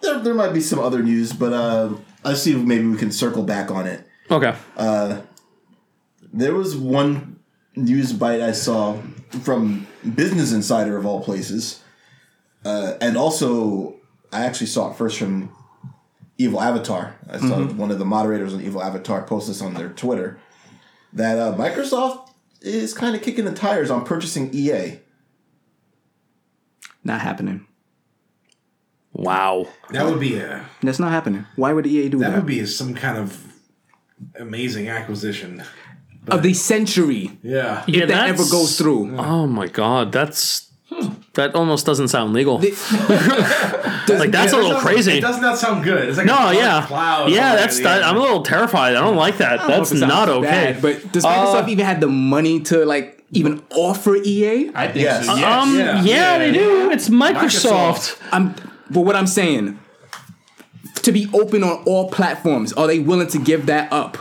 [SPEAKER 2] There, there might be some other news, but uh, let's see if maybe we can circle back on it.
[SPEAKER 1] Okay.
[SPEAKER 2] There was one news bite I saw from Business Insider of all places, uh, and also I actually saw it first from Evil Avatar. I saw one of the moderators on Evil Avatar post this on their Twitter that uh, Microsoft is kind of kicking the tires on purchasing E EA.
[SPEAKER 3] Not happening.
[SPEAKER 1] Wow.
[SPEAKER 5] That would be a
[SPEAKER 3] That's not happening. Why would EA do that?
[SPEAKER 5] that would be some kind of amazing acquisition.
[SPEAKER 3] of the century
[SPEAKER 5] Yeah.
[SPEAKER 1] Yeah,
[SPEAKER 3] if that
[SPEAKER 1] that's-
[SPEAKER 3] ever goes through.
[SPEAKER 1] Oh my god, that's that almost doesn't sound legal. like that's a
[SPEAKER 5] It
[SPEAKER 1] little
[SPEAKER 5] doesn't-
[SPEAKER 1] crazy.
[SPEAKER 5] It does not sound good. It's like a
[SPEAKER 1] No,
[SPEAKER 5] dark
[SPEAKER 1] yeah,
[SPEAKER 5] cloud.
[SPEAKER 1] yeah.
[SPEAKER 5] over
[SPEAKER 1] That's
[SPEAKER 5] the
[SPEAKER 1] that,
[SPEAKER 5] end.
[SPEAKER 1] I'm a little terrified. I don't like that. that's
[SPEAKER 3] It sounds
[SPEAKER 1] not okay. Uh.
[SPEAKER 3] bad, but does Microsoft even have the money to like even offer E EA?
[SPEAKER 4] I think
[SPEAKER 2] Yes.
[SPEAKER 4] so. Yes.
[SPEAKER 1] um, yeah,
[SPEAKER 5] yeah,
[SPEAKER 1] they do. It's Microsoft.
[SPEAKER 3] I'm but what I'm saying to be open on all platforms, are they willing to give that up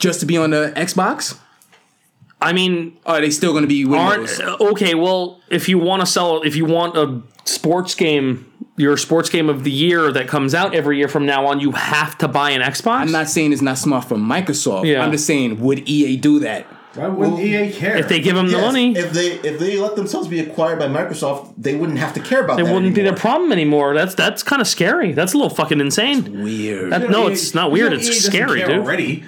[SPEAKER 3] just to be on the Xbox?
[SPEAKER 1] I mean,
[SPEAKER 3] Or are they still going to be Windows?
[SPEAKER 1] aren't uh, okay? Well, if you want to sell, if you want a sports game, your sports game of the year that comes out every year from now on, you have to buy an Xbox.
[SPEAKER 3] I'm not saying it's not smart for Microsoft.
[SPEAKER 1] Yeah.
[SPEAKER 3] I'm just saying would EA do that?
[SPEAKER 5] Why wouldn't EA care?
[SPEAKER 1] If they give them the
[SPEAKER 2] Yes,
[SPEAKER 1] money,
[SPEAKER 2] If they if they let themselves be acquired by Microsoft, they wouldn't have to care about
[SPEAKER 1] it
[SPEAKER 2] that.
[SPEAKER 1] wouldn't be
[SPEAKER 2] anymore.
[SPEAKER 1] their problem anymore. That's that's kind of scary. That's a little fucking insane.
[SPEAKER 3] Weird.
[SPEAKER 1] That-
[SPEAKER 5] E
[SPEAKER 1] no, it's not weird. It's
[SPEAKER 5] doesn't
[SPEAKER 1] scary,
[SPEAKER 5] care
[SPEAKER 1] dude.
[SPEAKER 5] Already,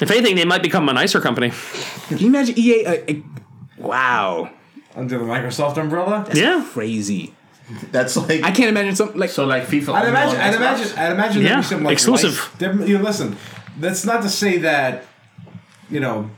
[SPEAKER 1] If anything, they might become a nicer company.
[SPEAKER 3] Can you imagine EA? Uh, uh, wow,
[SPEAKER 5] under the Microsoft umbrella.
[SPEAKER 1] yeah.
[SPEAKER 3] crazy.
[SPEAKER 2] That's like
[SPEAKER 3] I can't imagine something like
[SPEAKER 4] So like FIFA.
[SPEAKER 5] I'd
[SPEAKER 4] only
[SPEAKER 5] imagine.
[SPEAKER 4] on
[SPEAKER 5] I'd
[SPEAKER 4] Xbox?
[SPEAKER 5] imagine. I'd imagine. there'd
[SPEAKER 1] Yeah,
[SPEAKER 5] be some, like,
[SPEAKER 1] exclusive.
[SPEAKER 5] lic- there- you know, listen, that's not to say that you know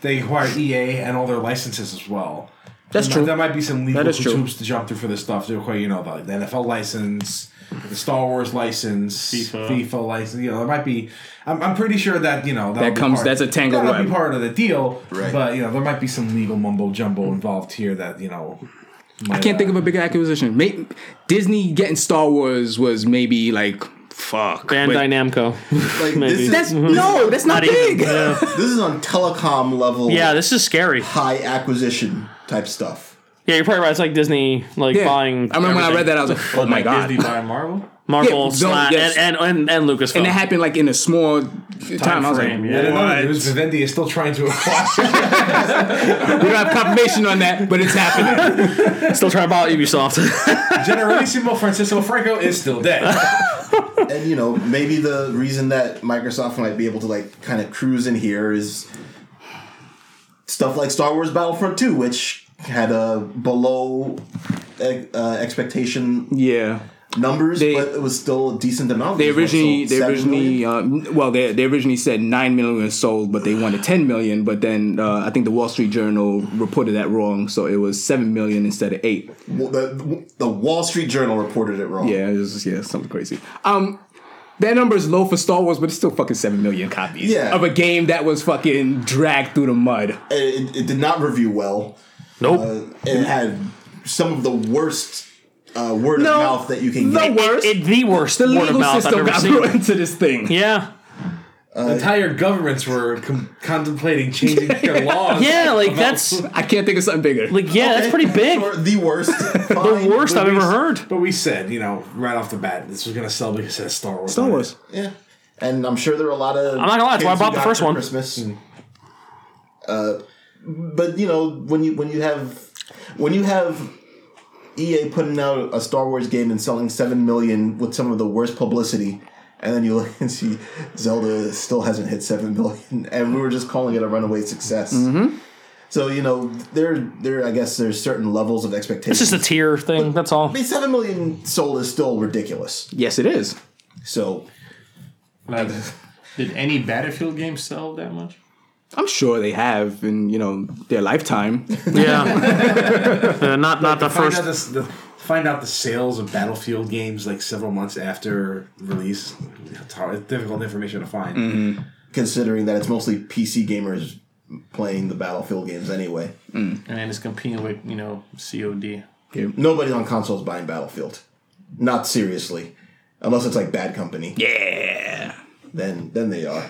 [SPEAKER 5] they acquired EA and all their licenses as well.
[SPEAKER 3] that's
[SPEAKER 5] There
[SPEAKER 3] true.
[SPEAKER 5] might- There might be some legal
[SPEAKER 3] That is true.
[SPEAKER 5] hoops to jump through for this stuff. To acquire, you know, the, the NFL license, the Star Wars license,
[SPEAKER 4] FIFA.
[SPEAKER 5] license. You know, there might be. I'm, I'm pretty sure that you know that'll
[SPEAKER 3] That
[SPEAKER 5] be
[SPEAKER 3] comes- that's a tangled
[SPEAKER 5] That'll be
[SPEAKER 3] web.
[SPEAKER 5] part of the deal,
[SPEAKER 2] Right.
[SPEAKER 5] But you know, there might be some legal mumbo jumbo involved here that you know.
[SPEAKER 3] I can't think of a bigger acquisition. May Disney getting Star Wars was maybe like fuck. but-
[SPEAKER 1] Bandai Namco.
[SPEAKER 2] like
[SPEAKER 1] Maybe.
[SPEAKER 2] this is
[SPEAKER 3] That's no, that's
[SPEAKER 1] Not
[SPEAKER 3] not,
[SPEAKER 1] even,
[SPEAKER 3] big.
[SPEAKER 2] this is on telecom level
[SPEAKER 1] Yeah, this is scary.
[SPEAKER 2] high acquisition type stuff.
[SPEAKER 1] Yeah, you're probably right. It's like Disney, like
[SPEAKER 3] Yeah.
[SPEAKER 1] buying.
[SPEAKER 3] I remember when I read that, I was like, oh my
[SPEAKER 4] Like
[SPEAKER 3] god.
[SPEAKER 4] Disney buying Marvel.
[SPEAKER 1] Marvel,
[SPEAKER 3] Yeah,
[SPEAKER 1] Sly,
[SPEAKER 3] yes.
[SPEAKER 1] and, and, and, and Lucasfilm.
[SPEAKER 3] and it happened like in a small time. I was like,
[SPEAKER 4] frame,
[SPEAKER 3] we
[SPEAKER 4] yeah.
[SPEAKER 5] I didn't know
[SPEAKER 1] What?
[SPEAKER 5] that news. Vivendi is still trying to acquire.
[SPEAKER 3] don't have confirmation on that, but it's happening.
[SPEAKER 1] Still trying to buy Ubisoft.
[SPEAKER 5] Generalissimo Francisco Franco is still dead.
[SPEAKER 2] and you know maybe the reason that Microsoft might be able to like kind of cruise in here is stuff like Star Wars Battlefront 2 which had a below eh, uh, expectation
[SPEAKER 3] yeah.
[SPEAKER 2] numbers
[SPEAKER 3] They-
[SPEAKER 2] but it was still a decent amount
[SPEAKER 3] They originally,
[SPEAKER 2] So,
[SPEAKER 3] they
[SPEAKER 2] seven
[SPEAKER 3] originally,
[SPEAKER 2] million?
[SPEAKER 3] um, well, they, they originally said nine million sold, but they wanted ten million. But then uh, I think the Wall Street Journal reported that wrong, so it was seven million instead of eight.
[SPEAKER 2] Well, the, the Wall Street Journal reported it wrong
[SPEAKER 3] uh, Yeah, it was, yeah, something crazy. Um, that number is low for Star Wars, but it's still fucking seven million copies
[SPEAKER 2] Yeah.
[SPEAKER 3] of a game that was fucking dragged through the mud.
[SPEAKER 2] it, it did not review well
[SPEAKER 1] nope.
[SPEAKER 2] uh, it had some of the worst uh, word
[SPEAKER 3] No,
[SPEAKER 2] of mouth that you can
[SPEAKER 3] the
[SPEAKER 2] get
[SPEAKER 3] worst.
[SPEAKER 1] It, the worst
[SPEAKER 3] the
[SPEAKER 1] word of
[SPEAKER 3] legal
[SPEAKER 1] mouth I've
[SPEAKER 3] system
[SPEAKER 1] ever
[SPEAKER 3] got
[SPEAKER 1] seen.
[SPEAKER 3] brought into this thing.
[SPEAKER 1] Yeah. Uh,
[SPEAKER 5] Entire governments were com- contemplating changing their laws.
[SPEAKER 1] Yeah, like
[SPEAKER 5] about-
[SPEAKER 1] that's
[SPEAKER 3] I can't think of something bigger.
[SPEAKER 1] like yeah, that's pretty big.
[SPEAKER 2] Sure, the worst
[SPEAKER 1] The
[SPEAKER 2] Fine.
[SPEAKER 1] worst I've ever heard.
[SPEAKER 5] But we said, you know, right off the bat, this was gonna sell because it has Star Wars.
[SPEAKER 3] Star
[SPEAKER 5] on it.
[SPEAKER 3] Wars.
[SPEAKER 2] Yeah, and I'm sure there are a lot of. I'm
[SPEAKER 1] not gonna lie, that's why I bought the first one.
[SPEAKER 2] Christmas. Uh, but you know when you when you have when you have EA putting out a Star Wars game and selling seven million with some of the worst publicity. And then you look and see Zelda still hasn't hit seven million, and we were just calling it a runaway success.
[SPEAKER 1] Mm-hmm.
[SPEAKER 2] So you know there, there. I guess there's certain levels of
[SPEAKER 1] It's
[SPEAKER 2] expectations.
[SPEAKER 1] just a tier thing. That's all.
[SPEAKER 2] I mean, seven million sold is still ridiculous.
[SPEAKER 3] Yes, it is.
[SPEAKER 2] So
[SPEAKER 4] Like, did any Battlefield game sell that much?
[SPEAKER 3] I'm sure they have in you know their lifetime.
[SPEAKER 1] Yeah. Uh, not not the
[SPEAKER 5] Find
[SPEAKER 1] first.
[SPEAKER 5] out, this, the, find out the sales of Battlefield games like several months after release. It's hard, it's difficult information to find.
[SPEAKER 1] Mm-hmm.
[SPEAKER 2] considering that it's mostly PC gamers playing the Battlefield games anyway.
[SPEAKER 4] And then it's competing with you know COD.
[SPEAKER 2] Nobody's on consoles buying Battlefield. Not seriously. Unless it's like bad company. Yeah. Then then they are.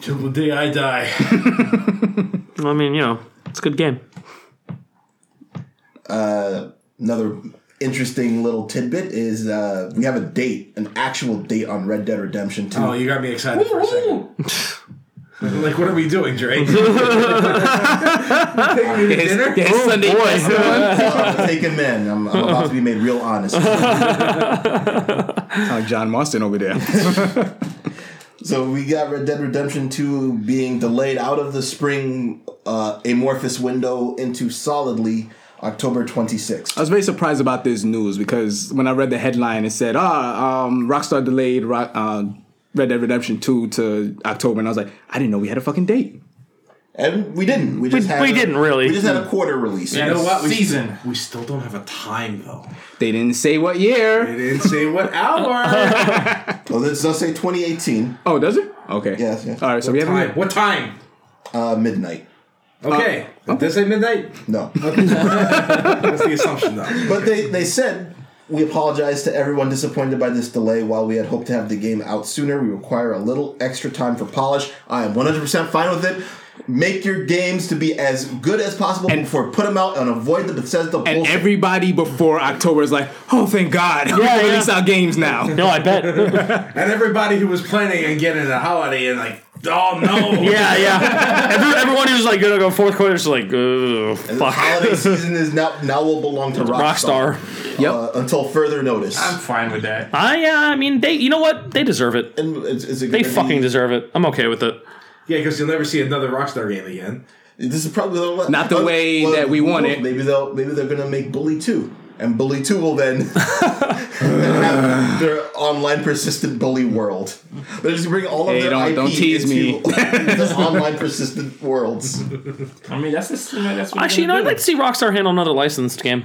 [SPEAKER 5] Till the day I die.
[SPEAKER 1] I mean, you know, it's a good game.
[SPEAKER 2] Another interesting little tidbit is uh, we have a date, an actual date on Red Dead Redemption 2.
[SPEAKER 5] Oh, you got me excited for a second. like, what are we doing, Drake? Taking me to dinner?
[SPEAKER 3] Their
[SPEAKER 1] Oh,
[SPEAKER 3] Sunday best.
[SPEAKER 2] I'm taken in. I'm, I'm about to be made real honest.
[SPEAKER 3] Sound like John Marston over there.
[SPEAKER 2] So we got Red Dead Redemption 2 being delayed out of the spring uh, amorphous window into solidly October 26th.
[SPEAKER 3] I was very surprised about this news because when I read the headline, it said, "Ah, um, Rockstar delayed Rock, uh, Red Dead Redemption Two to October," and I was like, "I didn't know we had a fucking date."
[SPEAKER 2] And we didn't. We just
[SPEAKER 1] We-
[SPEAKER 2] had
[SPEAKER 1] we
[SPEAKER 2] a-
[SPEAKER 1] didn't really.
[SPEAKER 2] We just had a quarter release.
[SPEAKER 5] You know what? We
[SPEAKER 4] Season.
[SPEAKER 5] Still, we still don't have a time, though.
[SPEAKER 3] They didn't say what year.
[SPEAKER 5] They didn't say what hour.
[SPEAKER 2] Well, let's, let's say 2018
[SPEAKER 3] Oh, does it? Okay.
[SPEAKER 2] Yes, yes.
[SPEAKER 3] All right. So we have a
[SPEAKER 5] time. What time?
[SPEAKER 2] uh, midnight.
[SPEAKER 5] Okay. Did it say midnight?
[SPEAKER 2] No,
[SPEAKER 5] That's the assumption, though.
[SPEAKER 2] but they they said we apologize to everyone disappointed by this delay. While we had hoped to have the game out sooner, we require a little extra time for polish. I am 100 percent fine with it. Make your games to be as good as possible before put them out and avoid the Bethesda bullshit.
[SPEAKER 3] and everybody before October is like, "Oh, thank God,
[SPEAKER 1] Yeah,
[SPEAKER 3] we can
[SPEAKER 1] yeah.
[SPEAKER 3] release our games now."
[SPEAKER 1] No, I bet.
[SPEAKER 5] And everybody who was planning on getting a holiday and like, oh no.
[SPEAKER 1] Yeah, yeah. Every, everyone who's like gonna go fourth quarter is like, ugh,
[SPEAKER 2] the holiday
[SPEAKER 1] fuck,
[SPEAKER 2] season is now now will belong to Rockstar,
[SPEAKER 1] Rockstar.
[SPEAKER 2] Uh, until further notice.
[SPEAKER 4] I'm fine with that.
[SPEAKER 1] I, uh, I mean, they, you know what? They deserve it.
[SPEAKER 2] and is, is it
[SPEAKER 1] They
[SPEAKER 2] gonna be-
[SPEAKER 1] fucking deserve it. I'm okay with it.
[SPEAKER 5] Yeah, because you'll never see another Rockstar game again.
[SPEAKER 2] This is probably the
[SPEAKER 3] Not the way that we want it.
[SPEAKER 2] Maybe they'll maybe they're gonna make Bully two, and Bully two will then have their online persistent bully world. They're just bring all of
[SPEAKER 3] Hey,
[SPEAKER 2] their
[SPEAKER 3] don't-
[SPEAKER 2] IP
[SPEAKER 3] don't tease me.
[SPEAKER 2] into the online persistent worlds.
[SPEAKER 4] I mean, that's just you know, that's what
[SPEAKER 1] Actually, you
[SPEAKER 4] you're
[SPEAKER 1] know, I'd
[SPEAKER 4] gonna
[SPEAKER 1] like to see Rockstar handle another licensed game,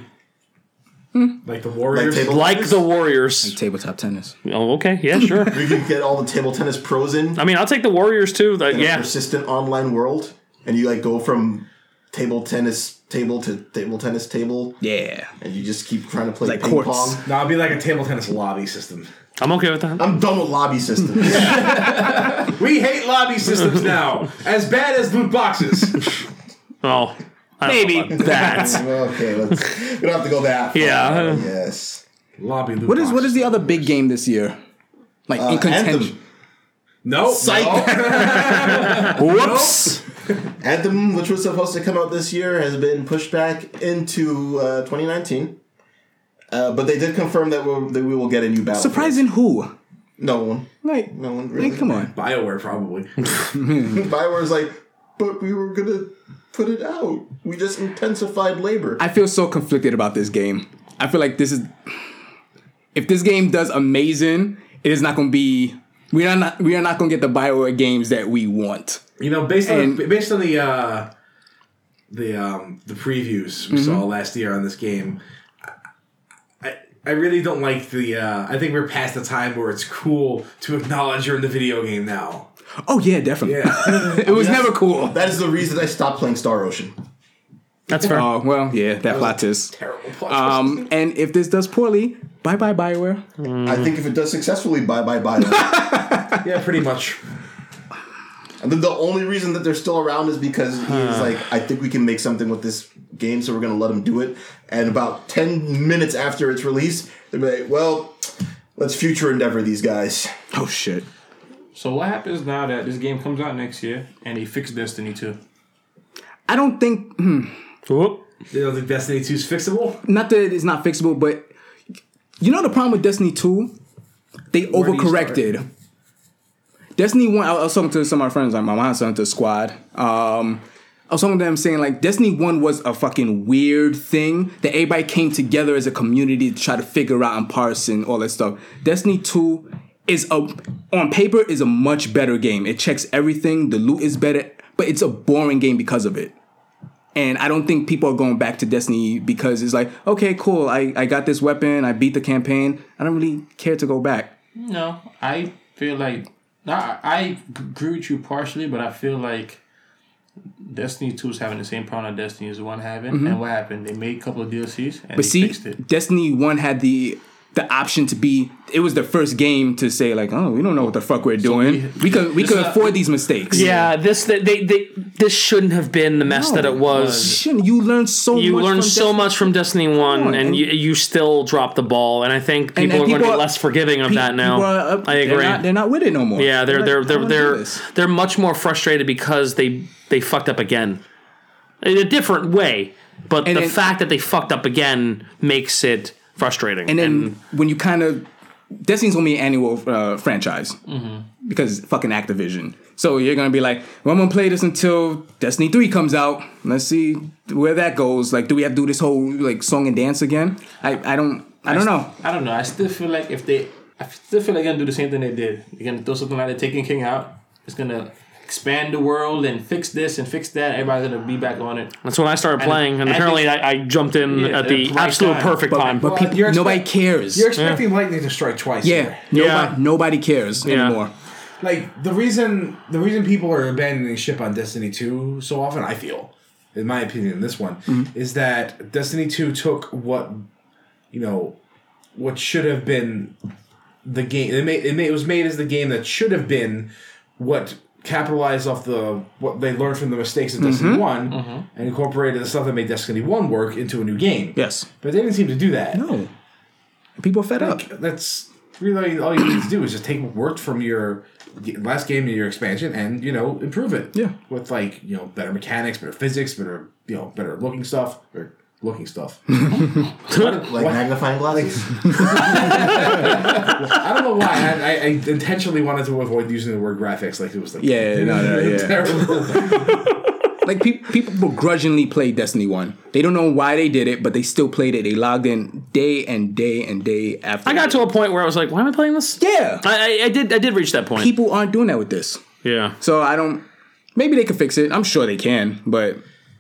[SPEAKER 5] Like the Warriors.
[SPEAKER 2] Like table-
[SPEAKER 1] like the Warriors.
[SPEAKER 3] Tabletop tennis.
[SPEAKER 1] Oh, okay, yeah, sure.
[SPEAKER 2] We can get all the table tennis pros in,
[SPEAKER 1] I mean, I'll take the Warriors too. Like,
[SPEAKER 2] in a
[SPEAKER 1] yeah,
[SPEAKER 2] persistent online world, and you like go from table tennis table to table tennis table,
[SPEAKER 3] Yeah.
[SPEAKER 2] and you just keep trying to play
[SPEAKER 3] Like
[SPEAKER 2] ping
[SPEAKER 3] courts.
[SPEAKER 2] pong.
[SPEAKER 5] no, it'd be like a table tennis lobby system.
[SPEAKER 1] I'm okay with
[SPEAKER 3] Uh,
[SPEAKER 1] that.
[SPEAKER 2] I'm done with lobby systems.
[SPEAKER 5] We hate lobby systems now. As bad as loot boxes.
[SPEAKER 1] Oh, I don't know
[SPEAKER 3] Maybe.
[SPEAKER 1] about that.
[SPEAKER 2] okay, let's. We don't have to go that. far.
[SPEAKER 1] Yeah.
[SPEAKER 2] Yes.
[SPEAKER 5] Lobby loot
[SPEAKER 3] What is
[SPEAKER 5] box.
[SPEAKER 3] what is the other big game this year? Like in contention.
[SPEAKER 2] Anthem.
[SPEAKER 5] No,
[SPEAKER 2] Psych.
[SPEAKER 3] Whoops.
[SPEAKER 2] Anthem, which was supposed to come out this year, has been pushed back into uh, 2019. Uh, but they did confirm that, we'll, that we will get a new battle.
[SPEAKER 3] Surprising who?
[SPEAKER 2] No one.
[SPEAKER 3] Like,
[SPEAKER 2] No one really.
[SPEAKER 3] like come on.
[SPEAKER 5] Bioware probably.
[SPEAKER 2] Bioware's like, but we were going to put it out. We just intensified labor.
[SPEAKER 3] I feel so conflicted about this game. I feel like this is if this game does amazing, it is not going to be we are not we are not going to get the Bioware games that we want.
[SPEAKER 5] You know, based on
[SPEAKER 3] And-
[SPEAKER 5] the, based on the uh, the um, the previews we saw last year on this game, I I really don't like the. Uh, I think we're past the time where it's cool to acknowledge you're in the video game now.
[SPEAKER 3] Oh yeah, definitely.
[SPEAKER 5] Yeah,
[SPEAKER 3] it was never cool.
[SPEAKER 2] that is the reason I stopped playing Star Ocean.
[SPEAKER 1] That's fair.
[SPEAKER 3] Oh well, yeah, that plot twist.
[SPEAKER 5] terrible. plot twist.
[SPEAKER 3] Um, and if this does poorly, bye bye Bioware.
[SPEAKER 2] I think if it does successfully, bye bye bye.
[SPEAKER 5] yeah, pretty much.
[SPEAKER 2] and then the only reason that they're still around is because he's like, I think we can make something with this game, so we're going to let him do it. And about 10 minutes after its release, they're like, well, let's future endeavor these guys.
[SPEAKER 3] Oh shit.
[SPEAKER 4] So what happens now that this game comes out next year and they fix Destiny 2?
[SPEAKER 3] I don't think
[SPEAKER 1] Whoop.
[SPEAKER 5] You don't think Destiny 2 is fixable?
[SPEAKER 3] not that it's not fixable, but you know the problem with Destiny 2? They
[SPEAKER 5] do you start?
[SPEAKER 3] overcorrected. Destiny 1, I was talking to some of my friends, like my mom's talking to the squad. Um, I was talking to them saying, like, Destiny 1 was a fucking weird thing that everybody came together as a community to try to figure out and parse and all that stuff. Destiny 2 is a, on paper, is a much better game. It checks everything, the loot is better, but it's a boring game because of it. And I don't think people are going back to Destiny because it's like, okay, cool, I, I got this weapon, I beat the campaign. I don't really care to go back.
[SPEAKER 4] No, I feel like nah, I agree with you partially, but I feel like Destiny Two is having the same problem that Destiny is one having. And what happened? They made a couple of DLCs and they
[SPEAKER 3] Mm-hmm. But see,
[SPEAKER 4] fixed it.
[SPEAKER 3] Destiny 1 had the the option to be it was the first game to say like, oh, we don't know what the fuck we're doing.
[SPEAKER 4] we-
[SPEAKER 3] we, could we
[SPEAKER 4] this
[SPEAKER 3] could
[SPEAKER 4] is a-
[SPEAKER 3] afford these mistakes.
[SPEAKER 7] Yeah, this they, they, they this shouldn't have been the mess that it was.
[SPEAKER 3] oh, Shit, you learned so
[SPEAKER 7] You
[SPEAKER 3] much.
[SPEAKER 7] learned
[SPEAKER 3] from
[SPEAKER 7] so
[SPEAKER 3] Destiny.
[SPEAKER 7] much from Destiny
[SPEAKER 3] Come
[SPEAKER 7] One,
[SPEAKER 3] on,
[SPEAKER 7] and
[SPEAKER 3] and-
[SPEAKER 7] you, you still dropped the ball. And I think people
[SPEAKER 3] and uh,
[SPEAKER 7] are going to
[SPEAKER 3] people
[SPEAKER 7] be
[SPEAKER 3] are-
[SPEAKER 7] less forgiving of
[SPEAKER 3] Pe-
[SPEAKER 7] that now.
[SPEAKER 3] people are up-
[SPEAKER 7] I
[SPEAKER 3] they're
[SPEAKER 7] agree.
[SPEAKER 3] not- They're not with it no more.
[SPEAKER 7] yeah, they're
[SPEAKER 3] like,
[SPEAKER 7] they're they're
[SPEAKER 3] I don't wanna do
[SPEAKER 7] they're,
[SPEAKER 3] this.
[SPEAKER 7] they're much more frustrated because they they fucked up again in a different way. But the
[SPEAKER 3] then-
[SPEAKER 7] fact that they fucked up again makes it frustrating.
[SPEAKER 3] And then when you kind of Destiny's gonna be an annual uh, franchise because fucking Activision. So you're gonna be like, well, I'm gonna play this until Destiny three comes out. Let's see where that goes. Like, do we have to do this whole like song and dance again? I I don't I don't know.
[SPEAKER 4] I don't know. I still feel like if they, I still feel like they're gonna do the same thing they did. They're gonna throw something like the Taken King out. It's gonna expand the world and fix this and fix that. Everybody's gonna be back on it.
[SPEAKER 7] That's when I started playing, and,
[SPEAKER 4] I
[SPEAKER 7] apparently I, I jumped in
[SPEAKER 4] Yeah,
[SPEAKER 7] at
[SPEAKER 4] at
[SPEAKER 7] the
[SPEAKER 4] the right
[SPEAKER 7] absolute
[SPEAKER 4] time.
[SPEAKER 7] perfect time.
[SPEAKER 3] But people,
[SPEAKER 5] you're
[SPEAKER 3] nobody
[SPEAKER 5] expect-
[SPEAKER 3] cares.
[SPEAKER 5] You're expecting lightning to strike twice.
[SPEAKER 3] Yeah,
[SPEAKER 5] here.
[SPEAKER 3] nobody,
[SPEAKER 7] Yeah.
[SPEAKER 3] nobody cares anymore.
[SPEAKER 5] Like the reason the reason people are abandoning ship on Destiny 2 so often, I feel, in my opinion, this one,
[SPEAKER 3] Mm-hmm.
[SPEAKER 5] is that Destiny 2 took what you know what should have been the game it made, it made it was made as the game that should have been what capitalized off the what they learned from the mistakes of Destiny
[SPEAKER 3] Mm-hmm.
[SPEAKER 5] one and incorporated the stuff that made Destiny one work into a new game.
[SPEAKER 3] Yes.
[SPEAKER 5] But they didn't seem to do that.
[SPEAKER 3] No. People are fed up.
[SPEAKER 5] That's really all you need to do is just take what worked from your g- last game in your expansion and you know improve it.
[SPEAKER 3] Yeah.
[SPEAKER 5] with like you know better mechanics, better physics, better you know better looking stuff or looking stuff.
[SPEAKER 2] Like magnifying glasses.
[SPEAKER 5] I don't know why I, I, I intentionally wanted to avoid using the word graphics like it was like
[SPEAKER 3] Yeah, no, no, yeah.
[SPEAKER 5] terrible.
[SPEAKER 3] Like pe- people begrudgingly play Destiny One. They don't know why they did it, but they still played it. They logged in day and day and day after.
[SPEAKER 7] I got to a point where I was like, "Why am I playing this?"
[SPEAKER 3] yeah.
[SPEAKER 7] I, I, I did. I did reach that point.
[SPEAKER 3] people aren't doing that with this.
[SPEAKER 7] yeah.
[SPEAKER 3] So I don't. Maybe they could fix it. I'm sure they can, but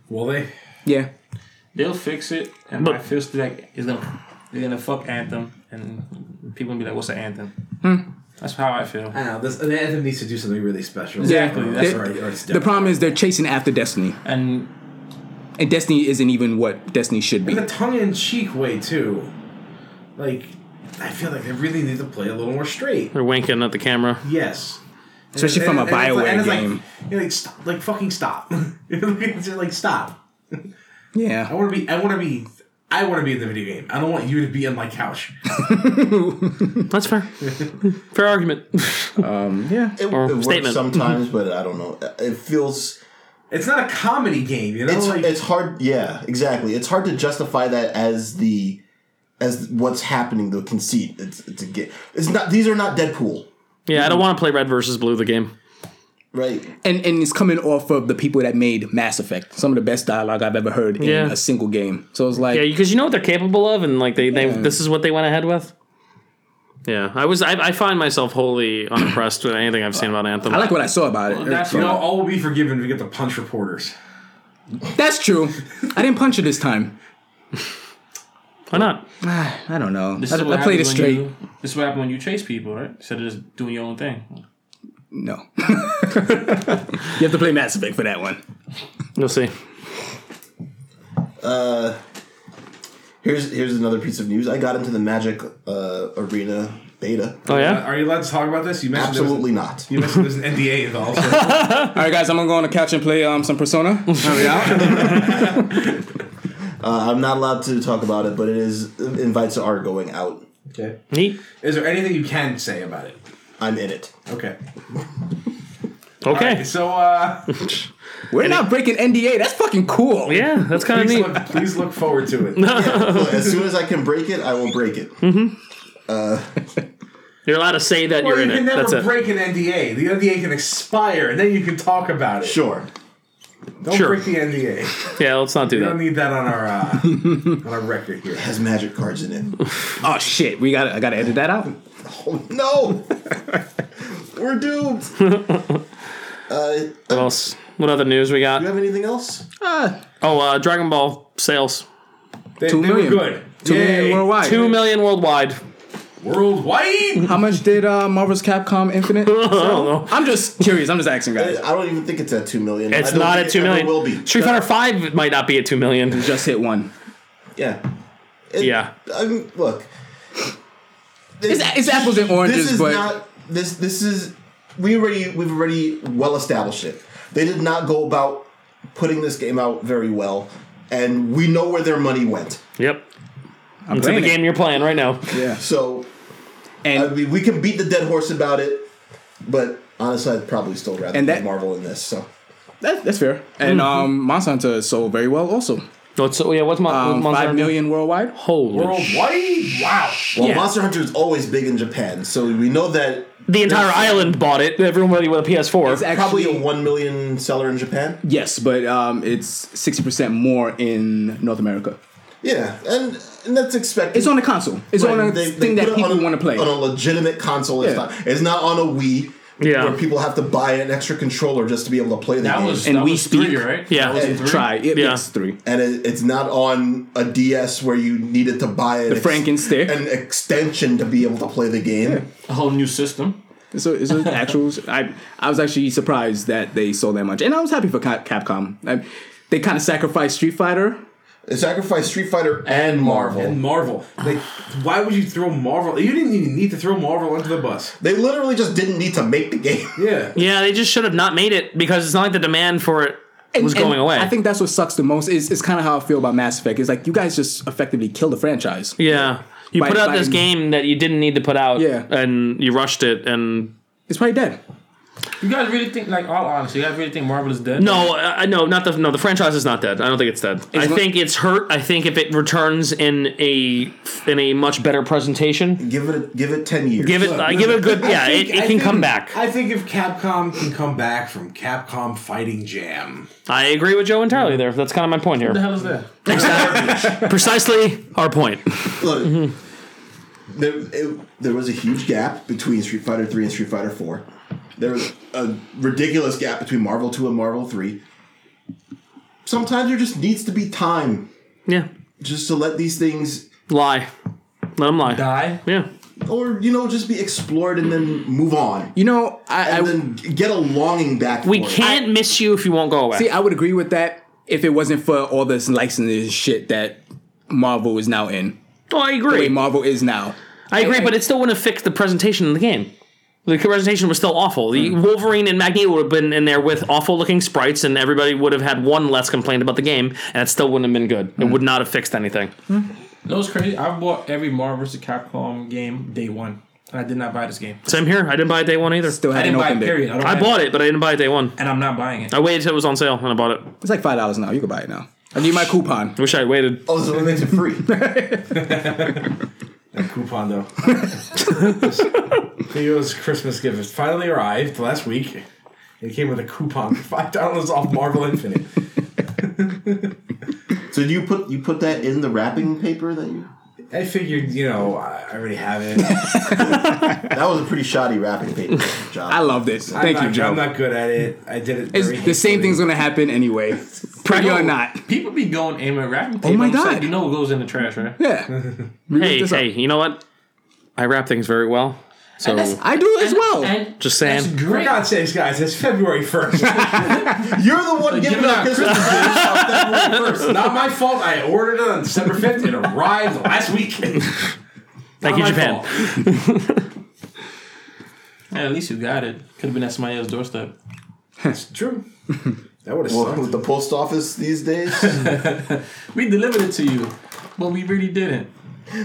[SPEAKER 5] Will they?
[SPEAKER 3] yeah,
[SPEAKER 4] They'll fix it, and I feel still like it's gonna they're gonna fuck Anthem, and people gonna be like, "What's an Anthem?" That's how I feel.
[SPEAKER 5] I don't know. This, an anthem needs to do something really special.
[SPEAKER 4] Exactly, that's
[SPEAKER 5] Or- or
[SPEAKER 3] The-
[SPEAKER 5] it's
[SPEAKER 3] The problem is they're chasing after Destiny,
[SPEAKER 4] And
[SPEAKER 3] and Destiny isn't even what Destiny should be.
[SPEAKER 5] in a tongue-in-cheek way too. Like, I feel like they really need to play a little more straight.
[SPEAKER 7] They're winking at the camera.
[SPEAKER 5] Yes.
[SPEAKER 3] Especially from a Bioware game.
[SPEAKER 5] Like, you're like, stop, like fucking stop. It's just like stop. I
[SPEAKER 3] Yeah,
[SPEAKER 5] want to be. I want to be I want to be in the video game. I don't want you to be on my couch.
[SPEAKER 1] That's fair. fair argument.
[SPEAKER 3] Yeah.
[SPEAKER 2] It, it
[SPEAKER 1] Or
[SPEAKER 2] works
[SPEAKER 1] statement.
[SPEAKER 2] sometimes, but I don't know. It feels
[SPEAKER 5] It's not a comedy game, you know.
[SPEAKER 2] it's
[SPEAKER 5] like,
[SPEAKER 2] it's hard. Yeah, exactly. It's hard to justify that as the as what's happening. The conceit. It's it's a game. It's not. These are not Deadpool,
[SPEAKER 1] yeah, I don't want to play red versus blue the game.
[SPEAKER 2] right?
[SPEAKER 3] And and it's coming off of the people that made Mass Effect. Some of the best dialogue I've ever heard in
[SPEAKER 1] Yeah.
[SPEAKER 3] a single game. So it's like
[SPEAKER 1] Yeah, because you know what they're capable of, and like they, they this is what they went ahead with. Yeah, I was I, I find myself wholly unimpressed with anything I've seen about Anthem.
[SPEAKER 3] I like what I saw about it.
[SPEAKER 5] that's
[SPEAKER 3] You
[SPEAKER 5] when
[SPEAKER 3] know,
[SPEAKER 5] all will be forgiven if we get to punch reporters.
[SPEAKER 3] That's true. I didn't punch her this time.
[SPEAKER 1] Why not?
[SPEAKER 3] Ah, I don't know.
[SPEAKER 4] This
[SPEAKER 3] I,
[SPEAKER 4] is what
[SPEAKER 3] I played it
[SPEAKER 4] happens when
[SPEAKER 3] straight.
[SPEAKER 4] you- this is what happens when you chase people, right? Instead of just doing your own thing.
[SPEAKER 3] No. you have to play Mass Effect for that one.
[SPEAKER 1] You'll see.
[SPEAKER 2] Here's here's another piece of news. I got into the Magic uh, Arena beta.
[SPEAKER 1] Oh yeah,
[SPEAKER 5] Uh, Are you allowed to talk about this? You mentioned there was-
[SPEAKER 2] Absolutely not.
[SPEAKER 5] you mentioned there's an NDA involved. So.
[SPEAKER 3] All right, guys, I'm gonna go on the couch and play um, some Persona. Hurry out.
[SPEAKER 2] Uh, I'm not allowed to talk about it, but it is invites are going out.
[SPEAKER 5] okay.
[SPEAKER 1] neat.
[SPEAKER 5] Is there anything you can say about it?
[SPEAKER 2] I'm in it.
[SPEAKER 5] Okay.
[SPEAKER 1] Okay,
[SPEAKER 5] Alright, so uh,
[SPEAKER 3] We're not breaking NDA. That's fucking cool.
[SPEAKER 1] yeah, that's kind of
[SPEAKER 5] please
[SPEAKER 1] neat.
[SPEAKER 5] look, please look forward to it.
[SPEAKER 2] Look, as soon as I can break it, I will break it.
[SPEAKER 1] You're allowed to say that
[SPEAKER 5] Well,
[SPEAKER 1] you're
[SPEAKER 5] you
[SPEAKER 1] in
[SPEAKER 5] can
[SPEAKER 1] it. That's
[SPEAKER 5] never
[SPEAKER 1] it.
[SPEAKER 5] break an NDA. The NDA can expire, and then you can talk about it.
[SPEAKER 2] Sure.
[SPEAKER 5] Don't
[SPEAKER 1] Sure.
[SPEAKER 5] break the NDA.
[SPEAKER 1] Yeah, let's not do
[SPEAKER 5] We don't
[SPEAKER 1] that.
[SPEAKER 5] need that on our uh, on our record here.
[SPEAKER 2] Has magic cards in it.
[SPEAKER 3] Oh shit, we got. to I gotta edit that out.
[SPEAKER 2] Oh no! We're doomed. Uh,
[SPEAKER 1] What else? What other news we
[SPEAKER 2] do you
[SPEAKER 1] got?
[SPEAKER 2] have anything else?
[SPEAKER 3] Ah,
[SPEAKER 1] Oh, uh, Dragon Ball sales
[SPEAKER 5] They,
[SPEAKER 3] Two
[SPEAKER 5] they
[SPEAKER 3] million.
[SPEAKER 5] were good.
[SPEAKER 3] two million worldwide.
[SPEAKER 1] two million worldwide.
[SPEAKER 5] Worldwide.
[SPEAKER 3] How much did uh, Marvel's Capcom Infinite? sell? I'm just curious. I'm just asking, guys.
[SPEAKER 2] I don't even think it's at two million. I
[SPEAKER 1] It's
[SPEAKER 2] don't
[SPEAKER 1] not
[SPEAKER 2] think
[SPEAKER 1] at two
[SPEAKER 2] it ever
[SPEAKER 1] million.
[SPEAKER 2] Will be.
[SPEAKER 1] Street Fighter Five might not be at two million.
[SPEAKER 3] Just hit one.
[SPEAKER 2] Yeah. It-
[SPEAKER 1] Yeah.
[SPEAKER 2] I mean, look.
[SPEAKER 3] It's, it's apples and oranges,
[SPEAKER 2] this is
[SPEAKER 3] but
[SPEAKER 2] not this this is we already we've already well established it they did not go about putting this game out very well and we know where their money went
[SPEAKER 1] Yep,
[SPEAKER 3] I'm
[SPEAKER 1] to the
[SPEAKER 3] playing it.
[SPEAKER 1] game you're playing right now.
[SPEAKER 3] Yeah,
[SPEAKER 2] so
[SPEAKER 3] and
[SPEAKER 2] i mean we can beat the dead horse about it but honestly i'd probably still rather
[SPEAKER 3] And
[SPEAKER 2] play
[SPEAKER 3] that-
[SPEAKER 2] marvel in this so
[SPEAKER 3] that, that's fair. And um, Monster Hunter sold very well, also.
[SPEAKER 1] What's oh, yeah? What's my
[SPEAKER 3] Um,
[SPEAKER 1] what's
[SPEAKER 3] Five
[SPEAKER 1] my-
[SPEAKER 3] million worldwide.
[SPEAKER 1] Holy sh-
[SPEAKER 5] Worldwide. Wow.
[SPEAKER 2] well
[SPEAKER 3] Yeah.
[SPEAKER 2] monster hunter is always big in japan so we know that
[SPEAKER 1] The entire island bought it. Everybody with a PS4.
[SPEAKER 3] It's
[SPEAKER 2] probably
[SPEAKER 3] actually
[SPEAKER 2] a 1 million seller in japan
[SPEAKER 3] yes, but um, it's sixty percent more in North America.
[SPEAKER 2] yeah and and that's expected
[SPEAKER 3] It's on the console. It's
[SPEAKER 2] Right,
[SPEAKER 3] on a
[SPEAKER 2] they- they
[SPEAKER 3] thing
[SPEAKER 2] put
[SPEAKER 3] that
[SPEAKER 2] it on
[SPEAKER 3] people
[SPEAKER 2] a-
[SPEAKER 3] want to play.
[SPEAKER 2] on a legitimate console. It's,
[SPEAKER 3] Yeah.
[SPEAKER 2] not, it's not on a Wii
[SPEAKER 1] Yeah.
[SPEAKER 2] where people have to buy an extra controller just to be able to play the
[SPEAKER 4] That
[SPEAKER 2] game.
[SPEAKER 4] was
[SPEAKER 3] And
[SPEAKER 4] that
[SPEAKER 3] we
[SPEAKER 4] was three,
[SPEAKER 3] speak.
[SPEAKER 4] right?
[SPEAKER 1] Yeah.
[SPEAKER 4] That was in three?
[SPEAKER 3] Try it.
[SPEAKER 1] Yeah.
[SPEAKER 3] It's three.
[SPEAKER 2] and it, it's not on a DS where you needed to buy an,
[SPEAKER 3] The Frankenstick.
[SPEAKER 2] an extension to be able to play the game.
[SPEAKER 4] A whole new system.
[SPEAKER 3] So it's an actual. I I was actually surprised that they sold that much, and I was happy for Cap- Capcom. I, they kind of sacrificed Street Fighter.
[SPEAKER 2] It sacrificed Street Fighter and Marvel.
[SPEAKER 5] And Marvel. Like, why would you throw Marvel? You didn't even need to throw Marvel under the bus.
[SPEAKER 2] They literally just didn't need to make the game.
[SPEAKER 5] Yeah.
[SPEAKER 1] yeah, they just should have not made it because it's not like the demand for it was
[SPEAKER 3] And- and
[SPEAKER 1] going away.
[SPEAKER 3] I think that's what sucks the most. Is it's kind of how I feel about Mass Effect. It's like you guys just effectively killed the franchise.
[SPEAKER 1] Yeah. You
[SPEAKER 3] By-
[SPEAKER 1] put out
[SPEAKER 3] by-
[SPEAKER 1] this game that you didn't need to put out,
[SPEAKER 3] Yeah.
[SPEAKER 1] and you rushed it, and
[SPEAKER 3] It's probably dead.
[SPEAKER 4] You guys really think, like, all honestly, you guys really think Marvel is dead?
[SPEAKER 1] no, I I- no, not the no. The franchise is not dead. I don't think it's dead. I
[SPEAKER 3] go-
[SPEAKER 1] think it's hurt. I think if it returns in a in a much better presentation,
[SPEAKER 2] Give it, give it ten years.
[SPEAKER 1] give it I give it a good. Yeah, it, it
[SPEAKER 5] I
[SPEAKER 1] can
[SPEAKER 5] think-
[SPEAKER 1] come back. I,
[SPEAKER 5] I think if Capcom can come back from Capcom Fighting Jam,
[SPEAKER 1] agree with Joe entirely there. That's kind of my point
[SPEAKER 4] What the
[SPEAKER 1] here.
[SPEAKER 4] hell is that?
[SPEAKER 1] Precisely our point.
[SPEAKER 2] Look, there, it, there was a huge gap between Street Fighter Three and Street Fighter Four. There was a ridiculous gap between Marvel Two and Marvel Three. Sometimes there just needs to be time
[SPEAKER 1] Yeah,
[SPEAKER 2] just to let these things,
[SPEAKER 1] lie. Let them lie.
[SPEAKER 4] Die?
[SPEAKER 1] Yeah.
[SPEAKER 2] or you know, just be explored and then move on,
[SPEAKER 3] You know, I, I
[SPEAKER 2] and then get a longing back.
[SPEAKER 1] We
[SPEAKER 2] for it.
[SPEAKER 1] can't miss you if you won't go away.
[SPEAKER 3] see. I would agree with that if it wasn't for all this licensing shit that Marvel is now in.
[SPEAKER 1] oh, I
[SPEAKER 3] The way
[SPEAKER 1] agree.
[SPEAKER 3] Marvel is now.
[SPEAKER 1] I agree,
[SPEAKER 3] I-
[SPEAKER 1] but it still wouldn't have fixed the presentation of the game. The presentation was still awful. The Wolverine and Magneto would have been in there with awful looking sprites, and everybody would have had one less complaint about the game, and it still wouldn't have been good. It would not have fixed anything.
[SPEAKER 4] You know what's crazy? I bought every Marvel vs. Capcom game day one, and I did not buy this game.
[SPEAKER 1] Same here. I didn't buy it day one either.
[SPEAKER 3] Still
[SPEAKER 4] I
[SPEAKER 3] hadn't
[SPEAKER 4] didn't buy it.
[SPEAKER 3] opened it.
[SPEAKER 4] Period. don't
[SPEAKER 1] I
[SPEAKER 4] have
[SPEAKER 1] bought it, but I didn't buy it day one.
[SPEAKER 4] and I'm not buying it.
[SPEAKER 1] I waited till it was on sale, and I bought it.
[SPEAKER 3] It's like five dollars now. You can buy it now. I need my coupon.
[SPEAKER 1] Wish I had waited.
[SPEAKER 2] Oh, so it makes it free.
[SPEAKER 5] coupon though. Theo's Christmas gift has finally arrived last week. It came with a coupon for five dollars off Marvel Infinite.
[SPEAKER 2] so do you put you put that in the wrapping paper that you?
[SPEAKER 5] I figured, you know, I I already have it.
[SPEAKER 2] That was a pretty shoddy wrapping paper job.
[SPEAKER 3] I love this.
[SPEAKER 5] I'm
[SPEAKER 3] Thank
[SPEAKER 5] not-
[SPEAKER 3] you, Joe.
[SPEAKER 5] I'm not good at it. I did it.
[SPEAKER 3] it's
[SPEAKER 5] very
[SPEAKER 3] the same
[SPEAKER 5] hastily.
[SPEAKER 3] thing's gonna happen anyway. Pretty or not.
[SPEAKER 4] People be going aiming at wrapping tape.
[SPEAKER 3] my
[SPEAKER 4] I'm saying,
[SPEAKER 3] God.
[SPEAKER 4] You know what goes in the trash, right?
[SPEAKER 3] Yeah.
[SPEAKER 1] Hey,
[SPEAKER 3] this up.
[SPEAKER 1] hey, you know what? I wrap things very well. So
[SPEAKER 3] I do as well.
[SPEAKER 4] And
[SPEAKER 1] just saying,
[SPEAKER 5] For God's sakes, guys, it's February 1st.
[SPEAKER 2] You're the one giving
[SPEAKER 5] giving
[SPEAKER 2] out
[SPEAKER 5] out
[SPEAKER 2] Christmas gifts on February first.
[SPEAKER 5] It's not my fault. I ordered it on December 5th. It arrived last week.
[SPEAKER 1] thank you, Japan.
[SPEAKER 4] Yeah, at least you got it. Could have been at somebody else's doorstep.
[SPEAKER 5] It's true. That would have
[SPEAKER 2] Well,
[SPEAKER 5] sucked.
[SPEAKER 2] with the post office these days,
[SPEAKER 4] We delivered it to you, but we really didn't.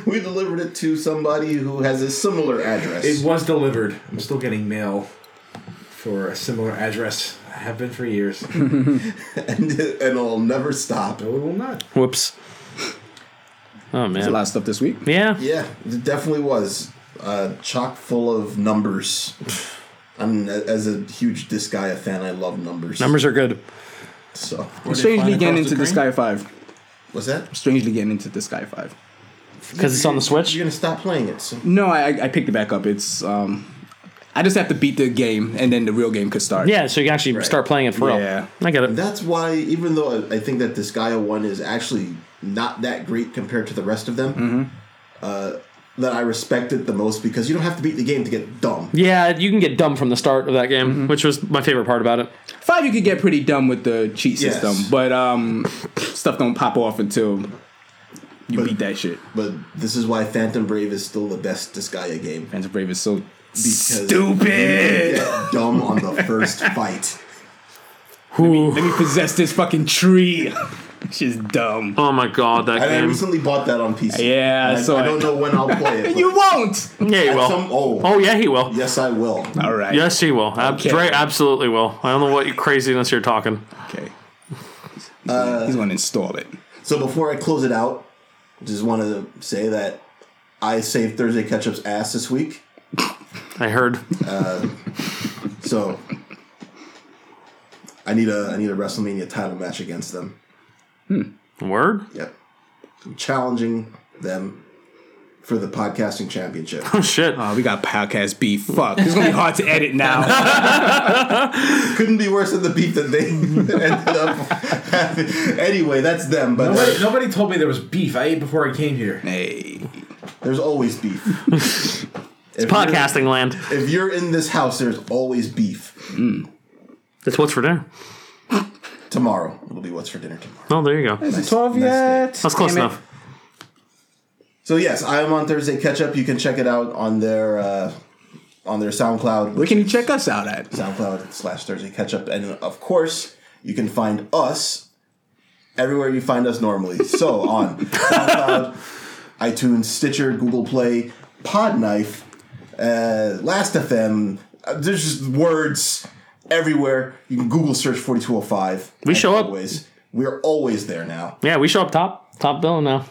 [SPEAKER 2] we delivered it to somebody who has a similar address.
[SPEAKER 5] It was delivered. I'm still getting mail for a similar address. I have been for years. no,
[SPEAKER 2] and, and it'll never stop.
[SPEAKER 5] it will not.
[SPEAKER 1] Whoops. Oh
[SPEAKER 3] A
[SPEAKER 1] man.
[SPEAKER 3] lot of stuff this week.
[SPEAKER 1] Yeah.
[SPEAKER 2] Yeah, it definitely was. Uh, chock full of numbers. I'm as a huge Disgaea fan. I love numbers.
[SPEAKER 1] Numbers are good.
[SPEAKER 2] So
[SPEAKER 3] Strangely getting into the
[SPEAKER 4] this
[SPEAKER 3] Sky Five.
[SPEAKER 2] what's that?
[SPEAKER 3] Strangely getting into the Sky Five.
[SPEAKER 1] Because it's on the Switch?
[SPEAKER 2] You're gonna stop playing it soon.
[SPEAKER 3] No, I I- I picked it back up. It's um, I just have to beat the game and then the real game could start.
[SPEAKER 1] Yeah, so you can actually start playing it for real.
[SPEAKER 3] Yeah.
[SPEAKER 1] I get it.
[SPEAKER 2] That's why, even though I, I think that Disgaea one is actually not that great compared to the rest of them,
[SPEAKER 1] Mm-hmm.
[SPEAKER 2] uh, that I respect it the most because you don't have to beat the game to get dumb.
[SPEAKER 1] Yeah, you can get dumb from the start of that game, which was my favorite part about it.
[SPEAKER 3] Five, you could get pretty dumb with the cheat
[SPEAKER 2] Yes.
[SPEAKER 3] system, but um, stuff don't pop off until you
[SPEAKER 2] But-
[SPEAKER 3] beat that shit.
[SPEAKER 2] But this is why Phantom Brave is still the best Disgaea game.
[SPEAKER 3] Phantom Brave is so
[SPEAKER 2] Because
[SPEAKER 3] stupid.
[SPEAKER 2] Get dumb on the first fight.
[SPEAKER 3] Let me possess this fucking tree. She's dumb.
[SPEAKER 1] Oh my god, that
[SPEAKER 2] And I
[SPEAKER 1] game.
[SPEAKER 2] recently bought that on PC.
[SPEAKER 3] Yeah,
[SPEAKER 2] And I,
[SPEAKER 3] so
[SPEAKER 2] I
[SPEAKER 3] I-
[SPEAKER 2] don't know when I'll play it. but
[SPEAKER 3] You won't.
[SPEAKER 1] yeah, he
[SPEAKER 2] at
[SPEAKER 1] will.
[SPEAKER 2] some- oh,
[SPEAKER 1] oh yeah, he will.
[SPEAKER 2] yes, I will.
[SPEAKER 3] All right.
[SPEAKER 1] Yes, he will. Ab-
[SPEAKER 3] Okay.
[SPEAKER 1] Dre absolutely will. I don't know what craziness you're talking.
[SPEAKER 3] Okay. He's gonna- he's gonna install it.
[SPEAKER 2] So before I close it out, just want to say that I saved Thursday Ketchup's ass this week.
[SPEAKER 1] I heard.
[SPEAKER 2] So I need a I need a WrestleMania title match against them.
[SPEAKER 1] Word?
[SPEAKER 2] Yep. I'm challenging them for the podcasting championship.
[SPEAKER 1] Oh shit.
[SPEAKER 3] Oh, we got podcast beef. Fuck. It's gonna be hard to edit now.
[SPEAKER 2] Couldn't be worse than the beef that they ended up having. Anyway, that's them, but
[SPEAKER 5] Nobody, nobody told me there was beef. I ate before I came here.
[SPEAKER 3] hey.
[SPEAKER 2] there's always beef. If you're-
[SPEAKER 1] Podcasting land.
[SPEAKER 2] If you're in this house, there's always beef.
[SPEAKER 1] That's what's for dinner.
[SPEAKER 2] Tomorrow it'll be what's for dinner tomorrow.
[SPEAKER 1] Oh, there you go.
[SPEAKER 3] Is it 12
[SPEAKER 2] nice
[SPEAKER 3] yet?
[SPEAKER 1] That's close
[SPEAKER 3] Damn it.
[SPEAKER 1] enough.
[SPEAKER 2] So yes, I am on Thursday Catch Up. You can check it out on their uh, on their SoundCloud.
[SPEAKER 3] Where can you check us out at?
[SPEAKER 2] SoundCloud slash Thursday Catch Up. And of course, you can find us everywhere you find us normally. So on SoundCloud, iTunes, Stitcher, Google Play, Podknife, uh, Last.fm. Uh, There's just words everywhere. You can Google search 4205.
[SPEAKER 1] We
[SPEAKER 2] As
[SPEAKER 1] show up.
[SPEAKER 2] Always. We're always there now.
[SPEAKER 1] Yeah, we show up top. Top billing now.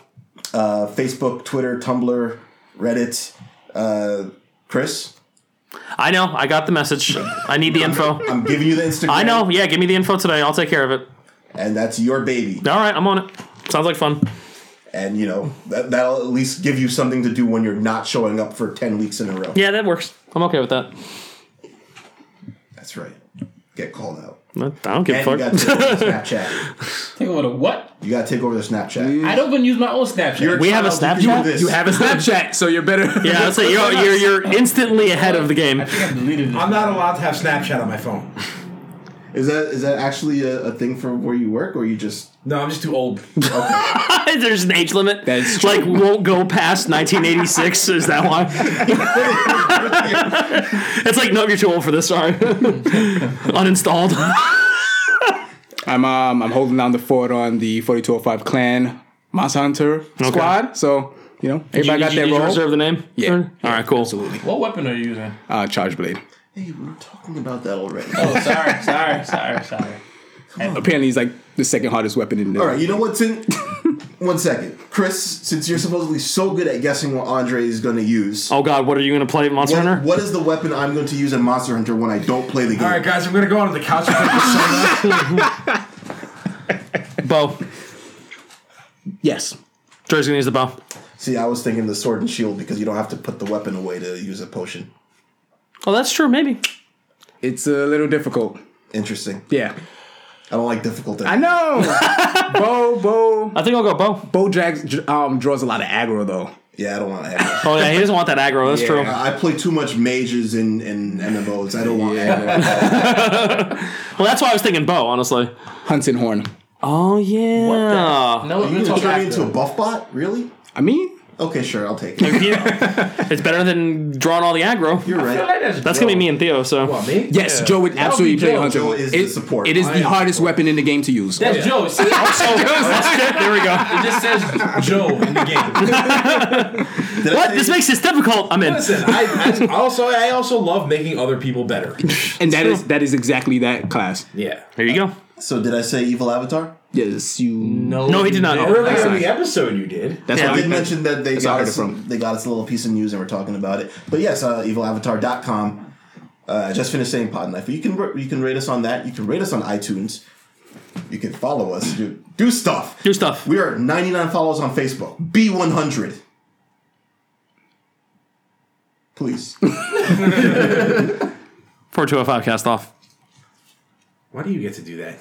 [SPEAKER 2] Uh, Facebook, Twitter, Tumblr, Reddit. Uh, Chris,
[SPEAKER 1] I know. I got the message. I need the info.
[SPEAKER 2] I'm giving you the Instagram.
[SPEAKER 1] I know. Yeah, give me the info today. I'll take care of it.
[SPEAKER 2] And that's your baby.
[SPEAKER 1] All right, I'm on it. Sounds like fun.
[SPEAKER 2] and you know that, that'll at least give you something to do when you're not showing up for 10 weeks in a row
[SPEAKER 1] Yeah, that works. I'm okay with that.
[SPEAKER 2] that's right get called out
[SPEAKER 1] I don't give a fuck.
[SPEAKER 2] and you gotta take over their snapchat
[SPEAKER 4] Take over to what?
[SPEAKER 2] you gotta take over their snapchat
[SPEAKER 4] I don't even use my own Snapchat.
[SPEAKER 2] You're
[SPEAKER 1] We have a
[SPEAKER 2] child to do
[SPEAKER 1] Snapchat?
[SPEAKER 2] this.
[SPEAKER 3] You have a Snapchat, so you're better.
[SPEAKER 1] Yeah, that's it. You're, you're, you're instantly ahead of the game.
[SPEAKER 4] I deleted it.
[SPEAKER 5] I'm not allowed to have Snapchat on my phone.
[SPEAKER 2] Is that is that actually a, a thing for where you work, or you just
[SPEAKER 5] No, I'm just too old.
[SPEAKER 1] There's an age limit.
[SPEAKER 3] That's true.
[SPEAKER 1] Like won't go past 1986. Is that why? it's like no, you're too old for this. Sorry, uninstalled.
[SPEAKER 3] I'm um I'm holding down the fort on the 4205 clan Monster Hunter squad. So you know
[SPEAKER 1] Did you-
[SPEAKER 3] everybody got
[SPEAKER 1] did you
[SPEAKER 3] their role.
[SPEAKER 1] reserve the name.
[SPEAKER 3] Yeah.
[SPEAKER 1] All right. Cool.
[SPEAKER 3] Absolutely.
[SPEAKER 4] What weapon are you using?
[SPEAKER 3] Uh, Charge Blade.
[SPEAKER 2] hey, we were talking about that already.
[SPEAKER 4] Oh, sorry, sorry, sorry, sorry.
[SPEAKER 3] Apparently, he's like the second hardest weapon in the.
[SPEAKER 2] All right, you know what? Sin- one second, Chris. Since you're supposedly so good at guessing what Andre is going to use,
[SPEAKER 1] Oh God, what are you gonna play, Monster
[SPEAKER 2] what-
[SPEAKER 1] Hunter?
[SPEAKER 2] what is the weapon I'm going to use in Monster Hunter when I don't play the game?
[SPEAKER 5] All right, guys, I'm gonna go onto the couch and take this soda.
[SPEAKER 1] Bow.
[SPEAKER 3] Yes.
[SPEAKER 1] Dre's gonna use the bow.
[SPEAKER 2] See, I was thinking the sword and shield because you don't have to put the weapon away to use a potion.
[SPEAKER 1] Oh, that's true. Maybe.
[SPEAKER 3] It's a little difficult.
[SPEAKER 2] Interesting.
[SPEAKER 3] Yeah.
[SPEAKER 2] I don't like difficult things.
[SPEAKER 3] I know. Bo Bo
[SPEAKER 1] I think I'll go bow.
[SPEAKER 3] Bo drags, dr- um, draws a lot of aggro though.
[SPEAKER 2] Yeah, I don't want to add.
[SPEAKER 1] Oh yeah, he doesn't want that aggro. That's
[SPEAKER 3] Yeah.
[SPEAKER 1] true.
[SPEAKER 2] I play too much mages in, in MMOs. I don't want
[SPEAKER 1] Well, that's why I was thinking bow, honestly.
[SPEAKER 3] Hunting horn.
[SPEAKER 1] Oh yeah.
[SPEAKER 4] No,
[SPEAKER 2] Are
[SPEAKER 4] we're
[SPEAKER 2] you
[SPEAKER 4] gonna
[SPEAKER 2] going
[SPEAKER 4] talk
[SPEAKER 2] to turn me
[SPEAKER 4] after.
[SPEAKER 2] into a buff bot? Really?
[SPEAKER 3] I mean,
[SPEAKER 2] Okay, sure, I'll take it.
[SPEAKER 1] it's better than drawing all the aggro.
[SPEAKER 2] You're
[SPEAKER 4] I feel
[SPEAKER 2] right.
[SPEAKER 4] like that's
[SPEAKER 1] That's gonna be me and Theo. So
[SPEAKER 5] What, me?
[SPEAKER 3] yes, Joe would
[SPEAKER 5] That'll
[SPEAKER 3] absolutely
[SPEAKER 5] be
[SPEAKER 3] play
[SPEAKER 5] Joe.
[SPEAKER 3] hunter
[SPEAKER 2] Joe
[SPEAKER 3] horn.
[SPEAKER 2] is
[SPEAKER 3] it,
[SPEAKER 2] the support.
[SPEAKER 3] It is
[SPEAKER 5] I
[SPEAKER 3] the
[SPEAKER 5] am
[SPEAKER 3] hardest weapon in the game to use.
[SPEAKER 4] That's Joe. See, it
[SPEAKER 1] there we go.
[SPEAKER 4] just says Joe in the game.
[SPEAKER 2] Did I
[SPEAKER 1] What?
[SPEAKER 2] say-
[SPEAKER 1] This makes this difficult. I'm in.
[SPEAKER 5] Listen, I, I also I also love making other people better.
[SPEAKER 3] and that is that is exactly that class.
[SPEAKER 5] Yeah.
[SPEAKER 1] Here you go.
[SPEAKER 2] so did I say evil avatar?
[SPEAKER 3] Yes, you.
[SPEAKER 1] No, he did not.
[SPEAKER 4] Earlier
[SPEAKER 5] Earlier in
[SPEAKER 4] we
[SPEAKER 5] the episode, you did.
[SPEAKER 3] That's
[SPEAKER 1] Yeah,
[SPEAKER 2] I
[SPEAKER 3] why
[SPEAKER 2] did
[SPEAKER 3] we,
[SPEAKER 2] mention that they
[SPEAKER 3] That's where I
[SPEAKER 2] got
[SPEAKER 3] heard
[SPEAKER 2] us
[SPEAKER 3] it from.
[SPEAKER 2] they got us a little piece of news and we're talking about it. But yes, uh, evilavatar.com. Uh, I just finished saying Podknife. You can you can rate us on that. You can rate us on iTunes. You can follow us. Do, do stuff.
[SPEAKER 1] Do stuff.
[SPEAKER 2] We are 99 followers on Facebook. Be 100. Please.
[SPEAKER 1] 4205 cast off.
[SPEAKER 5] Why do you get to do that?